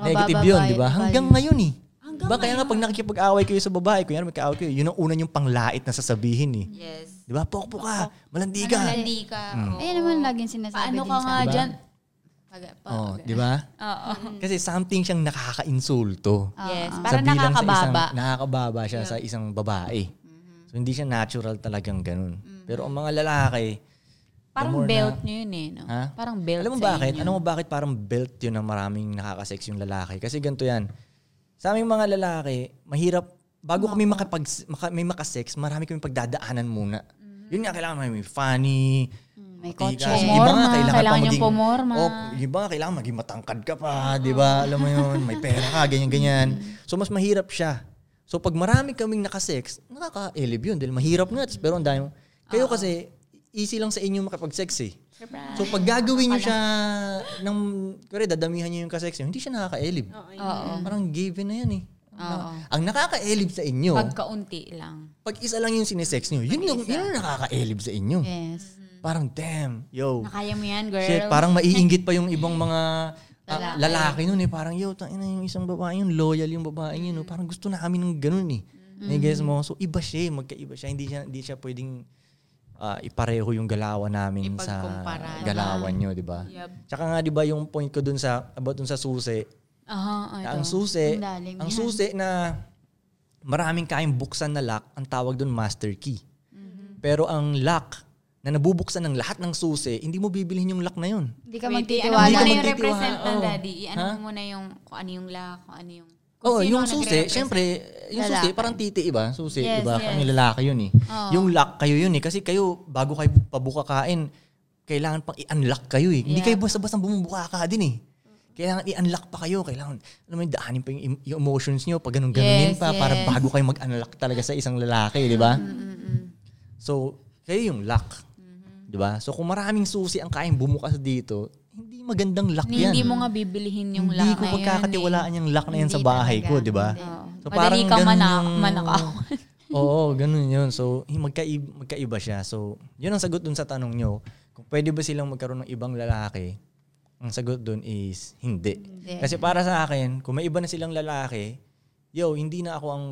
[SPEAKER 1] Negative
[SPEAKER 7] Mababa
[SPEAKER 1] yun,
[SPEAKER 7] yung
[SPEAKER 1] di ba?
[SPEAKER 7] value.
[SPEAKER 1] Hanggang ngayon eh. Hanggang ba, kaya nga pag nakikipag-away kayo sa babae, kunyari magka-away kayo, yun ang una yung panglait na sasabihin eh.
[SPEAKER 8] Yes.
[SPEAKER 1] Di ba? Pokpo ka, malandi ka.
[SPEAKER 8] Malandi ka.
[SPEAKER 1] Hmm.
[SPEAKER 8] oo.
[SPEAKER 7] Ayun naman laging sinasabi
[SPEAKER 8] Paano
[SPEAKER 7] din
[SPEAKER 8] ka
[SPEAKER 7] sa
[SPEAKER 8] nga
[SPEAKER 1] Diba?
[SPEAKER 8] dyan? Pag- pag-
[SPEAKER 1] Oh, di ba?
[SPEAKER 8] Oo.
[SPEAKER 1] Kasi something siyang nakaka-insulto.
[SPEAKER 8] Yes.
[SPEAKER 1] Sa
[SPEAKER 8] Parang
[SPEAKER 1] bilang sa
[SPEAKER 8] nakakababa. Mm-hmm.
[SPEAKER 1] Isang, nakakababa siya sa isang babae. So hindi siya natural talagang ganun. Pero ang mga lalaki,
[SPEAKER 8] Parang
[SPEAKER 1] more na-
[SPEAKER 8] belt nyo yun eh. No?
[SPEAKER 1] Ha?
[SPEAKER 8] Parang belt
[SPEAKER 1] alam mo
[SPEAKER 8] sa
[SPEAKER 1] bakit?
[SPEAKER 8] inyo.
[SPEAKER 1] Alam mo bakit parang belt yun na maraming nakakasex yung lalaki? Kasi ganito yan. Sa aming mga lalaki, mahirap, bago kami makapag, maka, may makasex, marami kami pagdadaanan muna.
[SPEAKER 8] Mm-hmm.
[SPEAKER 1] Yun nga, kailangan may, may funny,
[SPEAKER 8] Mm,
[SPEAKER 1] may
[SPEAKER 7] kotse.
[SPEAKER 1] Iba nga,
[SPEAKER 8] Pumorma,
[SPEAKER 1] kailangan,
[SPEAKER 8] kailangan
[SPEAKER 1] pa
[SPEAKER 8] yung
[SPEAKER 1] maging,
[SPEAKER 8] pumorma.
[SPEAKER 1] Oh, iba nga, kailangan maging matangkad ka pa, di ba? Alam mo yun, may pera ka, ganyan-ganyan.
[SPEAKER 8] Mm-hmm.
[SPEAKER 1] So, mas mahirap siya. So, pag marami kaming nakasex, nakaka-elib yun dahil mahirap nga. Pero ang dami. Kayo kasi, easy lang sa inyo makapag-sex eh. So pag gagawin nyo siya ng, kore dadamihan nyo yung kasex nyo, hindi siya nakaka-elib. Mm. Parang given na yan eh.
[SPEAKER 8] Oo.
[SPEAKER 1] Ang nakaka-elib sa inyo, pag,
[SPEAKER 8] Pagkaunti lang.
[SPEAKER 1] isa lang yung sinisex nyo, yun yung, yun yung nakaka-elib sa inyo.
[SPEAKER 8] Mm.
[SPEAKER 7] Yes.
[SPEAKER 1] Parang damn, yo.
[SPEAKER 8] Nakaya mo yan, girl.
[SPEAKER 1] Shit, parang maiinggit pa yung ibang mga ah, lalaki nun eh. Parang, yo, tangina yung isang babae yun, loyal yung babae yun. no? Parang gusto namin ng ganun eh. mm guess mo? So, iba siya eh. Magkaiba siya. Hindi siya, hindi siya pwedeng ah, ipareho yung galawan namin sa
[SPEAKER 8] Ipagkumpara.
[SPEAKER 1] galawan nyo, di ba? Tsaka nga, di ba, yung point ko dun sa, about dun sa susi.
[SPEAKER 8] Aha, ano?
[SPEAKER 1] na
[SPEAKER 8] ito.
[SPEAKER 2] Ano?
[SPEAKER 1] ang susi,
[SPEAKER 7] Ang lalim
[SPEAKER 1] ang
[SPEAKER 7] yan.
[SPEAKER 1] susi na maraming kayang buksan na lock, ang tawag dun master key. Pero ang lock na nabubuksan ng lahat ng susi, hindi mo bibilhin yung lock na yun.
[SPEAKER 7] Hindi ka
[SPEAKER 8] Wait,
[SPEAKER 7] magtitiwala.
[SPEAKER 8] Ano mo na yung
[SPEAKER 1] Hindi ka magtitiwala.
[SPEAKER 8] represent ng
[SPEAKER 1] Oo.
[SPEAKER 8] daddy? I-ano
[SPEAKER 1] Ha?
[SPEAKER 8] mo muna yung kung ano yung la, kung ano yung... kung
[SPEAKER 1] Oo,
[SPEAKER 8] sino
[SPEAKER 1] yung
[SPEAKER 8] ang
[SPEAKER 1] susi,
[SPEAKER 8] nagre-represent.
[SPEAKER 1] syempre, yung susi, parang titi iba, susi,
[SPEAKER 8] Yes,
[SPEAKER 1] iba,
[SPEAKER 8] yes.
[SPEAKER 1] kami lalaki yun eh. Yung lock kayo yun eh, kasi kayo, bago kayo pabukakain, kailangan pang i-unlock kayo eh. Hindi
[SPEAKER 8] Yeah.
[SPEAKER 1] kayo basta-basta bumubuka ka din eh. Kailangan i-unlock pa kayo, kailangan, alam mo, yun, daanin pa yung, em- yung emotions nyo, pag ganun ganunin
[SPEAKER 8] Yes,
[SPEAKER 1] pa, para
[SPEAKER 8] yes. Mm,
[SPEAKER 1] bago kayo mag-unlock talaga sa isang lalaki, di ba? So, kayo yung lock.
[SPEAKER 8] Mm-hmm.
[SPEAKER 1] Di ba? So, kung maraming susi ang kayang bumukas dito, hindi magandang lock yan
[SPEAKER 8] Hindi mo nga bibilihin yung la
[SPEAKER 1] hindi ko pagkakatiwalaan
[SPEAKER 8] eh.
[SPEAKER 1] yung lock na yan sa bahay ko, di ba?
[SPEAKER 8] Madali kang
[SPEAKER 1] ganun
[SPEAKER 8] mana-
[SPEAKER 1] yung- [LAUGHS]
[SPEAKER 8] manakawan.
[SPEAKER 1] Oo, ganun yun. So, hi- magkaib- magkaiba siya. So, yun ang sagot dun sa tanong nyo. kung pwede ba silang magkaroon ng ibang lalaki, ang sagot doon is hindi.
[SPEAKER 7] Hindi.
[SPEAKER 1] Kasi para sa akin, kung may iba na silang lalaki, yo, hindi na ako ang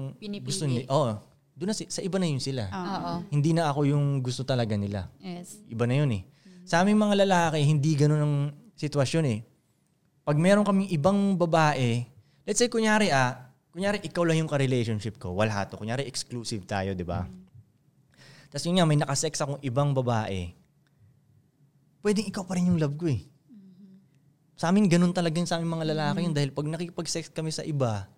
[SPEAKER 1] gusto nila. Oo. Doon na si- sa iba na yun sila.
[SPEAKER 8] Ah.
[SPEAKER 1] Hindi na ako yung gusto talaga nila.
[SPEAKER 7] Yes.
[SPEAKER 1] Iba na yun eh. Sa aming mga lalaki, hindi ganun ang sitwasyon eh. Pag meron kaming ibang babae, let's say kunyari ah, kunyari ikaw lang yung ka-relationship ko, wala to. Kunyari exclusive tayo, di ba? Tapos yun nga, may nakasex akong ibang babae. Pwedeng ikaw pa rin yung love ko eh. Sa amin, ganun talaga yun sa aming mga lalaki yun. Dahil pag nakikipag-sex kami sa iba,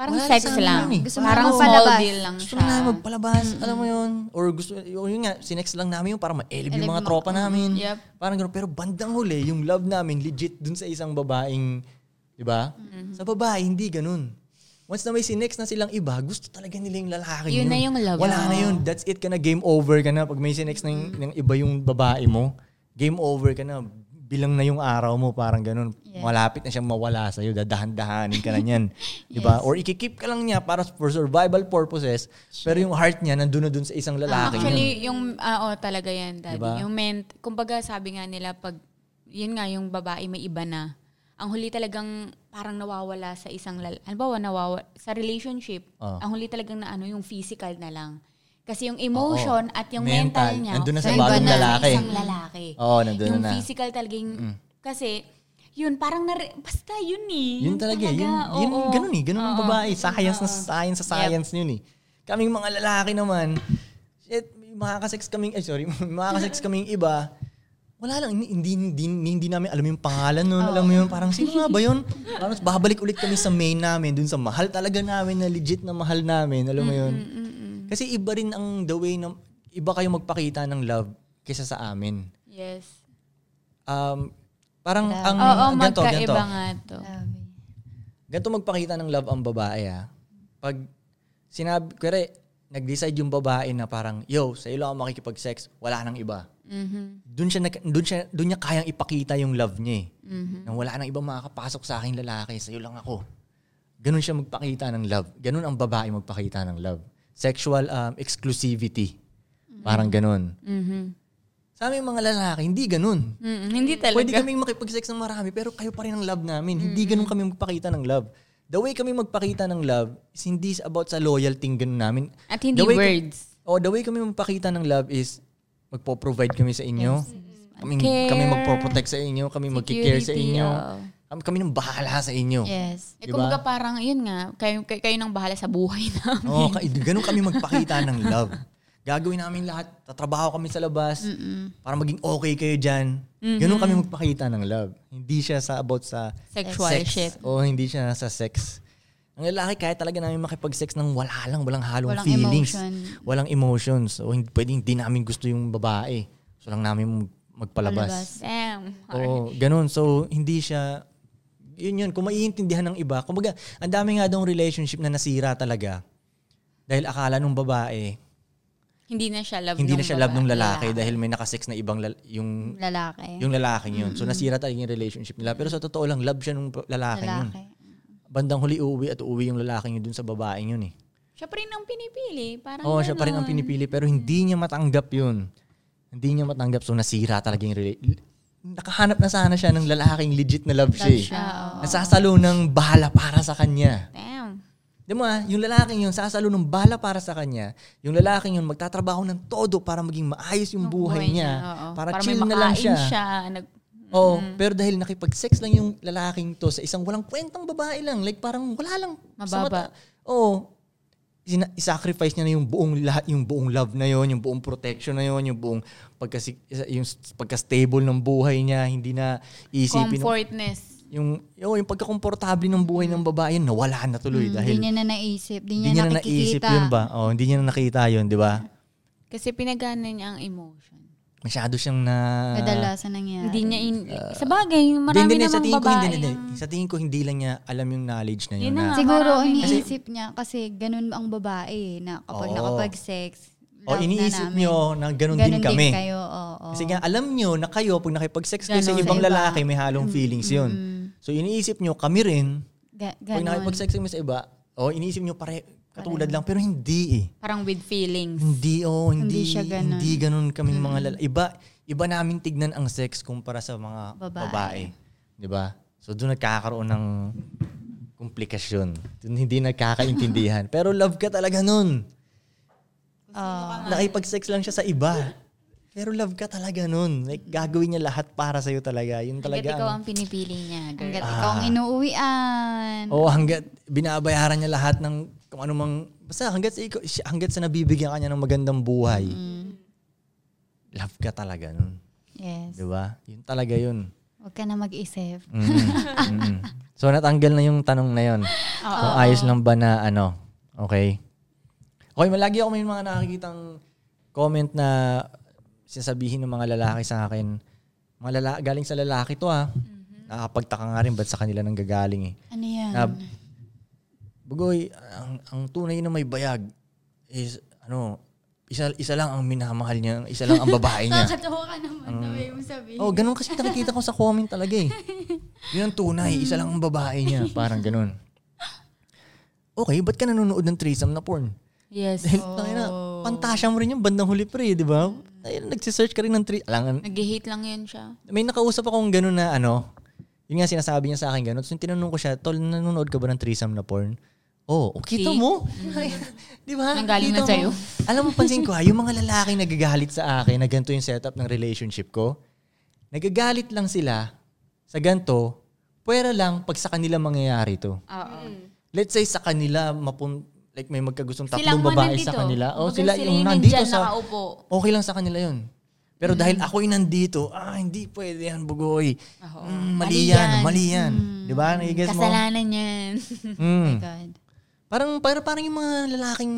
[SPEAKER 8] Parang
[SPEAKER 1] Wala
[SPEAKER 8] sex
[SPEAKER 1] sa amin
[SPEAKER 8] lang.
[SPEAKER 1] yun eh.
[SPEAKER 7] Gusto mo
[SPEAKER 8] Parang
[SPEAKER 7] lang
[SPEAKER 8] small
[SPEAKER 7] palabas.
[SPEAKER 8] deal lang
[SPEAKER 1] gusto
[SPEAKER 8] siya.
[SPEAKER 1] na namin magpalabas, alam mo yun. Or gusto, o yun nga, sinex lang namin yun para ma-eleve yung mga
[SPEAKER 7] mga-
[SPEAKER 1] tropa namin.
[SPEAKER 8] Yep.
[SPEAKER 1] Parang ganun. Pero bandang huli, yung love namin, legit dun sa isang babaeng, di ba?
[SPEAKER 8] Mm-hmm.
[SPEAKER 1] Sa babae, hindi ganun. Once na may sinex na silang iba, gusto talaga nila yung lalaki
[SPEAKER 8] Yun na yung love.
[SPEAKER 1] Wala na yun. That's it ka na. Game over ka na. Pag may sinex na yung, ng iba yung babae mo, game over ka na. Bilang na yung araw mo, parang ganun. Malapit na siyang mawala sa'yo. Dadahan-dahanin ka
[SPEAKER 8] [LAUGHS]
[SPEAKER 1] na niyan. Di ba? Or ikikip ka lang niya para for survival purposes. Pero yung heart niya, nandun na dun sa isang lalaki.
[SPEAKER 8] Actually,
[SPEAKER 1] yun.
[SPEAKER 8] yung, ah, oo, talaga yan, daddy.
[SPEAKER 1] Diba?
[SPEAKER 8] Yung ment, kumbaga sabi nga nila, pag, yun nga, yung babae may iba na. Ang huli talagang parang nawawala sa isang, lal- ano ba, nawawala, sa relationship,
[SPEAKER 1] Oo.
[SPEAKER 8] ang huli talagang na ano, yung physical na lang. Kasi yung emotion at yung mental,
[SPEAKER 1] Mental.
[SPEAKER 8] niya,
[SPEAKER 1] Nandun na sa
[SPEAKER 8] iba
[SPEAKER 1] bagong
[SPEAKER 8] na,
[SPEAKER 1] lalaki.
[SPEAKER 8] Sa isang lalaki.
[SPEAKER 1] Oo, nandun
[SPEAKER 8] yung
[SPEAKER 1] na Mm. na.
[SPEAKER 8] physical talaga yung, kasi, yun, parang nare, basta yun eh.
[SPEAKER 1] Yun talaga. Yun, yun,
[SPEAKER 8] oo.
[SPEAKER 1] ganun eh. Ganun ang
[SPEAKER 8] Oo. Ah.
[SPEAKER 1] babae. Science na science sa science yun eh. Kaming mga lalaki naman, shit, may makakasex kaming, eh sorry, [LAUGHS] may makakasex kaming iba, wala lang, hindi, hindi, hindi, hindi namin alam yung pangalan nun, alam mo yun, parang sino nga ba yun? Parang babalik ulit kami sa main namin, dun sa mahal talaga namin, na legit na mahal namin, alam mo
[SPEAKER 8] Mm,
[SPEAKER 1] yun? Kasi iba rin ang the way na, iba kayo magpakita ng love kesa sa amin.
[SPEAKER 8] Yes.
[SPEAKER 1] Um, parang ang,
[SPEAKER 8] Oo,
[SPEAKER 1] ganito,
[SPEAKER 8] magkaiba
[SPEAKER 1] ganito.
[SPEAKER 8] nga to.
[SPEAKER 1] Ganito magpakita ng love ang babae ah. Pag sinabi, kare, nag-decide yung babae na parang, yo, sa ilo ako makikipag-sex, wala nang iba.
[SPEAKER 8] Mm-hmm.
[SPEAKER 1] Doon siya, nag- doon siya, doon niya kayang ipakita yung love niya eh. Na wala nang ibang makakapasok sa akin lalaki, sa iyo lang ako. Ganun siya magpakita ng love. Ganun ang babae magpakita ng love. Sexual um, exclusivity. Parang ganun. Sa aming mga lalaki, hindi ganun.
[SPEAKER 8] Mm, hindi talaga.
[SPEAKER 1] Pwede kaming makipag-sex ng marami, pero kayo pa rin ang love namin. Hindi ganun kami magpakita ng love. The way kami magpakita ng love is hindi is about sa loyalty ng ganun namin.
[SPEAKER 8] At hindi
[SPEAKER 1] The way-
[SPEAKER 8] words.
[SPEAKER 1] O, the way kami magpakita ng love is magpo-provide kami sa inyo. Kami, kami
[SPEAKER 8] Care.
[SPEAKER 1] magpo-protect sa inyo. Kami magki-care sa
[SPEAKER 8] Security, Oh.
[SPEAKER 1] inyo. Um,
[SPEAKER 8] oo.
[SPEAKER 1] Kami, kami nang bahala sa inyo.
[SPEAKER 7] Yes.
[SPEAKER 8] Eh,
[SPEAKER 1] Diba?
[SPEAKER 8] kumbaga parang, yun nga, kayo, kayo, kayo nang bahala sa buhay [LAUGHS] namin.
[SPEAKER 1] Oo, ka- ganun kami magpakita ng love. Gagawin namin lahat. Tatrabaho kami sa labas para maging okay kayo dyan. Ganun kami magpakita ng love. Hindi siya sa about sa
[SPEAKER 8] Sexual
[SPEAKER 1] sex.
[SPEAKER 8] shit.
[SPEAKER 1] O hindi siya sa sex. Ang lalaki, kahit talaga namin makipag-sex ng wala lang, walang halong
[SPEAKER 7] Walang
[SPEAKER 1] feelings.
[SPEAKER 7] emotion.
[SPEAKER 1] Walang emotions. O hindi, pwede hindi namin gusto yung babae. So lang namin magpalabas.
[SPEAKER 8] Damn.
[SPEAKER 1] Oo, ganun. So, hindi siya, yun yun, kung maiintindihan ng iba. Kumbaga, ang dami nga daw relationship na nasira talaga dahil akala nung babae,
[SPEAKER 8] Hindi na siya love
[SPEAKER 1] hindi
[SPEAKER 8] nung
[SPEAKER 1] na siya love
[SPEAKER 8] babae.
[SPEAKER 1] nung lalaki dahil may nakasex na ibang lal- yung
[SPEAKER 7] Lalaki.
[SPEAKER 1] yung lalaki yun. So nasira talaga yung relationship nila. Pero sa totoo lang, love siya nung lalaki, yun.
[SPEAKER 7] Lalaki.
[SPEAKER 1] Bandang huli uuwi at uuwi yung lalaki yun dun sa babae yun eh.
[SPEAKER 8] Siya pa rin ang pinipili. Parang
[SPEAKER 1] Oo, siya pa rin ang
[SPEAKER 8] ganun.
[SPEAKER 1] pinipili pero hindi niya matanggap yun. Hindi niya matanggap so nasira talaga yung relationship. Nakahanap na sana siya ng lalaking legit na love, siya. eh. Nasasalo ng bala para sa kanya.
[SPEAKER 8] Damn.
[SPEAKER 1] Di mo ah, yung lalaking yun, sasalo ng bala para sa kanya. Yung lalaking yun, magtatrabaho ng todo para maging maayos yung buhay niya.
[SPEAKER 8] oo.
[SPEAKER 1] Para,
[SPEAKER 8] may
[SPEAKER 1] chill na lang
[SPEAKER 8] makain
[SPEAKER 1] siya.
[SPEAKER 8] nag-
[SPEAKER 1] Oo, pero dahil nakipag-sex lang yung lalaking to sa isang walang kwentang babae lang. Like parang wala lang. sa mata.
[SPEAKER 8] Mababa.
[SPEAKER 1] Oo. Sina- isacrifice niya na yung buong lahat, yung buong love na yon, yung buong protection na yon, yung buong pagkasi, yung pagka-stable ng buhay niya, hindi na iisipin
[SPEAKER 8] comfortness.
[SPEAKER 1] yung oh, yung pagkakomportable ng buhay ng babae yun, nawala na tuloy dahil
[SPEAKER 7] Hindi Hmm, niya na naisip. Hindi
[SPEAKER 1] hindi
[SPEAKER 7] niya,
[SPEAKER 1] niya na naisip
[SPEAKER 7] nakikita.
[SPEAKER 1] yun ba? Oh, hindi niya na nakita yun, di ba?
[SPEAKER 8] Kasi pinagana niya ang emotion.
[SPEAKER 1] Masyado siyang na
[SPEAKER 7] Kadalasan nangyari.
[SPEAKER 8] hindi niya, in, sa bagay,
[SPEAKER 1] Ah. Hindi,
[SPEAKER 8] marami
[SPEAKER 1] hindi, sa
[SPEAKER 8] namang
[SPEAKER 1] tingin ko
[SPEAKER 8] babae.
[SPEAKER 1] hindi, hindi, hindi. Sa tingin ko hindi lang niya alam yung knowledge na yun.
[SPEAKER 8] Yun na
[SPEAKER 1] na,
[SPEAKER 8] nga.
[SPEAKER 7] Siguro
[SPEAKER 8] Marami.
[SPEAKER 7] iniisip niya kasi ganun ang babae eh, na kapag
[SPEAKER 1] Oo.
[SPEAKER 7] nakapag-sex,
[SPEAKER 1] O
[SPEAKER 7] love
[SPEAKER 1] Oh, iniisip
[SPEAKER 7] na namin.
[SPEAKER 1] nyo na ganun,
[SPEAKER 7] ganun
[SPEAKER 1] din kami.
[SPEAKER 7] kayo, oo.
[SPEAKER 1] Kasi nga, alam nyo na kayo, pag nakipag-sex kayo sa
[SPEAKER 8] Ganun.
[SPEAKER 1] ibang
[SPEAKER 7] Sa iba.
[SPEAKER 1] lalaki, may halong feelings yun. So iniisip nyo, kami rin,
[SPEAKER 7] Ga-
[SPEAKER 1] pag
[SPEAKER 7] ganun.
[SPEAKER 1] nakipag-sex kami sa iba, o oh, iniisip nyo pare, Katulad lang, pero hindi eh.
[SPEAKER 8] Parang with feelings.
[SPEAKER 1] Hindi, oh, hindi,
[SPEAKER 7] Hindi siya ganun.
[SPEAKER 1] Hindi ganun kami ng mga lalaki. Iba, iba namin tignan ang sex kumpara sa mga babae.
[SPEAKER 7] Babae.
[SPEAKER 1] 'Di ba? So doon nagkakaroon ng komplikasyon. Doon hindi nagkakaintindihan. Pero love ka talaga nun. Ah, Nakipag-sex lang siya sa iba. Pero love ka talaga nun. Like, gagawin niya lahat para sa'yo talaga. Yun
[SPEAKER 8] Hanggat
[SPEAKER 1] talaga.
[SPEAKER 8] ikaw
[SPEAKER 1] ang-
[SPEAKER 8] ang pinipili
[SPEAKER 1] Mm.
[SPEAKER 8] niya, girl.
[SPEAKER 1] Ah.
[SPEAKER 7] Hanggat ikaw ang inuuwian.
[SPEAKER 1] Oo, hanggat binabayaran niya lahat ng kung anumang, basta hanggat sa, ikaw, siya- hanggat sa nabibigyan ka niya ng magandang buhay, love ka talaga nun.
[SPEAKER 7] Yes.
[SPEAKER 1] Di ba? Yun talaga yun.
[SPEAKER 7] Huwag ka na mag-isip.
[SPEAKER 1] Mm, mm. So natanggal na yung tanong na yun. Kung ayos lang ba na ano. Okay. Okay, malagi ako may mga nakikitang comment na sinasabihin ng mga lalaki sa akin. Mga lala- galing sa lalaki to ah.
[SPEAKER 3] Mm-hmm.
[SPEAKER 1] Nakakapagtaka nga rin ba't sa kanila nang gagaling eh.
[SPEAKER 7] Ano yan?
[SPEAKER 1] Na, Bugoy, ang, ang tunay na may bayag is ano, isa, isa lang ang minamahal niya, isa lang ang
[SPEAKER 3] [LAUGHS]
[SPEAKER 1] babae niya.
[SPEAKER 3] Nakakatawa ka naman na may mong sabihin.
[SPEAKER 1] Oh, ganun kasi nakikita ko sa comment talaga eh.
[SPEAKER 3] [LAUGHS]
[SPEAKER 1] Yun ang tunay, isa lang ang babae niya, [LAUGHS] parang ganun. Okay, ba't ka nanonood ng threesome na porn? [LAUGHS]
[SPEAKER 8] Yes.
[SPEAKER 1] Dahil tangina, pantasya mo rin yung bandang huli pre, di ba? Dahil nagsisearch ka rin ng threesome. Alangan,
[SPEAKER 8] Nag-hate lang yun siya.
[SPEAKER 1] may nakausap akong ganun na ano, yun nga sinasabi niya sa akin ganun. So tinanong ko siya, tol, nanonood ka ba ng threesome na porn? Oh, oh,
[SPEAKER 8] See?
[SPEAKER 1] kita mo. [LAUGHS] di ba?
[SPEAKER 8] Nanggaling na
[SPEAKER 1] Kita mo.
[SPEAKER 8] sa'yo.
[SPEAKER 1] Alam mo, pansin ko ha, yung mga lalaki nagagalit sa akin na ganito yung setup ng relationship ko, nagagalit lang sila sa ganito, pwera lang pag sa kanila mangyayari to.
[SPEAKER 8] Oo.
[SPEAKER 1] Let's say sa kanila, mapun, like may magkagustong
[SPEAKER 8] Silang
[SPEAKER 1] tatlong
[SPEAKER 8] mga
[SPEAKER 1] babae
[SPEAKER 8] nandito.
[SPEAKER 1] sa kanila. O
[SPEAKER 8] Kumbaga
[SPEAKER 1] sila
[SPEAKER 8] sila
[SPEAKER 1] yung
[SPEAKER 8] yung
[SPEAKER 1] nandito
[SPEAKER 8] nandyan,
[SPEAKER 1] sa...
[SPEAKER 8] nakaupo. Mm.
[SPEAKER 1] Okay lang sa kanila yun. Pero dahil ako yung nandito, ah, hindi pwede yan, bugoy. Mm, mali yan, mali yan. Di ba? Nagigets mo?
[SPEAKER 8] Mm. Kasalanan yan.
[SPEAKER 1] Mm.
[SPEAKER 7] God.
[SPEAKER 1] Parang, parang, parang yung mga lalaking,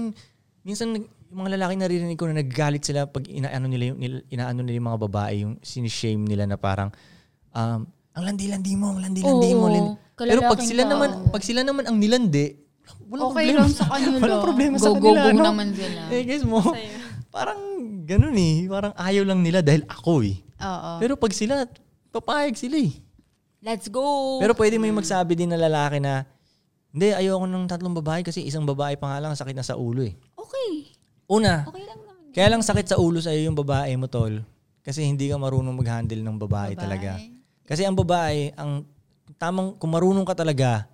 [SPEAKER 1] minsan nag- yung mga lalaking naririnig ko na nagagalit sila pag inaano nila yung, nil- inaano nila yung mga babae, yung sinishame nila na parang, um, ang landi-landi mo, ang landi-landi mo.
[SPEAKER 8] Oo,
[SPEAKER 1] landi- Pero pag
[SPEAKER 8] kalalaking
[SPEAKER 1] sila
[SPEAKER 8] tao.
[SPEAKER 1] naman, pag sila naman ang nilandi, walang
[SPEAKER 7] Okay
[SPEAKER 1] problema.
[SPEAKER 7] lang sa kanila.
[SPEAKER 1] [LAUGHS] walang problema sa
[SPEAKER 8] Go,
[SPEAKER 1] kanila.
[SPEAKER 8] go, go
[SPEAKER 1] no?
[SPEAKER 8] naman sila.
[SPEAKER 1] Eh, guys mo, parang ganun eh. Parang ayaw lang nila dahil ako eh.
[SPEAKER 7] Oo.
[SPEAKER 1] Pero pag sila, papayag sila eh.
[SPEAKER 8] Let's go.
[SPEAKER 1] Pero pwede may magsabi din na lalaki na, hindi, ayoko ng tatlong babae kasi isang babae pa nga lang sakit na sa ulo eh.
[SPEAKER 8] okay.
[SPEAKER 1] Una,
[SPEAKER 8] Okay lang naman.
[SPEAKER 1] kaya lang sakit sa ulo sa'yo yung babae mo, tol. Kasi hindi ka marunong mag-handle ng babae, talaga. Kasi ang babae, ang tamang, kung marunong ka talaga,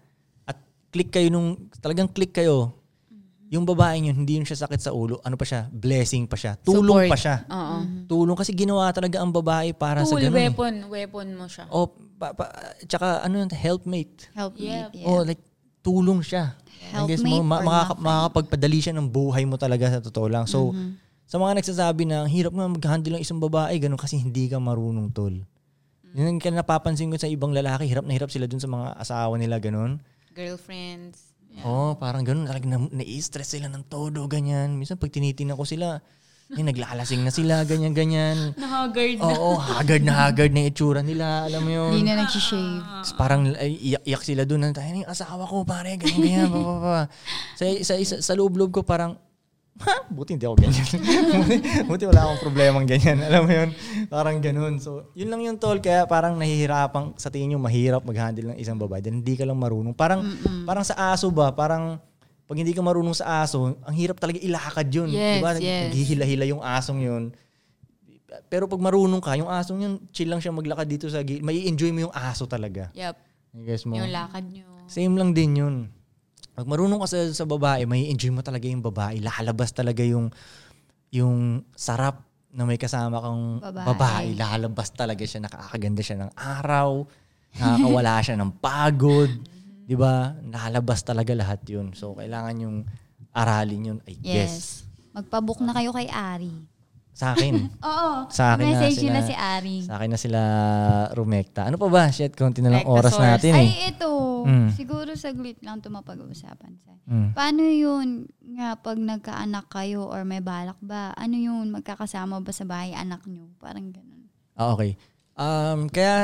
[SPEAKER 1] at click kayo nung, talagang click kayo,
[SPEAKER 8] Mm-hmm.
[SPEAKER 1] yung babae yun, hindi yun siya sakit sa ulo. Ano pa siya? Blessing pa siya. Tulong
[SPEAKER 8] Support.
[SPEAKER 1] pa siya.
[SPEAKER 8] Oo.
[SPEAKER 1] Tulong. Kasi ginawa talaga ang babae para sa
[SPEAKER 8] Tool,
[SPEAKER 1] ganun. eh.
[SPEAKER 8] weapon. Weapon mo siya.
[SPEAKER 1] O, pa, pa, tsaka ano yun, helpmate.
[SPEAKER 7] Help
[SPEAKER 8] Yeah.
[SPEAKER 7] me.
[SPEAKER 1] Oh, like tulong siya. I guess mo,
[SPEAKER 7] Helpmate
[SPEAKER 1] ma-
[SPEAKER 7] or
[SPEAKER 1] makaka-
[SPEAKER 7] nothing.
[SPEAKER 1] makakapagpadali siya ng buhay mo talaga sa totoo lang. So,
[SPEAKER 7] Mm-hmm.
[SPEAKER 1] sa mga nagsasabi na ang hirap nga mag-handle ng isang babae, ganun kasi hindi ka marunong tol.
[SPEAKER 7] Mm.
[SPEAKER 1] Yun ang kaya napapansin ko sa ibang lalaki, hirap na hirap sila dun sa mga asawa nila, ganun.
[SPEAKER 8] Girlfriends.
[SPEAKER 1] Oh, parang ganun. Like, na, na-stress sila ng todo, ganyan. Minsan pag tinitingnan ko sila, eh, naglalasing na sila, ganyan,
[SPEAKER 7] [LAUGHS]
[SPEAKER 1] ganyan.
[SPEAKER 8] Nahagard na.
[SPEAKER 1] Oo, haggard na haggard na yung itsura nila, alam mo yun.
[SPEAKER 7] Hindi na nagsishave.
[SPEAKER 1] Tapos parang ay, iyak-iyak sila doon. Ang tayo, Ano yung asawa ko, pare, ganyan, ganyan, pa, pa, pa. Sa, sa, sa, sa loob-loob ko, parang, ha, buti hindi ako ganyan. [LAUGHS] buti, buti wala akong problemang ganyan. Alam mo yun? Parang ganun. So, yun lang yun, tol. Kaya parang nahihirapang, sa tingin nyo, mahirap mag-handle ng isang babae. Dahil hindi ka lang marunong. Parang, parang sa aso ba, parang, pag hindi ka marunong sa aso, ang hirap talaga ilakad yun.
[SPEAKER 8] Yes,
[SPEAKER 1] diba?
[SPEAKER 8] yes.
[SPEAKER 1] Naghihila-hila yung asong yun. Pero pag marunong ka, yung asong yun, chill lang siya maglakad dito sa gilid. May enjoy mo yung aso talaga.
[SPEAKER 8] Yep.
[SPEAKER 1] I guess mo.
[SPEAKER 8] Yung lakad nyo.
[SPEAKER 1] Same lang din yun. Pag marunong ka sa, sa babae, may enjoy mo talaga yung babae. Lalabas talaga yung yung sarap na may kasama kang babae.
[SPEAKER 7] Babae.
[SPEAKER 1] Lalabas talaga siya. Nakakaganda siya ng araw. Nakakawala siya ng
[SPEAKER 7] [LAUGHS]
[SPEAKER 1] pagod. di ba? Lalabas talaga lahat yun. So, kailangan yung aralin yun, I guess.
[SPEAKER 7] Yes. Magpabook na kayo kay Ari.
[SPEAKER 1] Sa
[SPEAKER 7] [LAUGHS]
[SPEAKER 1] akin.
[SPEAKER 7] Oo.
[SPEAKER 1] Sa akin na
[SPEAKER 7] Message
[SPEAKER 1] sila-
[SPEAKER 7] na si Ari.
[SPEAKER 1] sa akin na sila rumekta. Ano pa ba? Shit, konti na lang
[SPEAKER 8] Like the
[SPEAKER 1] oras
[SPEAKER 8] source.
[SPEAKER 1] natin eh.
[SPEAKER 7] Ay, ito.
[SPEAKER 1] Mm.
[SPEAKER 7] Siguro saglit lang ito mapag-uusapan sa.
[SPEAKER 1] Mm.
[SPEAKER 7] Paano yun nga pag nagkaanak kayo or may balak ba? Ano yun? Magkakasama ba sa bahay anak nyo? Parang ganun.
[SPEAKER 1] Ah, okay. Um, kaya,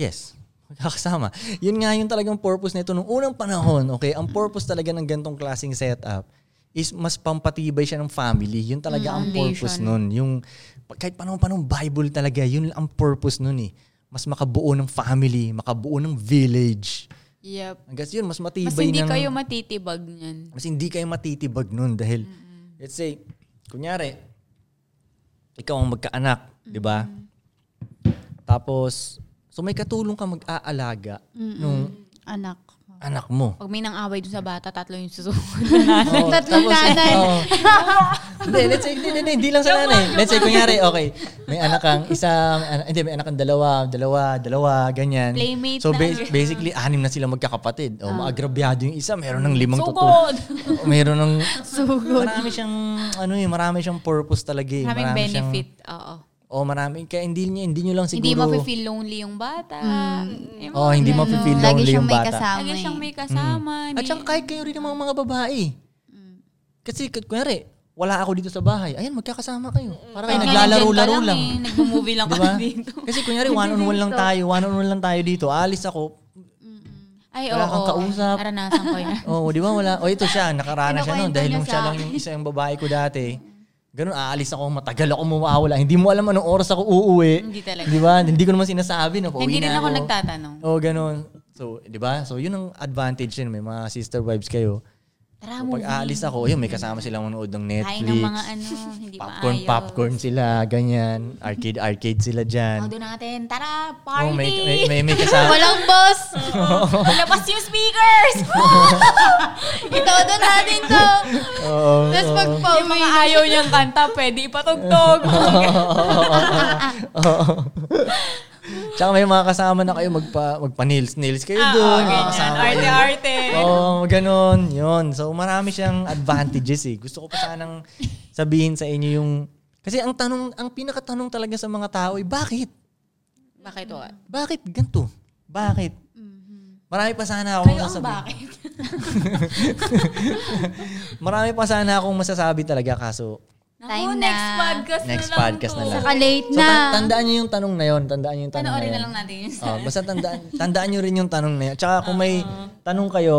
[SPEAKER 1] yes, [LAUGHS] magkakasama. Yun nga yung talagang purpose nito. Nung unang panahon, okay, ang purpose talaga ng gantong klaseng setup is mas pampatibay siya ng family. Yun
[SPEAKER 9] Mm,
[SPEAKER 1] talaga ang purpose nun. Yung, pa- kahit panahon-panahon Bible talaga, yun ang purpose nun eh. Mas makabuo ng family, makabuo ng village.
[SPEAKER 9] Yep.
[SPEAKER 1] Hanggang yun, mas matibay
[SPEAKER 9] Mas hindi
[SPEAKER 1] ng-
[SPEAKER 9] kayo matitibag niyan.
[SPEAKER 1] mas hindi kayo matitibag nun dahil let's say kunyari ikaw ang magkaanak, 'di ba? Tapos so may katulong ka mag-aalaga nung
[SPEAKER 7] Anak.
[SPEAKER 1] anak mo.
[SPEAKER 2] Pag may nang-away dun sa bata, tatlo yung
[SPEAKER 1] [LAUGHS]
[SPEAKER 2] susunod.
[SPEAKER 1] Oh,
[SPEAKER 7] Tatlong nanay.
[SPEAKER 1] oh. [LAUGHS] hindi, let's say, hindi, hindi, hindi lang sa nanay. Let's say, kunyari, okay, may anak kang isa, may anak- hindi, may anak kang dalawa, dalawa, dalawa, ganyan.
[SPEAKER 2] Playmate
[SPEAKER 1] so,
[SPEAKER 2] na. Ah.
[SPEAKER 1] ba- basically, anim na sila magkakapatid. O, maagrabyado yung isa, meron ng limang
[SPEAKER 2] So
[SPEAKER 1] tutulong.
[SPEAKER 2] good!
[SPEAKER 1] Oo, meron
[SPEAKER 2] [LAUGHS]
[SPEAKER 1] ng marami siyang ano eh, marami siyang purpose talaga eh.
[SPEAKER 2] Maraming
[SPEAKER 1] marami
[SPEAKER 2] benefit. Oo.
[SPEAKER 1] Siyang, oh, marami kaya hindi niya hindi niyo lang siguro.
[SPEAKER 2] Hindi mafe-feel lonely yung bata.
[SPEAKER 8] Eh,
[SPEAKER 2] Mm.
[SPEAKER 1] Oh, hindi
[SPEAKER 7] Ano,
[SPEAKER 1] mafe-feel
[SPEAKER 7] lagi
[SPEAKER 1] lonely
[SPEAKER 7] siyang
[SPEAKER 1] yung
[SPEAKER 7] may
[SPEAKER 1] bata.
[SPEAKER 7] kasama
[SPEAKER 2] Lagi
[SPEAKER 7] eh.
[SPEAKER 2] siyang may kasama.
[SPEAKER 1] At
[SPEAKER 2] Di-
[SPEAKER 1] saka kahit kayo rin ng mga, mga babae.
[SPEAKER 2] Mm.
[SPEAKER 1] Kasi k- kunwari, wala ako dito sa bahay. Ayan, magkakasama kayo. Para kayo
[SPEAKER 2] Ngayon,
[SPEAKER 1] naglalaro-laro
[SPEAKER 2] dyan ka
[SPEAKER 1] lang.
[SPEAKER 2] eh. [LAUGHS] Nagmo-movie lang
[SPEAKER 1] Di ba?
[SPEAKER 2] kami dito.
[SPEAKER 1] Kasi kunyari, one-on-one lang tayo. One-on-one lang tayo dito. Alis ako.
[SPEAKER 2] Ay,
[SPEAKER 1] Wala
[SPEAKER 2] oo.
[SPEAKER 1] kang kausap.
[SPEAKER 2] Naranasan ko [LAUGHS] yan.
[SPEAKER 1] Oh, di ba wala? O ito siya, nakarana siya noon
[SPEAKER 7] Kinukwento
[SPEAKER 1] dahil
[SPEAKER 7] niya
[SPEAKER 1] nung siya
[SPEAKER 7] sa
[SPEAKER 1] lang yung isa yung babae ko
[SPEAKER 2] Mm.
[SPEAKER 1] dati. Ganun, aalis ako, matagal ako mawawala. Hindi mo alam anong oras ako uuwi.
[SPEAKER 2] Hindi talaga.
[SPEAKER 1] Di ba? Hindi ko naman sinasabi na pauwi
[SPEAKER 2] Hindi rin
[SPEAKER 1] na
[SPEAKER 2] ako
[SPEAKER 1] ako.
[SPEAKER 2] nagtatanong.
[SPEAKER 1] oh, ganun. So, di ba? So, yun ang advantage yun. May mga sister vibes kayo.
[SPEAKER 2] Tara,
[SPEAKER 1] So, pag
[SPEAKER 2] movie.
[SPEAKER 1] aalis ako, yun, may kasama silang manood ng Netflix.
[SPEAKER 2] Kain ng mga ano, hindi
[SPEAKER 1] popcorn,
[SPEAKER 2] maayos.
[SPEAKER 1] popcorn sila, ganyan. Arcade, arcade sila dyan.
[SPEAKER 2] Ano natin? Tara,
[SPEAKER 1] Oh,
[SPEAKER 2] party!
[SPEAKER 1] may,
[SPEAKER 2] [LAUGHS]
[SPEAKER 1] may, may, may kasama.
[SPEAKER 10] Walang
[SPEAKER 1] [LAUGHS]
[SPEAKER 10] boss.
[SPEAKER 2] Labas yung speakers! [LAUGHS]
[SPEAKER 10] Itodo natin to.
[SPEAKER 1] Oo.
[SPEAKER 10] Tapos pag
[SPEAKER 2] yung mga ayaw niyang kanta, pwede
[SPEAKER 1] [LAUGHS]
[SPEAKER 2] ipatugtog.
[SPEAKER 1] Oo. Tsaka may mga kasama na kayo magpa magpa-nails nails kayo
[SPEAKER 2] Ah,
[SPEAKER 1] doon. Mga kasama kayo.
[SPEAKER 2] Arte-arte.
[SPEAKER 1] Oo, ganun. Yun. So marami siyang advantages eh. Gusto ko pa sanang sabihin sa inyo yung kasi ang tanong ang pinakatanong talaga sa mga tao ay bakit?
[SPEAKER 2] Bakit o?
[SPEAKER 1] Bakit ganito? Bakit?
[SPEAKER 2] Mm-hmm.
[SPEAKER 1] Marami pa sana akong sasabihin. Marami pa sana akong masasabi talaga kaso
[SPEAKER 7] Time na.
[SPEAKER 2] next podcast na
[SPEAKER 1] next
[SPEAKER 2] Ano lang
[SPEAKER 1] podcast
[SPEAKER 2] to.
[SPEAKER 1] na lang.
[SPEAKER 7] Saka late
[SPEAKER 1] So,
[SPEAKER 7] na.
[SPEAKER 1] tan- tandaan niyo yung tanong na yon, tandaan niyo yung tanong na
[SPEAKER 2] Panoorin na
[SPEAKER 1] yun.
[SPEAKER 2] lang natin yun.
[SPEAKER 1] Oh, basta tandaan, tandaan nyo rin yung tanong na yun. Tsaka kung may
[SPEAKER 2] Ah.
[SPEAKER 1] tanong kayo,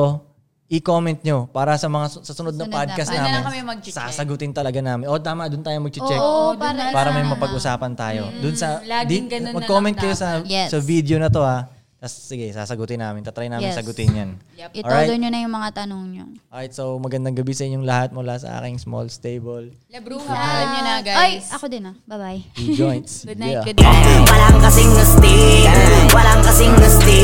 [SPEAKER 1] i-comment nyo para sa mga su- sa sunod na
[SPEAKER 7] Sunod na
[SPEAKER 1] podcast namin.
[SPEAKER 7] podcast.
[SPEAKER 2] Doon na lang kami mag-check.
[SPEAKER 1] Sasagutin talaga namin. O tama, doon tayo mag-check.
[SPEAKER 7] Oo, para,
[SPEAKER 1] para may mapag-usapan tayo. Doon sa
[SPEAKER 2] Mm, laging ganun na lang
[SPEAKER 1] mag-comment kayo sa
[SPEAKER 7] dapat. Yes.
[SPEAKER 1] sa video na to ha. Tapos sige, sasagutin namin. Tatry namin
[SPEAKER 7] Yes.
[SPEAKER 1] sagutin 'yan.
[SPEAKER 7] Itodo nyo na yung mga tanong nyo.
[SPEAKER 1] Alright, so magandang gabi sa inyong lahat mula sa aking small
[SPEAKER 2] [LAUGHS]
[SPEAKER 1] stable.
[SPEAKER 2] Labruha. Alam nyo na, guys.
[SPEAKER 7] Ay, ako din ah. Bye-bye.
[SPEAKER 1] Two joints.
[SPEAKER 2] Good night,
[SPEAKER 1] Yeah.
[SPEAKER 2] good night.
[SPEAKER 5] Walang kasing ngesti Walang kasing ngesti